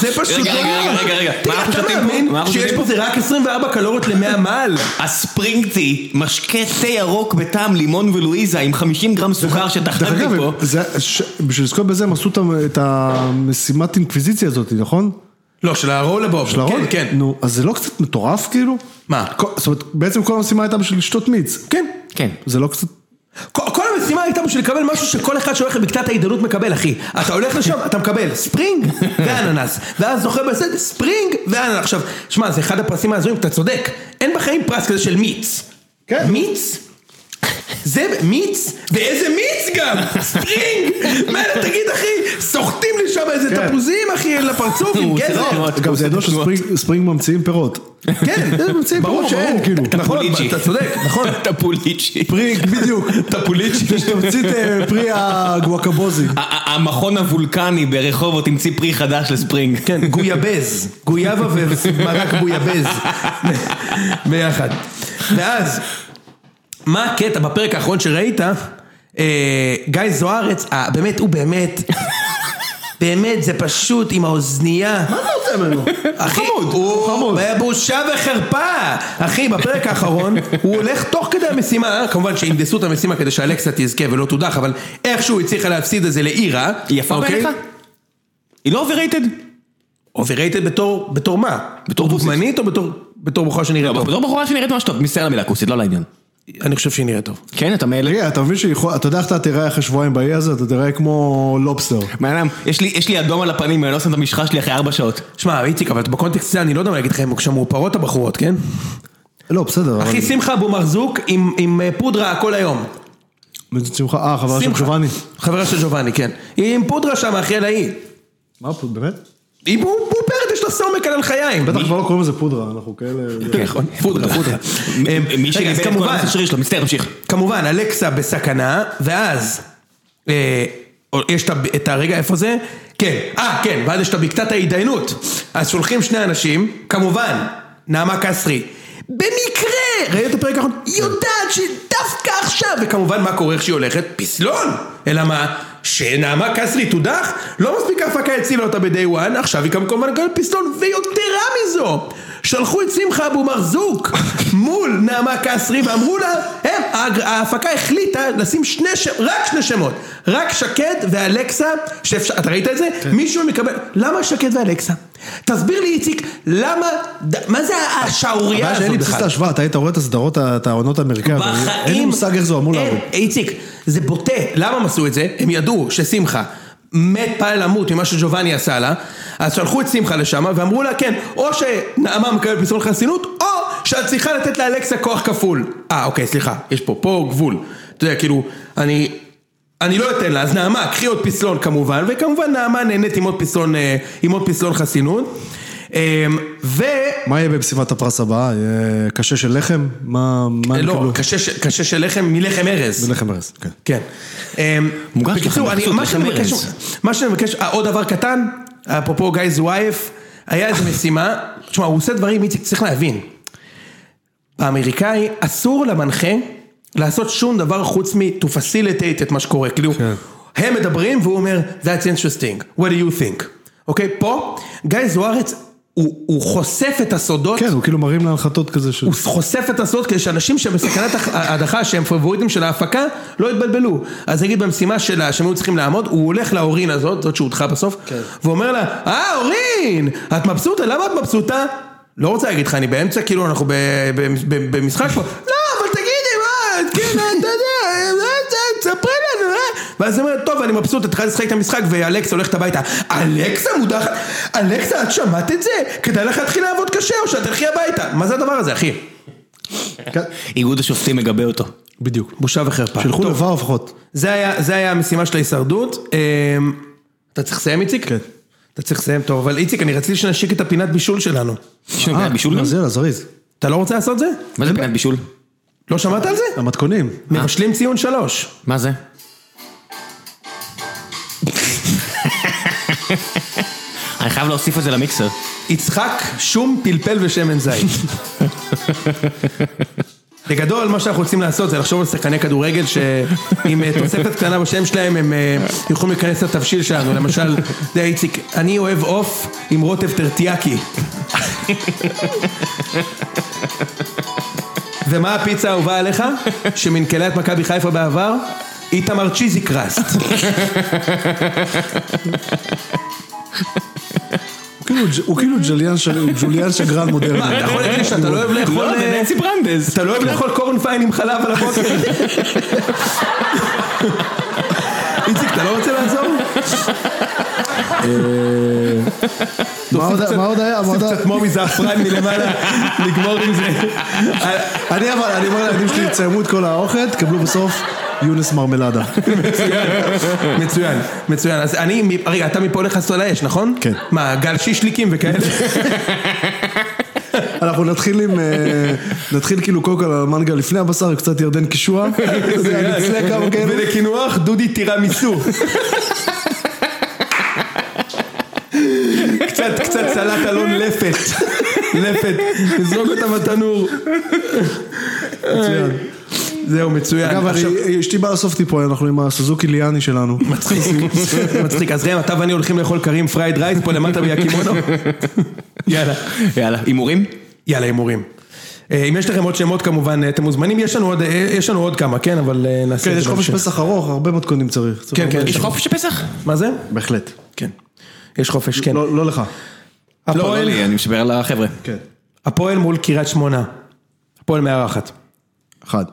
[SPEAKER 3] זה פשוט
[SPEAKER 1] רגע,
[SPEAKER 3] לא...
[SPEAKER 1] רגע, רגע, רגע. מה
[SPEAKER 3] תגיד,
[SPEAKER 1] אנחנו
[SPEAKER 3] אתה
[SPEAKER 1] שותים פה?
[SPEAKER 3] מאמין
[SPEAKER 1] מה אנחנו
[SPEAKER 3] שיש
[SPEAKER 1] שותים
[SPEAKER 3] פה זה רק 24 קלוריות ל-100 מעל?
[SPEAKER 1] הספרינג טי, משקה תה ירוק בטעם לימון ולואיזה עם 50 גרם סוכר
[SPEAKER 2] דרך
[SPEAKER 1] שטחנתי
[SPEAKER 2] אגב,
[SPEAKER 1] פה.
[SPEAKER 2] זה- ש- בשביל לזכות בזה הם עשו את ה- את המשימת אינקוויזיציה הזאת, נכון?
[SPEAKER 3] לא, של הרולבוב.
[SPEAKER 2] של הרון?
[SPEAKER 3] כן, כן.
[SPEAKER 2] נו, אז זה לא קצת מטורף כאילו?
[SPEAKER 3] מה?
[SPEAKER 2] כל- זאת אומרת, בעצם כל המשימה הייתה בשביל לשתות מיץ.
[SPEAKER 3] כן.
[SPEAKER 1] כן.
[SPEAKER 2] זה לא קצת...
[SPEAKER 3] כל כל המשימה הייתה בשביל לקבל משהו שכל אחד שהולך לבקתת העידנות מקבל, אחי. אתה הולך לשם, אתה מקבל ספרינג ואננס. ואז זוכה בסדר, ספרינג ואננס. עכשיו, שמע, זה אחד הפרסים ההזויים, אתה צודק. אין בחיים פרס כזה של מיץ.
[SPEAKER 2] כן.
[SPEAKER 3] מיץ? זה מיץ? ואיזה מיץ גם! ספרינג! מה אתה תגיד אחי? סוחטים לי שם איזה
[SPEAKER 2] כן.
[SPEAKER 3] תפוזים אחי לפרצוף עם
[SPEAKER 1] הוא עושה
[SPEAKER 3] גזר!
[SPEAKER 1] תנועות,
[SPEAKER 2] גם
[SPEAKER 1] הוא
[SPEAKER 2] כן, זה לא.
[SPEAKER 1] עושה
[SPEAKER 2] ידוע
[SPEAKER 1] תנועות.
[SPEAKER 2] שספרינג ממציאים פירות.
[SPEAKER 3] כן,
[SPEAKER 2] זה ממציאים
[SPEAKER 3] ברור,
[SPEAKER 2] פירות שאין,
[SPEAKER 3] ברור.
[SPEAKER 2] כאילו.
[SPEAKER 3] נכון,
[SPEAKER 1] טפוליצ'י.
[SPEAKER 3] אתה צודק, נכון.
[SPEAKER 1] טפוליצ'י.
[SPEAKER 2] פרי, בדיוק.
[SPEAKER 1] טפוליצ'י.
[SPEAKER 2] יש תמצית אה, פרי הגואקבוזי.
[SPEAKER 1] *laughs* ה- ה- המכון הוולקני ברחובות המציא פרי חדש לספרינג.
[SPEAKER 3] כן, גויאבז, גויאבה ומרק בויאבז ביחד. ואז מה הקטע בפרק האחרון שראית? אה, גיא זוארץ, אה, באמת, הוא באמת, באמת, זה פשוט עם האוזנייה.
[SPEAKER 2] מה אתה רוצה ממנו?
[SPEAKER 3] אחי,
[SPEAKER 2] חמוד, הוא
[SPEAKER 3] הוא
[SPEAKER 2] חמוד.
[SPEAKER 3] בושה וחרפה! אחי, בפרק האחרון, הוא הולך תוך כדי המשימה, כמובן שהנדסו את המשימה כדי שאלקסה תזכה ולא תודח, אבל איכשהו הצליחה להפסיד את זה לאירה.
[SPEAKER 1] היא יפה
[SPEAKER 3] אוקיי?
[SPEAKER 1] בעיניך? היא לא אוברייטד?
[SPEAKER 3] אוברייטד בתור, בתור מה? בתור
[SPEAKER 1] כוסית.
[SPEAKER 3] דוגמנית או בתור, בתור בחורה שנראית טוב?
[SPEAKER 1] בתור לא, בחורה שנראית ממש טוב, מצטער על המילה כוסית, לא לעניין.
[SPEAKER 3] אני חושב שהיא נראית טוב.
[SPEAKER 1] כן, אתה מאלה?
[SPEAKER 2] תראה, אתה מבין שיכול, אתה יודע איך אתה תיראה אחרי שבועיים באי הזה? אתה תיראה כמו לובסטר.
[SPEAKER 1] מעניין, יש לי- יש לי אדום על הפנים, אני לא שם את המשחה שלי אחרי ארבע שעות.
[SPEAKER 3] שמע, איציק, אבל בקונטקסט הזה אני לא יודע מה להגיד לכם, כשהם מאופרות הבחורות, כן?
[SPEAKER 2] לא, בסדר, אבל...
[SPEAKER 3] אחי, שמחה אבו מרזוק עם- עם אה, פודרה כל היום.
[SPEAKER 2] מצד שמך, אה, חבר של
[SPEAKER 3] שמחה.
[SPEAKER 2] ג'ובאני.
[SPEAKER 3] חברה של ג'ובאני, כן. היא עם פודרה שם, אחי, על האי.
[SPEAKER 2] מה, פוד- באמת?
[SPEAKER 3] היא פופרת, יש לה סומק על הלחיים.
[SPEAKER 2] בטח כבר לא קוראים לזה פודרה, אנחנו כאלה...
[SPEAKER 3] נכון,
[SPEAKER 1] *laughs*
[SPEAKER 3] פודרה, פודרה.
[SPEAKER 1] מ-
[SPEAKER 3] אה,
[SPEAKER 1] מי
[SPEAKER 3] רגע,
[SPEAKER 1] שקיבל
[SPEAKER 3] אז
[SPEAKER 1] את כל
[SPEAKER 3] כמובן,
[SPEAKER 1] הנושא שריר שלו, מצטער, תמשיך.
[SPEAKER 3] כמובן, אלקסה בסכנה, ואז אה, יש את ה- את הרגע, איפה זה? כן, אה, כן, ואז יש את בקתת ההתדיינות. אז שולחים שני אנשים, כמובן, נעמה כסרי. במקרה, ראית את הפרק האחרון? היא יודעת שדווקא עכשיו, וכמובן מה קורה איך שהיא הולכת? פסלון! אלא מה? שנעמה כסרי תודח? לא מספיק ההפקה הצילה אותה ב-day one, עכשיו היא גם כמובן גם פסלון, ויתרה מזו! שלחו את שמחה אבו מרזוק מול נעמה כסרי ואמרו לה, הם, ההג- ההפקה החליטה לשים שני שמות, רק שני שמות, רק שקד ואלקסה, שאפשר, אתה ראית את זה?
[SPEAKER 2] כן.
[SPEAKER 3] מישהו מקבל, למה שקד ואלקסה? תסביר לי איציק, למה, ד- מה זה השערורייה
[SPEAKER 2] הבעיה שאין לי
[SPEAKER 3] הזאת
[SPEAKER 2] בסיס
[SPEAKER 3] בכלל?
[SPEAKER 2] להשוואה, אתה היית רואה את הסדרות, את העונות האמריקאיות, אבל
[SPEAKER 3] בחיים...
[SPEAKER 2] אין לי מושג איך זה אמור
[SPEAKER 3] אין,
[SPEAKER 2] לעבוד.
[SPEAKER 3] איציק, זה בוטה. למה הם עשו את זה? הם ידעו ששמחה מת פעל למות ממה שג'ובאני עשה לה, אז שלחו את שמחה לשם ואמרו לה, כן, או שנעמה מקבלת פסול חסינות, או שאת צריכה לתת לאלקסה כוח כפול. אה, אוקיי, סליחה, יש פה, פה גבול. אתה יודע, כאילו, אני... אני לא אתן לה, אז נעמה, קחי עוד פסלון כמובן, וכמובן נעמה נהנית עם עוד פסלון, אה, עם עוד פסלון חסינות. אה, ו...
[SPEAKER 2] מה יהיה במשימת הפרס הבאה? יהיה קשה של לחם? מה מה הם
[SPEAKER 3] לא,
[SPEAKER 2] יקבלו?
[SPEAKER 3] קשה ש- קשה של לחם מלחם ארז.
[SPEAKER 2] לחם ארז, כן.
[SPEAKER 3] כן. אמ,
[SPEAKER 1] מוגש
[SPEAKER 3] בקיצור,
[SPEAKER 1] לכם
[SPEAKER 3] אני-
[SPEAKER 1] בחסות,
[SPEAKER 3] מה שאני
[SPEAKER 1] לחם
[SPEAKER 3] מבקש,
[SPEAKER 1] ארז.
[SPEAKER 3] מה שאני מבקש, אה, עוד דבר קטן, אפרופו גיא זווייף, היה איזו משימה, תשמע, הוא עושה דברים, איציק, צריך להבין. האמריקאי, אסור למנחה לעשות שום דבר חוץ מ- to facilitate את מה שקורה, כאילו,
[SPEAKER 1] כן.
[SPEAKER 3] הם מדברים והוא אומר, that's interesting, what do you think, אוקיי, פה, גיא זוארץ, הוא הוא חושף את הסודות
[SPEAKER 2] כן, הוא כאילו מרים להנחתות כזה של...
[SPEAKER 3] הוא חושף את הסוד כדי שאנשים שבסכנת הח- ההדחה שהם פבוריטים של ההפקה לא יתבלבלו. אז נגיד במשימה שלה שהם היו צריכים לעמוד, הוא הולך להורין הזאת, זאת שהודחה בסוף, ואומר לה, אה אורין, את מבסוטה? למה את מבסוטה? לא רוצה להגיד לך, אני באמצע, כאילו אנחנו ב- ב- ב- במשחק פה, לא, אבל תגידי, מה, את כאילו, אתה יודע, אה, אה, תספרי לנו, אה? ואז היא אומרת, טוב, אני מבסוט, התחלתי לשחק את המשחק, ואלכסה הולכת הביתה. אלכסה מודחת, אלכסה, את שמעת את זה? כדאי לך להתחיל לעבוד קשה, או שאת תלכי הביתה. מה זה הדבר הזה, אחי?
[SPEAKER 2] כן,
[SPEAKER 1] איגוד השופטים מגבה אותו.
[SPEAKER 2] בדיוק.
[SPEAKER 3] בושה וחרפה.
[SPEAKER 2] שילכו
[SPEAKER 3] טוב,
[SPEAKER 2] לבר לפחות.
[SPEAKER 3] זה היה, זה היה המשימה של ההישרדות. אמ, אתה צריך לסיים איציק?
[SPEAKER 2] כן.
[SPEAKER 3] אתה צריך לסיים טוב, אבל איציק, אני רציתי שנשיק את הפינת בישול שלנו.
[SPEAKER 2] אה,
[SPEAKER 1] יש לנו
[SPEAKER 3] אה,
[SPEAKER 1] פינת בישול גם?
[SPEAKER 2] אז יאללה, זריז.
[SPEAKER 3] אתה לא רוצה לעשות זה?
[SPEAKER 1] מה זה פינת בישול?
[SPEAKER 3] לא שמעת על זה?
[SPEAKER 2] המתכונים.
[SPEAKER 3] מבשלים ציון שלוש.
[SPEAKER 1] מה זה? *laughs* אני חייב להוסיף את זה למיקסר.
[SPEAKER 3] יצחק, שום, פלפל ושמן זית. בגדול, מה שאנחנו רוצים לעשות זה לחשוב על שחקני כדורגל שעם אה, תוספת קטנה בשם שלהם הם אה, יכולים להיכנס לתבשיל שלנו. למשל, זה איציק, אני אוהב עוף עם רוטב טרטיאקי. ומה הפיצה האהובה עליך? שמנכלה את מכבי חיפה בעבר? איתמר צ'יזי קראסט.
[SPEAKER 2] הוא כאילו ג'- הוא כאילו ג'וליאן ש- ג'וליאן שגרן מודרני.
[SPEAKER 3] מה, אתה יכול להגיד לי שאתה לא אוהב לאכול...
[SPEAKER 1] לא, זה
[SPEAKER 3] אה,
[SPEAKER 1] ננסי ברנדס.
[SPEAKER 3] אתה לא אוהב לאכול קורנפיין עם חלב על הבוקר? איציק, אתה לא רוצה לעזור?
[SPEAKER 2] מה עוד- מה עוד היה? מה עוד
[SPEAKER 3] עושים
[SPEAKER 2] היה?
[SPEAKER 3] *laughs* קצת מומי זעפרן מלמעלה, לגמור עם זה.
[SPEAKER 2] אני אבל, אני אומר לילדים שלי, תסיימו את כל האוכל, תקבלו בסוף יונס מרמלדה.
[SPEAKER 3] מצוין, מצוין. אז אני, מ- רגע, אתה מפה הולך לעשות על האש, נכון?
[SPEAKER 2] כן.
[SPEAKER 3] מה, גל שישליקים וכאלה?
[SPEAKER 2] אנחנו נתחיל עם, אה, נתחיל כאילו קודם כל על המנגה לפני הבשר, קצת ירדן
[SPEAKER 3] *laughs*
[SPEAKER 2] קישוע. אתה יודע, נצלה כמה כאלה.
[SPEAKER 3] כן. ולקינוח דודי טירמיסו. קצת, קצת סלט אלון לפת. לפת. לזרוק אותה בתנור.
[SPEAKER 2] מצוין.
[SPEAKER 3] זהו, מצוין.
[SPEAKER 2] אגב, *laughs*
[SPEAKER 3] עכשיו-
[SPEAKER 2] אני- אשתי באה סוף טיפול, אנחנו עם הסוזוקי ליאני שלנו.
[SPEAKER 3] מצחיק, מצחיק. אז ראם, אתה ואני הולכים לאכול קרים פרייד רייס פה למטה ביקימונו. *laughs* יאללה.
[SPEAKER 1] יאללה, הימורים?
[SPEAKER 3] יאללה, הימורים. אה, אם יש לכם עוד שמות כמובן, אה, אתם מוזמנים, יש לנו עוד, אה, יש לנו עוד כמה, כן, אבל אה, נעשה
[SPEAKER 2] כן,
[SPEAKER 3] את זה.
[SPEAKER 2] יש חופש
[SPEAKER 3] בהמשך.
[SPEAKER 2] פסח ארוך, הרבה מתכונים צריך. צריך
[SPEAKER 3] כן,
[SPEAKER 2] הרבה
[SPEAKER 3] כן.
[SPEAKER 2] לשם.
[SPEAKER 1] יש חופש הפסח?
[SPEAKER 3] מה זה?
[SPEAKER 2] בהחלט.
[SPEAKER 3] כן. יש חופש, כן.
[SPEAKER 2] לא לא לך.
[SPEAKER 1] לא, לא
[SPEAKER 3] הפועל,
[SPEAKER 1] לי, אני משבר על החבר'ה.
[SPEAKER 2] כן.
[SPEAKER 3] הפועל מול קריית שמונה. הפועל מארחת.
[SPEAKER 2] אחד.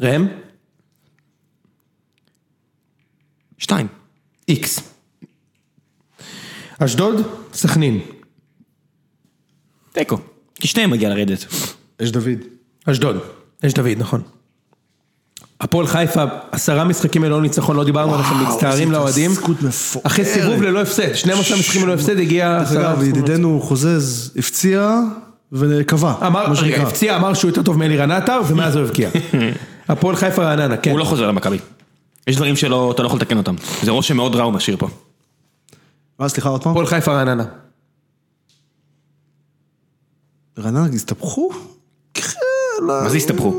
[SPEAKER 3] ראם?
[SPEAKER 1] שתיים.
[SPEAKER 3] איקס. אשדוד? סכנין.
[SPEAKER 1] תיקו. כי שניהם מגיע לרדת.
[SPEAKER 2] יש דוד.
[SPEAKER 3] לא אשדוד. יש דוד, נכון. הפועל חיפה, עשרה משחקים ללא ניצחון, לא דיברנו עליכם, מצטערים לאוהדים.
[SPEAKER 2] התעסקות מפוארת.
[SPEAKER 3] אחרי סיבוב ללא הפסד, 12 משחקים ללא הפסד, הגיע
[SPEAKER 2] דרך
[SPEAKER 3] עשרה...
[SPEAKER 2] אגב, ידידנו חוזז הפציע וקבע.
[SPEAKER 3] אמר,
[SPEAKER 2] מה
[SPEAKER 3] רגע,
[SPEAKER 2] שנקרא.
[SPEAKER 3] הפציע, אמר שהוא יותר טוב מאלירן עטר, ומאז
[SPEAKER 2] *laughs*
[SPEAKER 3] הוא הבקיע. הפועל חיפה רעננה, כן.
[SPEAKER 1] הוא לא חוזר למכבי. יש דברים שלא, אתה לא יכול לתקן אותם. זה רושם מאוד רע הוא משאיר פה.
[SPEAKER 2] מה, אה, סליחה, עוד פעם?
[SPEAKER 3] הפועל חיפה רעננה.
[SPEAKER 2] רעננה הסתבכו? כן, לא.
[SPEAKER 1] מה זה הסתבכו?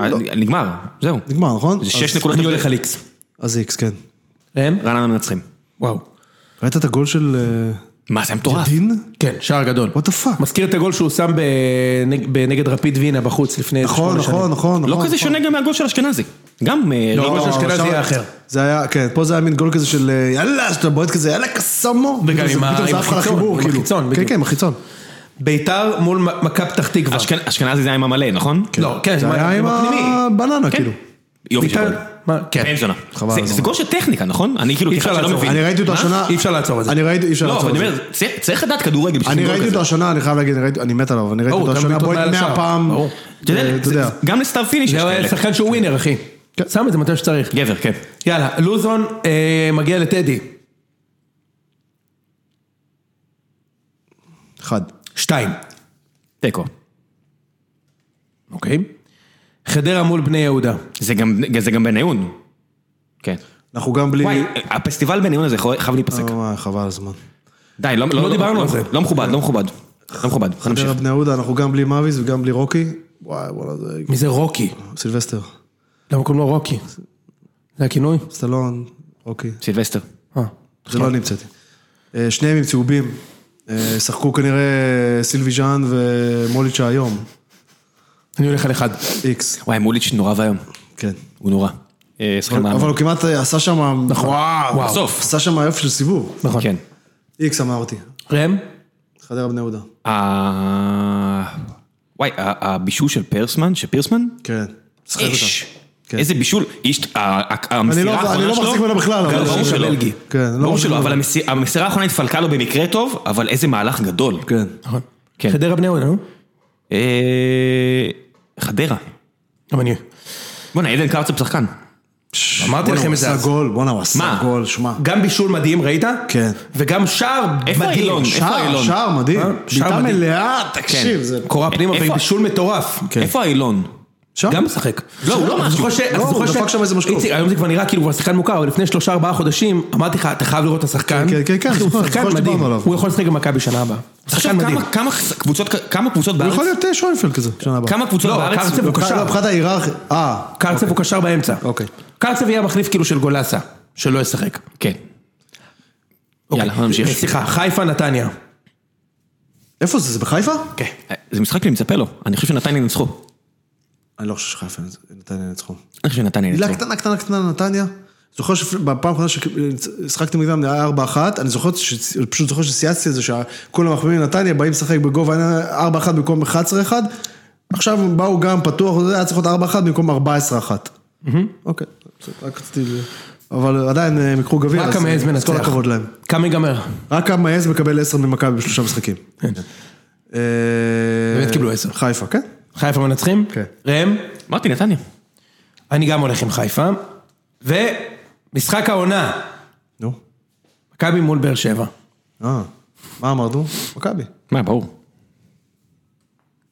[SPEAKER 1] אה, נגמר, זהו.
[SPEAKER 2] נגמר, נכון?
[SPEAKER 1] זה
[SPEAKER 2] לא. אז-
[SPEAKER 1] שש נקודות.
[SPEAKER 3] אני
[SPEAKER 1] הבדל.
[SPEAKER 3] הולך על איקס.
[SPEAKER 2] אז איקס, כן.
[SPEAKER 3] ראם?
[SPEAKER 1] רעננה מנצחים.
[SPEAKER 3] וואו.
[SPEAKER 2] ראית את הגול של אה,
[SPEAKER 1] מה זה מטורף?
[SPEAKER 2] דין?
[SPEAKER 3] כן, שער גדול.
[SPEAKER 2] What the fuck?
[SPEAKER 3] מזכיר את הגול שהוא שם בנג- בנגד רפיד וינה בחוץ לפני איזה
[SPEAKER 2] נכון,
[SPEAKER 3] שמונה שנים.
[SPEAKER 2] נכון, נכון.
[SPEAKER 1] לא
[SPEAKER 2] נכון,
[SPEAKER 1] כזה
[SPEAKER 2] נכון.
[SPEAKER 1] שונה גם מהגול של אשכנזי. גם... אה,
[SPEAKER 3] לא,
[SPEAKER 1] ריבו-
[SPEAKER 3] הגול של אשכנזי
[SPEAKER 2] עכשיו-
[SPEAKER 3] היה אחר.
[SPEAKER 2] זה היה, כן, פה זה היה מין גול כזה של אה, יאללה, שאתה בועט כזה, יאללה, קסמו.
[SPEAKER 3] וגם
[SPEAKER 2] פתאום
[SPEAKER 3] עם
[SPEAKER 2] זה-
[SPEAKER 3] ה-
[SPEAKER 2] פתאום זה
[SPEAKER 3] עם
[SPEAKER 2] עף על
[SPEAKER 3] החיצון,
[SPEAKER 2] החיבור,
[SPEAKER 3] עם
[SPEAKER 2] כאילו.
[SPEAKER 3] החיצון,
[SPEAKER 2] כן,
[SPEAKER 3] בדיוק.
[SPEAKER 2] כן, עם החיצון.
[SPEAKER 3] ביתר מול מ- מכבי פתח
[SPEAKER 2] לא.
[SPEAKER 3] תקווה.
[SPEAKER 1] אשכנ- אשכנזי זה היה עם המלא, נכון?
[SPEAKER 3] לא, כן,
[SPEAKER 2] זה היה עם הבננה,
[SPEAKER 1] כן.
[SPEAKER 2] כאילו.
[SPEAKER 1] יופי של
[SPEAKER 3] ביתר-
[SPEAKER 1] גול.
[SPEAKER 3] מה- כן.
[SPEAKER 1] בן זונה.
[SPEAKER 2] חבל
[SPEAKER 1] זה-
[SPEAKER 2] על
[SPEAKER 1] זה
[SPEAKER 2] הזמן.
[SPEAKER 1] גול של טכניקה, נכון? אני כאילו,
[SPEAKER 3] אי אפשר
[SPEAKER 1] כאחד שלא
[SPEAKER 3] לעצור.
[SPEAKER 1] מבין.
[SPEAKER 2] אני ראיתי אותו
[SPEAKER 1] מה?
[SPEAKER 2] השנה.
[SPEAKER 3] אי אפשר לעצור את זה.
[SPEAKER 2] אני ראיתי, אי אפשר
[SPEAKER 1] לא,
[SPEAKER 2] לעצור
[SPEAKER 1] אבל
[SPEAKER 2] את
[SPEAKER 1] אני
[SPEAKER 2] זה.
[SPEAKER 1] אומר, צ- צריך לדעת כדורגל בשביל
[SPEAKER 2] אני
[SPEAKER 1] גול
[SPEAKER 2] ראיתי
[SPEAKER 1] כזה.
[SPEAKER 2] אותו השנה, אני חייב להגיד, אני ראיתי- אני מת עליו, אני ראיתי
[SPEAKER 3] ברור,
[SPEAKER 2] אותו
[SPEAKER 3] אתה
[SPEAKER 2] השנה,
[SPEAKER 3] מביא אותו
[SPEAKER 2] בועט
[SPEAKER 3] מעל
[SPEAKER 2] 100
[SPEAKER 3] השאר.
[SPEAKER 2] פעם.
[SPEAKER 3] ברור.
[SPEAKER 1] אתה יודע,
[SPEAKER 2] אה, אתה
[SPEAKER 1] זה-
[SPEAKER 2] יודע. לא,
[SPEAKER 1] גם לסתיו פיניש יש
[SPEAKER 3] זה היה
[SPEAKER 1] כאלה.
[SPEAKER 3] שחקן שהוא ווינר, אחי.
[SPEAKER 2] כן.
[SPEAKER 3] שם את זה מתי שצריך.
[SPEAKER 1] גבר, כן.
[SPEAKER 3] יאללה, לוזון אה, מגיע לטדי.
[SPEAKER 2] אחד.
[SPEAKER 3] שתיים.
[SPEAKER 1] תיקו.
[SPEAKER 3] אוקיי. חדרה מול בני יהודה.
[SPEAKER 1] זה גם- זה גם בניון. כן.
[SPEAKER 2] אנחנו גם בלי...
[SPEAKER 1] וואי, הפסטיבל בניון הזה יכול- חייב להיפסק.
[SPEAKER 2] אה, חבל על הזמן.
[SPEAKER 1] די, לא-
[SPEAKER 3] לא דיברנו על זה.
[SPEAKER 1] לא מכובד, לא מכובד. לא מכובד, נמשיך.
[SPEAKER 2] חדרה בני יהודה, אנחנו גם בלי מאביס וגם בלי רוקי. וואי, וואלה, זה...
[SPEAKER 3] מי זה רוקי?
[SPEAKER 2] סילבסטר,
[SPEAKER 3] למה קוראים לו רוקי? זה הכינוי?
[SPEAKER 2] סטלון, רוקי.
[SPEAKER 1] סילבסטר.
[SPEAKER 3] אה.
[SPEAKER 2] זה לא אני המצאתי. אה, שניהם עם צהובים. אה, שחקו כנראה סילבי ז'אן ומוליצ'ה היום.
[SPEAKER 3] אני הולך על אחד.
[SPEAKER 2] איקס.
[SPEAKER 1] וואי, מוליץ' נורא ואיום.
[SPEAKER 2] כן.
[SPEAKER 1] הוא נורא. אה, שחקן
[SPEAKER 2] אבל
[SPEAKER 1] מאמן.
[SPEAKER 2] הוא כמעט אה, עשה שם...
[SPEAKER 3] נכון. וואו.
[SPEAKER 1] בסוף.
[SPEAKER 2] עשה שם יופי של סיבוב.
[SPEAKER 3] נכון.
[SPEAKER 1] כן.
[SPEAKER 2] איקס אמרתי.
[SPEAKER 3] ראם?
[SPEAKER 2] חדרה בני יהודה.
[SPEAKER 1] אה, וואי, ה- הבישול של פרסמן, שפירסמן?
[SPEAKER 2] כן. שחק
[SPEAKER 1] אש.
[SPEAKER 2] כן.
[SPEAKER 1] איזה בישול, איש, ה- ה- המסירה
[SPEAKER 2] לא-
[SPEAKER 1] האחרונה שלו,
[SPEAKER 2] אני לא מחזיק ממנו בכלל, אבל-
[SPEAKER 1] ברור
[SPEAKER 2] אבל-
[SPEAKER 1] שלא,
[SPEAKER 2] בלגי. כן, לא
[SPEAKER 1] ברור
[SPEAKER 2] מחזיק
[SPEAKER 1] שלא,
[SPEAKER 2] ממנו.
[SPEAKER 1] אבל המסיר- המסירה האחרונה התפלקה לו במקרה טוב, אבל איזה מהלך גדול.
[SPEAKER 2] אותה. כן.
[SPEAKER 3] נכון.
[SPEAKER 1] כן.
[SPEAKER 3] חדרה בני יהודה, נו?
[SPEAKER 1] אה, חדרה.
[SPEAKER 3] גם אני.
[SPEAKER 1] בואנה, עדן קרצב שחקן.
[SPEAKER 3] אמרתי
[SPEAKER 2] בואנה,
[SPEAKER 3] לכם
[SPEAKER 2] הוא
[SPEAKER 3] את זה
[SPEAKER 2] עשה
[SPEAKER 3] אז.
[SPEAKER 2] גול, בואנה, הוא עשה
[SPEAKER 1] מה?
[SPEAKER 2] גול, שמע.
[SPEAKER 3] גם בישול מדהים, ראית?
[SPEAKER 2] כן.
[SPEAKER 3] וגם שער
[SPEAKER 1] איפה
[SPEAKER 3] מדהים.
[SPEAKER 1] האילון? איפה
[SPEAKER 2] שער,
[SPEAKER 1] האילון?
[SPEAKER 2] שער
[SPEAKER 3] אה?
[SPEAKER 2] מדהים.
[SPEAKER 3] שער
[SPEAKER 2] בעיטה
[SPEAKER 3] מדהים.
[SPEAKER 2] מלאה, תקשיב.
[SPEAKER 1] כן.
[SPEAKER 2] זה-
[SPEAKER 3] קורה פנימה
[SPEAKER 1] איפה-
[SPEAKER 3] ובישול מטורף.
[SPEAKER 2] כן.
[SPEAKER 1] איפה האילון?
[SPEAKER 2] שם?
[SPEAKER 3] גם משחק.
[SPEAKER 1] לא, הוא לא
[SPEAKER 3] אתה זוכר
[SPEAKER 1] משהו.
[SPEAKER 3] ש- אתה
[SPEAKER 2] לא, הוא
[SPEAKER 3] זוכר ש-
[SPEAKER 2] דפק שם איזה משקוף.
[SPEAKER 3] איציק, היום זה כבר נראה כאילו הוא כבר שחקן מוכר, אבל לפני שלושה ארבעה חודשים אמרתי לך, אתה חייב לראות את השחקן.
[SPEAKER 2] כן, כן, כן,
[SPEAKER 3] אחי, הוא
[SPEAKER 2] זוכר,
[SPEAKER 3] שחקן
[SPEAKER 2] זוכר
[SPEAKER 3] מדהים.
[SPEAKER 2] שדיברנו עליו.
[SPEAKER 3] הוא יכול לשחק במכבי שנה הבאה. הוא שחקן
[SPEAKER 1] תחשוב
[SPEAKER 3] מדהים.
[SPEAKER 1] כמה- כמה קבוצות, כמה קבוצות
[SPEAKER 2] הוא
[SPEAKER 1] בארץ,
[SPEAKER 2] יכול להיות אה, שוינפלד כזה, שנה הבאה.
[SPEAKER 1] כמה קבוצות
[SPEAKER 3] לא,
[SPEAKER 1] בארץ,
[SPEAKER 3] קרצב הוא
[SPEAKER 2] לא,
[SPEAKER 3] קשר.
[SPEAKER 2] לא, מבחינת ההיררכיה. אה,
[SPEAKER 3] קרצב הוא קשר באמצע.
[SPEAKER 2] אוקיי.
[SPEAKER 3] קרצב יהיה המחליף כאילו של גולסה, שלא ישחק.
[SPEAKER 1] כן. יאללה,
[SPEAKER 3] אוקיי.
[SPEAKER 1] נמשיך.
[SPEAKER 3] סליחה, חיפה נתניה.
[SPEAKER 2] איפה זה? זה בחיפה?
[SPEAKER 3] כן.
[SPEAKER 1] אה, זה משחק שאני מצפה לו, אני חושב שנתניה ינצחו.
[SPEAKER 2] אני לא חושב שחיפה נתניה ניצחו.
[SPEAKER 1] אני חושב שנתניה
[SPEAKER 2] מילה
[SPEAKER 1] ינצחו.
[SPEAKER 2] קטנה קטנה קטנה נתניה. זוכר שבפעם האחרונה ששחקתי נגדם זה היה 4-1, אני זוכר, ש- פשוט זוכר שצייצתי את זה שכולם מחמיאים לנתניה, באים לשחק בגובה אה, 4-1 במקום 11-1, עכשיו הם באו גם פתוח, זה היה צריך להיות 4-1 במקום 14-1. אוקיי, בסדר, רק רציתי, ל- אבל עדיין אה, הם יקחו גביע,
[SPEAKER 3] רק
[SPEAKER 2] אז
[SPEAKER 3] המעז
[SPEAKER 2] אז
[SPEAKER 3] מנצח.
[SPEAKER 2] כל הכבוד להם.
[SPEAKER 3] כמה ייגמר?
[SPEAKER 2] רק המעז מקבל 10 ממכבי בשלושה משחקים. אה,
[SPEAKER 3] כן. באמת קיבלו 10.
[SPEAKER 2] חיפה, כן?
[SPEAKER 3] חיפה מנצחים?
[SPEAKER 2] כן.
[SPEAKER 3] ראם?
[SPEAKER 1] אמרתי נתניה.
[SPEAKER 3] אני גם הולך עם חיפה. ומשחק העונה,
[SPEAKER 2] נו.
[SPEAKER 3] מכבי מול באר שבע.
[SPEAKER 2] אה, מה אמרנו? מכבי.
[SPEAKER 1] מה, ברור.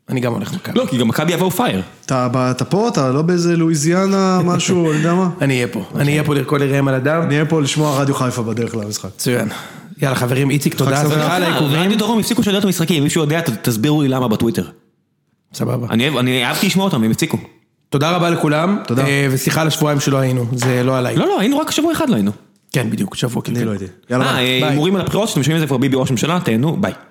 [SPEAKER 3] אני גם הולך עם מכבי.
[SPEAKER 1] לא, כי גם מכבי יבואו פייר.
[SPEAKER 2] אתה, ב- אתה פה? אתה לא באיזה לואיזיאנה משהו, *laughs* אני יודע מה?
[SPEAKER 3] אני אהיה פה. אני אהיה פה לרקוד לראם על הדם.
[SPEAKER 2] נהיה פה לשמוע רדיו חיפה בדרך למשחק.
[SPEAKER 3] מצוין. יאללה חברים, איציק תודה.
[SPEAKER 1] לא,
[SPEAKER 2] חג שמח.
[SPEAKER 1] כן,
[SPEAKER 3] סליחה על העיכובים.
[SPEAKER 1] רדיו דרום הפסיקו לשדר את המשחקים, אם מישהו יודע, ת- תסבירו לי למה בטוויטר.
[SPEAKER 3] סבבה.
[SPEAKER 1] אני אוהב- אני אהבתי לשמוע אותם, הם הפסיקו.
[SPEAKER 3] תודה רבה לכולם.
[SPEAKER 2] תודה.
[SPEAKER 3] אה, וסליחה על השבועיים שלא היינו, זה לא עליי.
[SPEAKER 1] לא, לא, היינו רק שבוע אחד לא היינו.
[SPEAKER 3] כן, בדיוק, שבוע. כן,
[SPEAKER 2] אני
[SPEAKER 3] כן.
[SPEAKER 2] לא הייתי. יאללה,
[SPEAKER 1] אה,
[SPEAKER 2] ביי.
[SPEAKER 1] הימורים על הבחירות שאתם שומעים את זה כבר ביבי ראש ממשלה, תהנו, ביי.